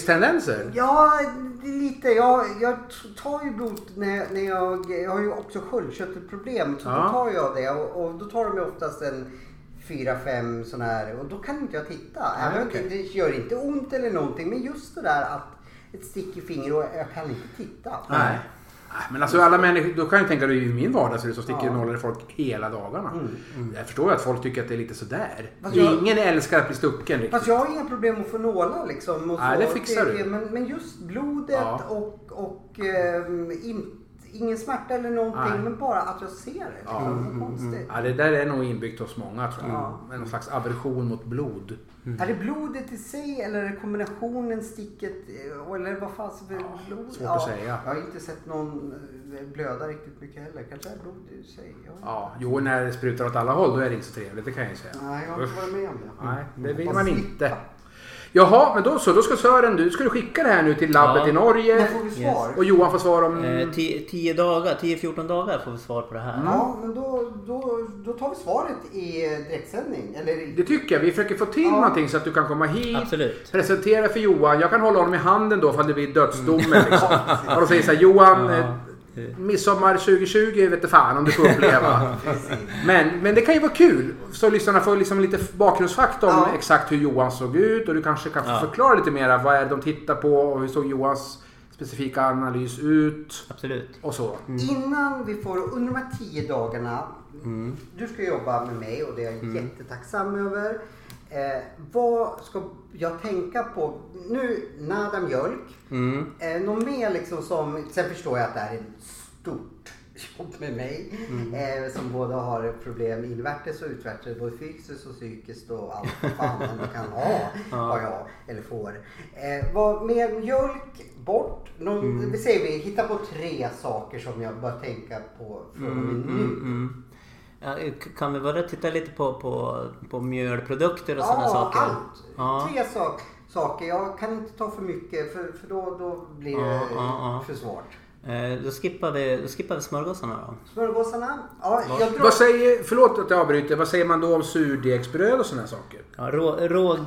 Speaker 1: svimningstendenser?
Speaker 2: Ja, lite. Jag, jag tar ju blod när, jag- när jag... Jag har ju också sköldkörtelproblem. Så
Speaker 1: Ja.
Speaker 2: då tar jag det och, och då tar de ju oftast en fyra, fem sån här och då kan inte jag titta. Även om
Speaker 1: okej.
Speaker 2: det gör inte ont eller någonting men just det där att ett stick i fingret och jag kan inte titta.
Speaker 1: Nej. Nej, Men alltså alla människor, då kan jag tänka dig i min vardag så är det så sticker
Speaker 2: Ja. Mm.
Speaker 1: nålar i folk hela dagarna. Jag förstår ju att folk tycker att det är lite sådär.
Speaker 2: Fast jag-
Speaker 1: Ingen älskar att bli stucken riktigt.
Speaker 2: Fast jag har inga problem att få nålar liksom. Och
Speaker 1: Nej,
Speaker 2: så.
Speaker 1: det fixar du.
Speaker 2: Men, men just blodet
Speaker 1: Ja.
Speaker 2: och, och ehm, in, ingen smärta eller någonting.
Speaker 1: Nej. Mm,
Speaker 2: Men bara att jag ser det. Liksom. Det är konstigt.
Speaker 1: Ja, det där är nog inbyggt hos många tror jag.
Speaker 2: Ja.
Speaker 1: Någon slags aversion mot blod.
Speaker 2: Är det blodet i sig eller är det kombinationen sticket? eh, Eller vad fan är det blod?
Speaker 1: svårt att säga.
Speaker 2: Jag har inte sett någon eh, blöda riktigt mycket heller. Kanske är det blod i sig. Jag vet inte.
Speaker 1: Ja, jo, när det sprutar åt alla håll då är det inte så trevligt, det kan jag ju säga.
Speaker 2: Nej, Mm. jag har inte varit med om det.
Speaker 1: Nej, det vill
Speaker 2: Hoppas
Speaker 1: man
Speaker 2: slippa.
Speaker 1: inte. Jaha, men då så. Då ska Sören, du ska du skicka det här nu till labbet
Speaker 3: Ja. Eh,
Speaker 1: i
Speaker 2: När
Speaker 1: Norge.
Speaker 2: får vi
Speaker 3: Yes.
Speaker 2: svar?
Speaker 1: Och Johan får svar om...
Speaker 3: 10 dagar, 10-14 dagar får vi svar på det här.
Speaker 2: Ja, men då, då, då tar vi svaret i eh, direktsändning. Eller i
Speaker 1: Det tycker jag. Vi försöker få till
Speaker 2: Ja.
Speaker 1: någonting så att du kan komma hit.
Speaker 3: Absolut.
Speaker 1: Presentera för Johan. Jag kan hålla honom i handen då ifall det blir dödsdomen.
Speaker 2: Mm.
Speaker 1: Liksom. Och då säger så här, Johan,
Speaker 3: Ja.
Speaker 1: eh, midsommar 2020 vet du fan om du får uppleva. men, men det kan ju vara kul. Så lyssnarna får liksom lite bakgrundsfakta om
Speaker 2: Ja.
Speaker 1: exakt hur Johan såg ut. Och du kanske kan få
Speaker 3: Ja.
Speaker 1: förklara lite mera. Vad är det de tittar på och hur såg Johans specifika analys ut?
Speaker 3: Absolut.
Speaker 1: Och så.
Speaker 2: Mm. Innan vi får, under de här tio dagarna, du ska jobba med mig och det är jag jättetacksam över. Eh, vad ska jag tänka på? Nu, nada mjölk. Eh, något mer liksom som, sen förstår jag att det här är ett stort jobb med mig.
Speaker 3: Mm.
Speaker 2: Eh, som både har problem invärtes och utvärtes, både fysiskt och psykiskt och allt vad fan man kan ha, har jag, eller får. Eh, vad, mer mjölk, bort. Någon,
Speaker 3: Mm.
Speaker 2: Vi säger vi, hitta på tre saker som jag bör tänka på från
Speaker 3: Mm,
Speaker 2: och med nu.
Speaker 3: Ja, k- Kan vi bara titta lite på, på, på mjölprodukter och sådana
Speaker 2: Ja,
Speaker 3: saker?
Speaker 2: allt.
Speaker 3: Ja,
Speaker 2: Tre sak, saker. Jag kan inte ta för mycket för, för då, då blir det
Speaker 3: Ja, ja, ja.
Speaker 2: för svårt.
Speaker 3: Eh, Då skippar vi, då skippar vi smörgåsarna då.
Speaker 2: Smörgåsarna? Ja, jag drar...
Speaker 1: Vad säger, förlåt att jag avbryter. Vad säger man då om surdegsbröd och sådana saker?
Speaker 3: Ja, rå, råg,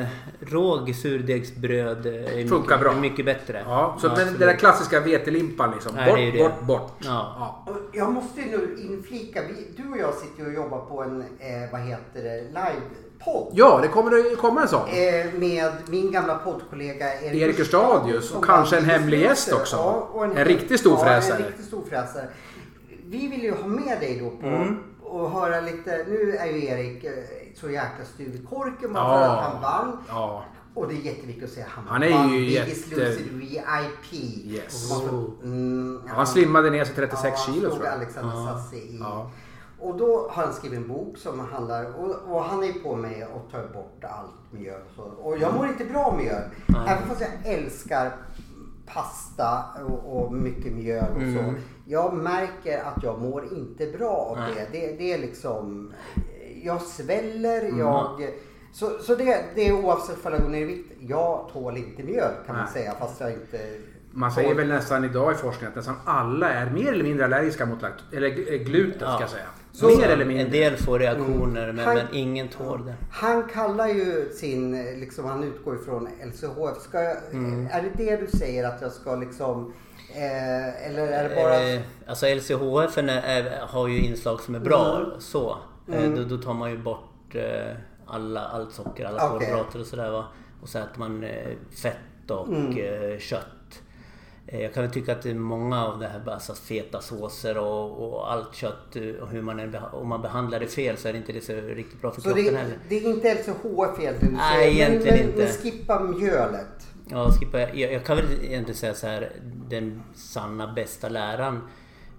Speaker 3: eh, råg surdegsbröd eh, är
Speaker 1: Funkar
Speaker 3: mycket,
Speaker 1: bra.
Speaker 3: är mycket bättre.
Speaker 1: Ja, så den,
Speaker 3: absolut.
Speaker 1: den där klassiska vetelimpan liksom.
Speaker 3: Nej,
Speaker 1: bort,
Speaker 3: det är ju det.
Speaker 1: bort, bort.
Speaker 3: Ja.
Speaker 2: Jag måste ju nu inflika, vi, du och jag sitter ju och jobbar på en, eh, vad heter det, livepodd.
Speaker 1: Ja, det kommer att komma en sån.
Speaker 2: Eh, med min gamla poddkollega Erik,
Speaker 1: Erik Erstadius och
Speaker 2: som
Speaker 1: kanske
Speaker 2: vann
Speaker 1: en hemlig
Speaker 2: Disney
Speaker 1: gäst
Speaker 2: Star.
Speaker 1: också.
Speaker 2: Ja, och
Speaker 1: En riktig storfräsare.
Speaker 2: Ja, en riktig storfräsare. Vi vill ju ha med dig då på
Speaker 1: Mm.
Speaker 2: och höra lite. Nu är ju Erik eh, så jäkla stuv i korken bara för att han vann.
Speaker 1: Ja.
Speaker 2: Och det är jätteviktigt att säga han,
Speaker 1: Han är ju
Speaker 2: vann Biggest
Speaker 1: jätte-
Speaker 2: Loser VIP.
Speaker 1: Yes. Oh.
Speaker 2: Och man får- Mm,
Speaker 1: Han slimmade ner sig 36
Speaker 2: han
Speaker 1: kilo
Speaker 2: slog
Speaker 1: tror jag.
Speaker 2: Alexander Sassi i.
Speaker 1: Ja.
Speaker 2: Och då har han skrivit en bok som handlar, och, och han är på mig och tar
Speaker 1: Mm.
Speaker 2: bort allt mjöl. Och, så. och jag mår inte bra av mjöl. Även fast jag älskar pasta och, och mycket mjöl och
Speaker 1: Mm.
Speaker 2: så. Jag märker att jag mår inte bra av
Speaker 3: Nej.
Speaker 2: det. det. Det är liksom, jag sväller,
Speaker 1: Mm.
Speaker 2: jag... Så, så det, det är oavsett om jag går ner i vikt. Jag tål inte mjöl kan man
Speaker 1: Nej.
Speaker 2: säga fast jag inte...
Speaker 1: Man säger väl nästan idag i forskningen att nästan alla är mer eller mindre allergiska mot lakt- eller gl- eh, gluten.
Speaker 3: Ja.
Speaker 1: ska jag säga.
Speaker 3: Så
Speaker 1: mer eller
Speaker 3: En
Speaker 1: mindre.
Speaker 3: del får reaktioner men,
Speaker 2: Haj-
Speaker 3: men ingen tål det.
Speaker 2: Han kallar ju sin, eh, liksom han utgår ifrån LCHF. Ska jag,
Speaker 3: Mm.
Speaker 2: Är det det du säger att jag ska liksom, eh, eller är det bara...
Speaker 3: Eh, alltså LCHF är, är, har ju inslag som är bra.
Speaker 2: Mm.
Speaker 3: Så. Eh, då, då tar man ju bort eh, alla, allt socker, alla
Speaker 2: Okej.
Speaker 3: kolhydrater och sådär va. Och så äter man eh, fett och
Speaker 2: Mm.
Speaker 3: eh, kött. Eh, jag kan väl tycka att det är många av det här, alltså feta såser och, och allt kött, eh, och hur man än beha- om man behandlar det fel så är det inte det så riktigt bra för
Speaker 2: Så
Speaker 3: kroppen
Speaker 2: det,
Speaker 3: heller.
Speaker 2: det är inte LCHF egentligen du
Speaker 3: Nej,
Speaker 2: säger,
Speaker 3: egentligen
Speaker 2: men, Men, men
Speaker 3: inte.
Speaker 2: skippa mjölet.
Speaker 3: Ja, skippa, jag, jag kan väl egentligen säga så här, den sanna bästa läran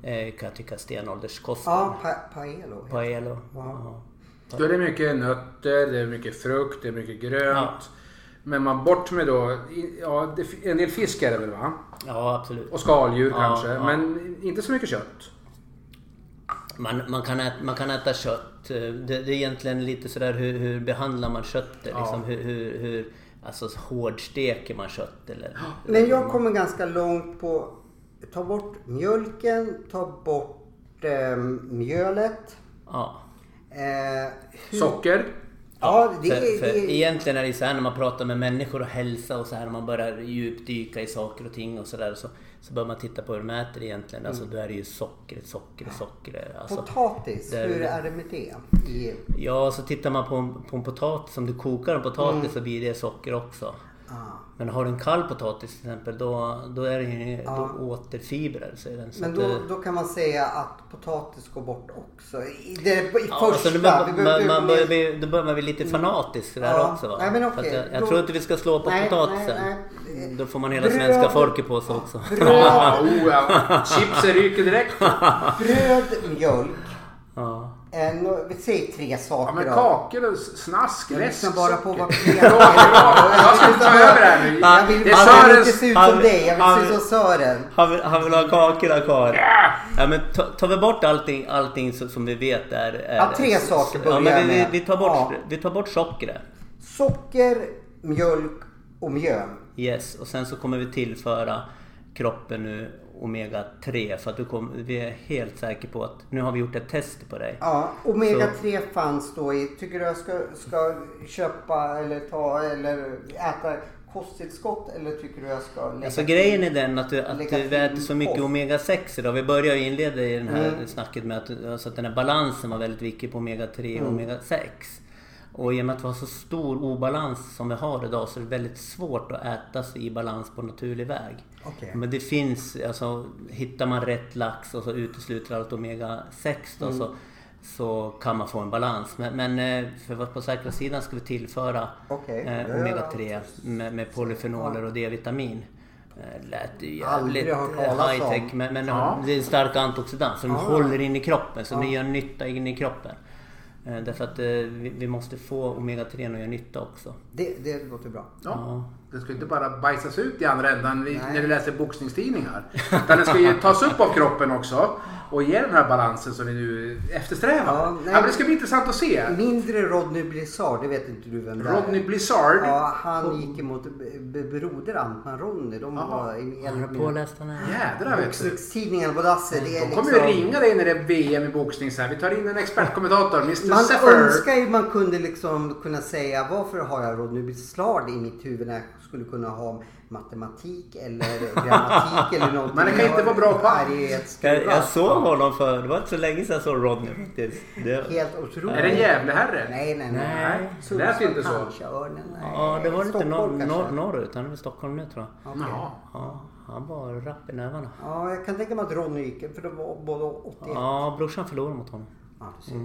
Speaker 3: eh, kan jag tycka stenålderskosten.
Speaker 2: Ja, pa, paelo.
Speaker 3: Paello.
Speaker 1: Då är det mycket nötter, det är mycket frukt, det är mycket grönt.
Speaker 3: Ja.
Speaker 1: Men man bort med då, i- ja, det, en del fisk är det väl va?
Speaker 3: Ja, absolut.
Speaker 1: Och skaldjur
Speaker 3: Ja,
Speaker 1: kanske.
Speaker 3: ja.
Speaker 1: Men inte så mycket kött.
Speaker 3: Man, man, kan äta, man kan äta kött. Eh, Det, det är egentligen lite sådär hur, hur behandlar man köttet? Liksom, hur, hur, hur, alltså hårdsteker man kött? Eller,
Speaker 2: Men jag kommer ganska långt på, ta bort mjölken, ta bort eh, mjölet.
Speaker 3: ja.
Speaker 2: Eh, hur-
Speaker 1: Socker.
Speaker 2: Ja, det,
Speaker 3: För,
Speaker 2: är-
Speaker 3: för
Speaker 2: det, är-
Speaker 3: egentligen är det så här när man pratar med människor och hälsa och så här när man börjar djupdyka i saker och ting och så där så, så bör man titta på hur de äter egentligen. Alltså
Speaker 2: Mm.
Speaker 3: då är det ju socker, socker, socker. Alltså,
Speaker 2: potatis,
Speaker 3: där-
Speaker 2: hur är det med det? I,
Speaker 3: ja, så tittar man på en, på en potatis, om du kokar en potatis
Speaker 2: Mm.
Speaker 3: så blir det socker också.
Speaker 2: ah.
Speaker 3: Men har du en kall potatis till exempel då, då är det ju då återfibrer. Så är den, så
Speaker 2: Men
Speaker 3: att,
Speaker 2: då,
Speaker 3: eh,
Speaker 2: då kan man säga att potatis går bort också. I, det, i första.
Speaker 3: Ja, alltså, då bör-
Speaker 2: vi
Speaker 3: man,
Speaker 2: behöver
Speaker 3: man,
Speaker 2: inte gå
Speaker 3: börjar
Speaker 2: ner-
Speaker 3: bli, då börjar man bli lite fanatisk där
Speaker 2: Ja.
Speaker 3: också. Va?
Speaker 2: Nej, men
Speaker 3: För att
Speaker 2: okej,
Speaker 3: jag jag
Speaker 2: då-
Speaker 3: tror inte vi ska slå på
Speaker 2: Nej,
Speaker 3: potatisen.
Speaker 2: nej, nej.
Speaker 3: Då får man hela
Speaker 2: Bröd-
Speaker 3: svenska folket på sig också.
Speaker 2: Bröd,
Speaker 1: oh, ja. Chipsen ryker direkt.
Speaker 2: bröd mjölk.
Speaker 3: Ja.
Speaker 2: En, vi säger tre saker
Speaker 1: Ja, men
Speaker 2: då.
Speaker 1: kakor, och snask,
Speaker 2: Jag
Speaker 1: läsk,
Speaker 2: lyssnar bara på
Speaker 1: socker.
Speaker 2: vad
Speaker 1: Ja, ja, Jag ska ta över det här nu.
Speaker 2: Jag vill,
Speaker 1: Det är
Speaker 2: jag vill inte
Speaker 1: Sörens...
Speaker 2: se ut
Speaker 3: han-
Speaker 2: som dig. Jag vill se
Speaker 3: han-
Speaker 2: ut som Sören.
Speaker 3: Han, vill, han vill ha kakorna kvar. Ja, men ta- tar vi bort allting, allting som, som vi vet är... är
Speaker 2: Ja, tre saker
Speaker 3: ja,
Speaker 2: börjar
Speaker 3: men vi, vi,
Speaker 2: med.
Speaker 3: vi, tar bort,
Speaker 2: Ja.
Speaker 3: vi tar bort sockret.
Speaker 2: Socker, mjölk och mjöl.
Speaker 3: Yes, och sen så kommer vi tillföra kroppen nu Omega 3 för att du kom, vi är helt säkra på att nu har vi gjort ett test på dig.
Speaker 2: Ja, omega
Speaker 3: Så-
Speaker 2: 3 fanns då i. Tycker du jag ska, ska köpa eller ta eller äta kosttillskott eller tycker du jag ska lägga
Speaker 3: Alltså
Speaker 2: till?
Speaker 3: grejen är den att du, att
Speaker 2: Lägga
Speaker 3: du
Speaker 2: till
Speaker 3: äter så mycket
Speaker 2: off.
Speaker 3: Omega 6 idag. Vi börjar ju inleda i det här
Speaker 2: Mm.
Speaker 3: snacket med att, alltså att den här balansen var väldigt viktig på Omega 3
Speaker 2: Mm.
Speaker 3: och Omega 6. Och i och med att vi har så stor obalans som vi har idag så är det väldigt svårt att äta sig i balans på naturlig väg.
Speaker 2: Okej.
Speaker 3: Men det finns, alltså hittar man rätt lax och så utesluter allt Omega 6
Speaker 2: Mm.
Speaker 3: då så, så kan man få en balans. Men, men eh, för att vara på säkra sidan ska vi tillföra
Speaker 2: Okej,
Speaker 3: eh,
Speaker 2: ja, ja,
Speaker 3: Omega
Speaker 2: ja.
Speaker 3: 3 med, med polyfenoler och D-vitamin. Eh, Lät ju
Speaker 2: Aldrig
Speaker 3: jävligt
Speaker 2: hört talas
Speaker 3: high tech
Speaker 2: om.
Speaker 3: men, men det är en stark antioxidant så de håller in i kroppen så de gör nytta in i kroppen. Eh, Därför att eh, vi, vi måste få Omega 3 att göra nytta också.
Speaker 2: Det, det låter bra.
Speaker 1: Ja, den ska ju inte bara bajsas ut i andra änden vi- när vi läser boxningstidningar. Utan den ska ju tas upp av kroppen också och ge den här balansen som vi nu eftersträvar.
Speaker 2: Ja,
Speaker 1: Ja,
Speaker 2: nej.
Speaker 1: men det ska bli intressant att se.
Speaker 2: Mindre Rodney Blizzard, det vet inte du vem det är.
Speaker 1: Rodney Blizzard.
Speaker 2: Ja, han gick emot b- b- broder Antman Ronny. De var i
Speaker 3: Har du
Speaker 2: en
Speaker 3: påläst den här?
Speaker 1: Jädrar vet du.
Speaker 2: Boxningstidningen på Dasse. Det är liksom-
Speaker 1: De kommer ju ringa dig när det är VM i boxning så här. Vi tar in en expertkommentator, Mr
Speaker 2: Man
Speaker 1: Seffer.
Speaker 2: önskar ju man kunde liksom kunna säga varför har jag Rodney Blizzard i mitt huvud när jag skulle kunna ha matematik eller grammatik eller någonting.
Speaker 1: Men det kan inte vara bra på allt.
Speaker 2: Nej, det är ett skruvas.
Speaker 3: Jag, jag såg honom för det var inte så länge sedan jag såg Rodney faktiskt. Det,
Speaker 2: Helt otroligt.
Speaker 1: Är det en Gävleherre?
Speaker 2: Nej, nej, nej.
Speaker 3: Nej.
Speaker 1: Det lät inte så.
Speaker 2: Kanske, Örnen, nej.
Speaker 3: ja, det var lite
Speaker 2: Stockholm
Speaker 3: norr,
Speaker 2: kanske.
Speaker 3: norr, norrut. Han är väl i Stockholm nu tror jag.
Speaker 2: Okej.
Speaker 1: Ja.
Speaker 3: Ja, han var rapp i nävarna.
Speaker 2: Ja, jag kan tänka mig att Ronny gick, för det var både 81.
Speaker 3: Ja, brorsan förlorade mot honom.
Speaker 2: Ja, du ser.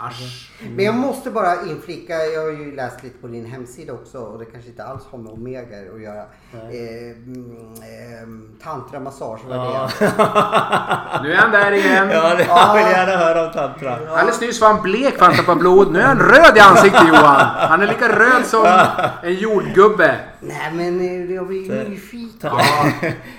Speaker 1: Asch.
Speaker 2: Men jag måste bara inflika, jag har ju läst lite på din hemsida också och det kanske inte alls har med omega att göra. Eh, mm, eh, tantramassage, vad är det?
Speaker 1: Nu är han där igen.
Speaker 3: Ja, det, jag vill gärna höra om tantra.
Speaker 1: Alldeles nyss var han blek för han tappade blod. Nu är han röd i ansiktet Johan. Han är lika röd som en jordgubbe.
Speaker 2: Nej men eh, jag blir ju nyfiken.
Speaker 1: Ja.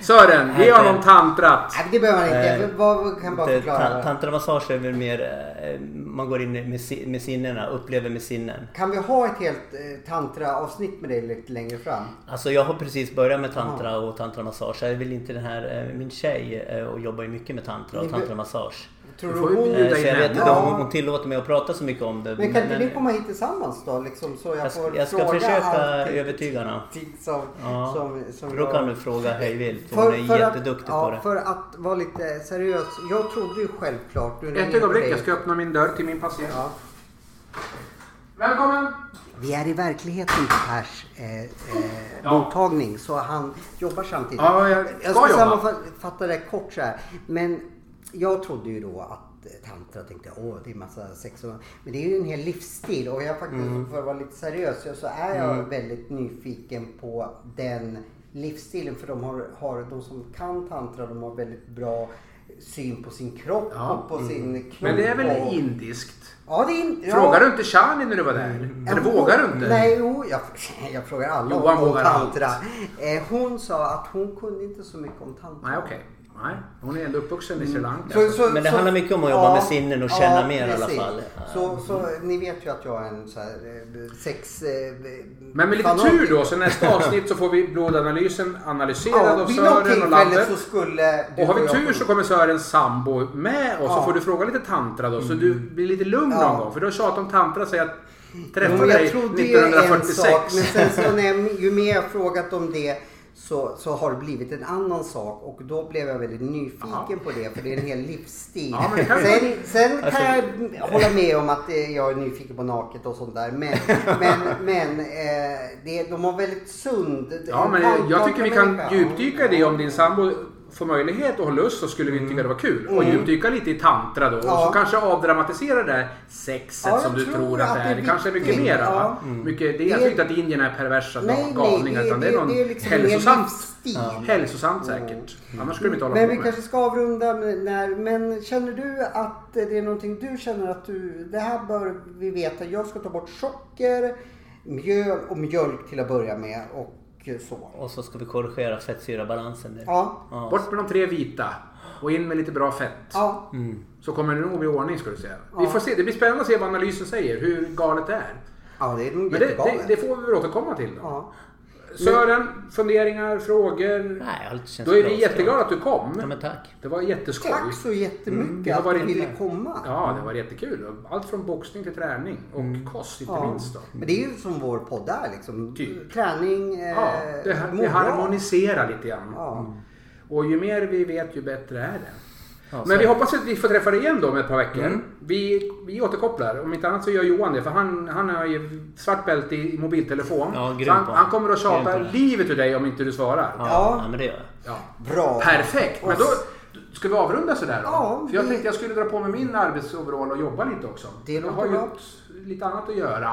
Speaker 1: Sören, ge honom tantrat.
Speaker 2: Nej, det behöver man inte. Jag
Speaker 3: Nej.
Speaker 2: vill bara- jag kan bara
Speaker 3: Inte-
Speaker 2: förklara.
Speaker 3: tan- Tantramassage är väl mer... eh, Man går in med, si- med sinnena, upplever med sinnen.
Speaker 2: Kan vi ha ett helt eh, tantra-avsnitt med dig lite längre fram?
Speaker 3: Alltså jag har precis börjat med tantra och tantramassage. Jag vill inte den här... eh, Min tjej eh, och jobbar ju mycket med tantra och
Speaker 2: Men du-
Speaker 3: tantramassage.
Speaker 2: Tror
Speaker 1: Du
Speaker 2: du
Speaker 1: får ju
Speaker 2: hon...
Speaker 1: bjuda
Speaker 3: Eh, Så jag vet inte om
Speaker 2: Ja.
Speaker 3: hon tillåter mig att prata så mycket om det.
Speaker 2: Men kan inte ni komma hit tillsammans då? Liksom, så jag,
Speaker 3: jag, ska-
Speaker 2: får
Speaker 3: jag ska
Speaker 2: fråga
Speaker 3: försöka
Speaker 2: allting-
Speaker 3: övertyga henne.
Speaker 2: allting Som,
Speaker 3: Ja.
Speaker 2: som, som
Speaker 3: För då kan
Speaker 2: jag-
Speaker 3: du fråga hej vilt. För, hon är jätteduktig
Speaker 2: att, ja,
Speaker 3: på det.
Speaker 2: För att vara lite seriös. Jag trodde ju självklart... Nu
Speaker 1: Ett
Speaker 2: ringer
Speaker 1: ögonblick,
Speaker 2: dig.
Speaker 1: jag ska öppna min dörr till min patient.
Speaker 2: Ja.
Speaker 1: Välkommen!
Speaker 2: Vi är i verkligheten på Pers eh, eh,
Speaker 1: Ja.
Speaker 2: mottagning så han jobbar samtidigt.
Speaker 1: Ja, jag ska
Speaker 2: ska
Speaker 1: jobba.
Speaker 2: sammanfatta det kort så här. Men jag trodde ju då att eh, tantra tänkte åh det är massa sex och... Men det är ju en hel livsstil och jag faktiskt,
Speaker 1: Mm.
Speaker 2: för att vara lite seriös, så är jag väldigt nyfiken på den livsstilen. För de, har, har, de som kan tantra de har väldigt bra syn på sin kropp
Speaker 1: Ja. Mm.
Speaker 2: och på sin kropp.
Speaker 1: Men det är
Speaker 2: och-
Speaker 1: väl indiskt?
Speaker 2: Ja, det är in... ja.
Speaker 1: Frågar du inte Shani när du var där? Eller
Speaker 2: Ja,
Speaker 1: vågar du inte?
Speaker 2: Nej, jo, jag, jag frågar alla
Speaker 1: Johan
Speaker 2: om
Speaker 1: vågar
Speaker 2: tantra. Eh, hon sa att hon kunde inte så mycket om tantra.
Speaker 1: Nej, okej. Nej, hon är ändå uppvuxen i
Speaker 2: Mm.
Speaker 1: Sri Lanka.
Speaker 2: Så- så-
Speaker 3: Men det
Speaker 2: så-
Speaker 3: handlar mycket om att jobba med sinnen och känna mer i alla
Speaker 2: precis.
Speaker 3: fall.
Speaker 2: Så, så ni vet ju att jag är en så här, eh, sex... eh,
Speaker 1: Men med lite
Speaker 2: fanatiker.
Speaker 1: tur då, så nästa avsnitt så får vi blodanalysen analyserad
Speaker 2: Ja,
Speaker 1: av
Speaker 2: vid något
Speaker 1: Sören och Lander.
Speaker 2: tillfälle så skulle... du
Speaker 1: Och har vi
Speaker 2: jag
Speaker 1: tur så kommer Sörens sambo med och så
Speaker 2: Ja. Mm.
Speaker 1: får du fråga lite tantra då. Så du blir lite lugn
Speaker 2: Ja.
Speaker 1: någon gång. För du har tjatat om tantra säger att träffa
Speaker 2: Jo,
Speaker 1: dig
Speaker 2: jag trodde ju en
Speaker 1: 1946.
Speaker 2: sak, men sen så när jag, ju mer jag frågat om det så, så har det blivit en annan sak och då blev jag väldigt nyfiken
Speaker 1: Ja.
Speaker 2: på det för det är en hel livsstil.
Speaker 1: Ja, men det kan ju
Speaker 2: sen sen kan jag hålla med om att eh, jag är nyfiken på naket och sånt där men, men, men eh, det, de har väldigt sund...
Speaker 1: Ja, men
Speaker 2: en
Speaker 1: jag tycker vi kan
Speaker 2: människa.
Speaker 1: djupdyka i det om din sambo får möjlighet och har lust så skulle vi tycka det var kul. Och djupdyka lite i tantra då. Och så
Speaker 2: Mm. Ja.
Speaker 1: kanske avdramatisera det där sexet
Speaker 2: Ja, jag
Speaker 1: som du
Speaker 2: tror
Speaker 1: tror att det
Speaker 2: att
Speaker 1: är.
Speaker 2: det
Speaker 1: Det
Speaker 2: är
Speaker 1: kanske är mycket
Speaker 2: viktigt.
Speaker 1: mer.
Speaker 2: Ja.
Speaker 1: va? Mycket, det är alltså
Speaker 2: Det-
Speaker 1: inte att indierna är perversa
Speaker 2: Nej, nej,
Speaker 1: galningar
Speaker 2: det,
Speaker 1: utan det är någon
Speaker 2: det är liksom en hel
Speaker 1: hälsosamt.
Speaker 2: livsstil.
Speaker 1: Hälsosamt säkert. Annars skulle de inte hålla
Speaker 2: Men
Speaker 1: på
Speaker 2: vi
Speaker 1: med.
Speaker 2: kanske ska avrunda med när, men känner du att det är någonting du känner att du, det här bör vi veta, jag ska ta bort socker, mjöl och mjölk till att börja med och så.
Speaker 3: Och så ska vi korrigera fettsyrabalansen. där.
Speaker 2: Ja,
Speaker 3: Ja.
Speaker 1: Bort med de tre vita och in med lite bra fett.
Speaker 2: ja,
Speaker 1: Så kommer det nog bli ordning skulle du säga. Vi får se. Det blir spännande att se vad analysen säger, hur galet det är.
Speaker 2: ja det är nog
Speaker 1: Men det, det,
Speaker 2: jättegalet.
Speaker 1: det får vi väl återkomma till då.
Speaker 2: Ja.
Speaker 1: Sören, funderingar, frågor?
Speaker 3: Nej, allt känns
Speaker 1: Då är
Speaker 3: bra,
Speaker 1: vi
Speaker 3: så jag-
Speaker 1: jätteglada att du
Speaker 3: Ja,
Speaker 1: kom.
Speaker 3: men tack.
Speaker 1: Det var jätteskoj.
Speaker 2: Tack så
Speaker 1: det
Speaker 2: jättemycket
Speaker 1: har
Speaker 2: att
Speaker 1: varit-
Speaker 2: du ville komma.
Speaker 1: Ja, det var jättekul. Allt från boxning till träning och kost inte
Speaker 2: Mm. Ja.
Speaker 1: minst. Då.
Speaker 2: Men det är ju som vår podd är liksom.
Speaker 1: Typ.
Speaker 2: Träning, eh,
Speaker 1: Ja, det,
Speaker 2: må
Speaker 1: det
Speaker 2: bra.
Speaker 1: harmoniserar Mm. lite grann.
Speaker 2: Ja.
Speaker 1: Och ju mer vi vet ju bättre är det.
Speaker 3: Ja,
Speaker 1: Men
Speaker 3: så- Mm.
Speaker 1: vi hoppas att vi får träffa dig igen då om ett par veckor. Vi, vi återkopplar. Om inte annat så gör Johan det för han, han har ju svart bälte i mobiltelefon.
Speaker 3: Ja, grym
Speaker 1: så han,
Speaker 3: på.
Speaker 1: han kommer att tjata
Speaker 3: Grym på det.
Speaker 1: livet ur dig om inte du svarar.
Speaker 3: Ja,
Speaker 2: Ja.
Speaker 3: ja. men det gör jag.
Speaker 1: Ja.
Speaker 2: Bra.
Speaker 1: Perfekt! Men då, ska vi avrunda sådär då?
Speaker 2: Ja,
Speaker 1: För jag
Speaker 2: vi-
Speaker 1: tänkte jag skulle dra på mig min arbetsoverall och jobba lite också.
Speaker 2: Det
Speaker 1: jag
Speaker 2: låter
Speaker 1: har ju
Speaker 2: bra.
Speaker 1: ett- lite annat att göra.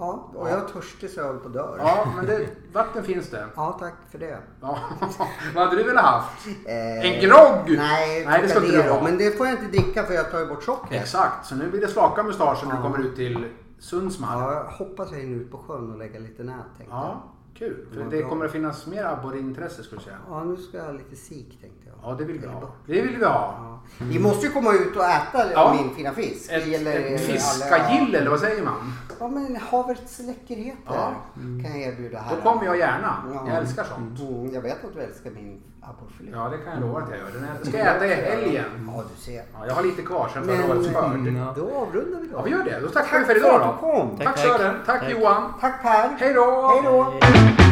Speaker 2: Ja, och jag är törstig så jag håller på att dö.
Speaker 1: Ja, men det, vatten finns det.
Speaker 2: ja, tack för det.
Speaker 1: Ja. Vad hade du velat haft?
Speaker 2: Eh,
Speaker 1: En grogg!
Speaker 2: Nej,
Speaker 1: nej det ska inte du ha.
Speaker 2: Men det får jag inte dricka för jag tar ju bort sockret.
Speaker 1: Exakt, så nu blir det slaka mustascher när du kommer ut till Sundsmark.
Speaker 2: Ja, jag hoppas jag hinner ut på sjön och lägga lite nät tänkte jag.
Speaker 1: Ja, kul. För det kommer att finnas mer abborrintresse skulle jag säga.
Speaker 2: Ja, nu ska jag ha lite sik tänkte jag.
Speaker 1: Ja, det vill vi ha. Det vill vi ha.
Speaker 2: Ja. Vi måste ju komma ut och äta
Speaker 1: Ja.
Speaker 2: min fina fisk.
Speaker 1: Ett,
Speaker 2: Det gäller
Speaker 1: ett
Speaker 2: alla-
Speaker 1: fiskagill eller vad säger man?
Speaker 2: Ja, men havets läckerheter
Speaker 1: Ja.
Speaker 2: kan jag erbjuda här.
Speaker 1: Då kommer jag gärna.
Speaker 2: Ja.
Speaker 1: Jag älskar sånt.
Speaker 2: Mm, jag vet att du älskar min abborrfilé.
Speaker 1: Ja, det kan jag lova att jag gör. Den här ska
Speaker 2: Mm.
Speaker 1: jag äta i helgen.
Speaker 2: Ja, du ser.
Speaker 1: Ja, jag har lite kvar sen förra årets
Speaker 2: Men
Speaker 1: skörd.
Speaker 2: eh, då avrundar vi då.
Speaker 1: Ja, vi gör det. Då tackar vi
Speaker 2: Tack
Speaker 1: för
Speaker 2: för
Speaker 1: idag
Speaker 2: att du
Speaker 1: då.
Speaker 2: kom.
Speaker 1: Tack
Speaker 3: Tack, tack.
Speaker 1: Sören. Tack
Speaker 3: Tack.
Speaker 1: Johan.
Speaker 2: Tack Per.
Speaker 1: Hej då!
Speaker 2: Hej då.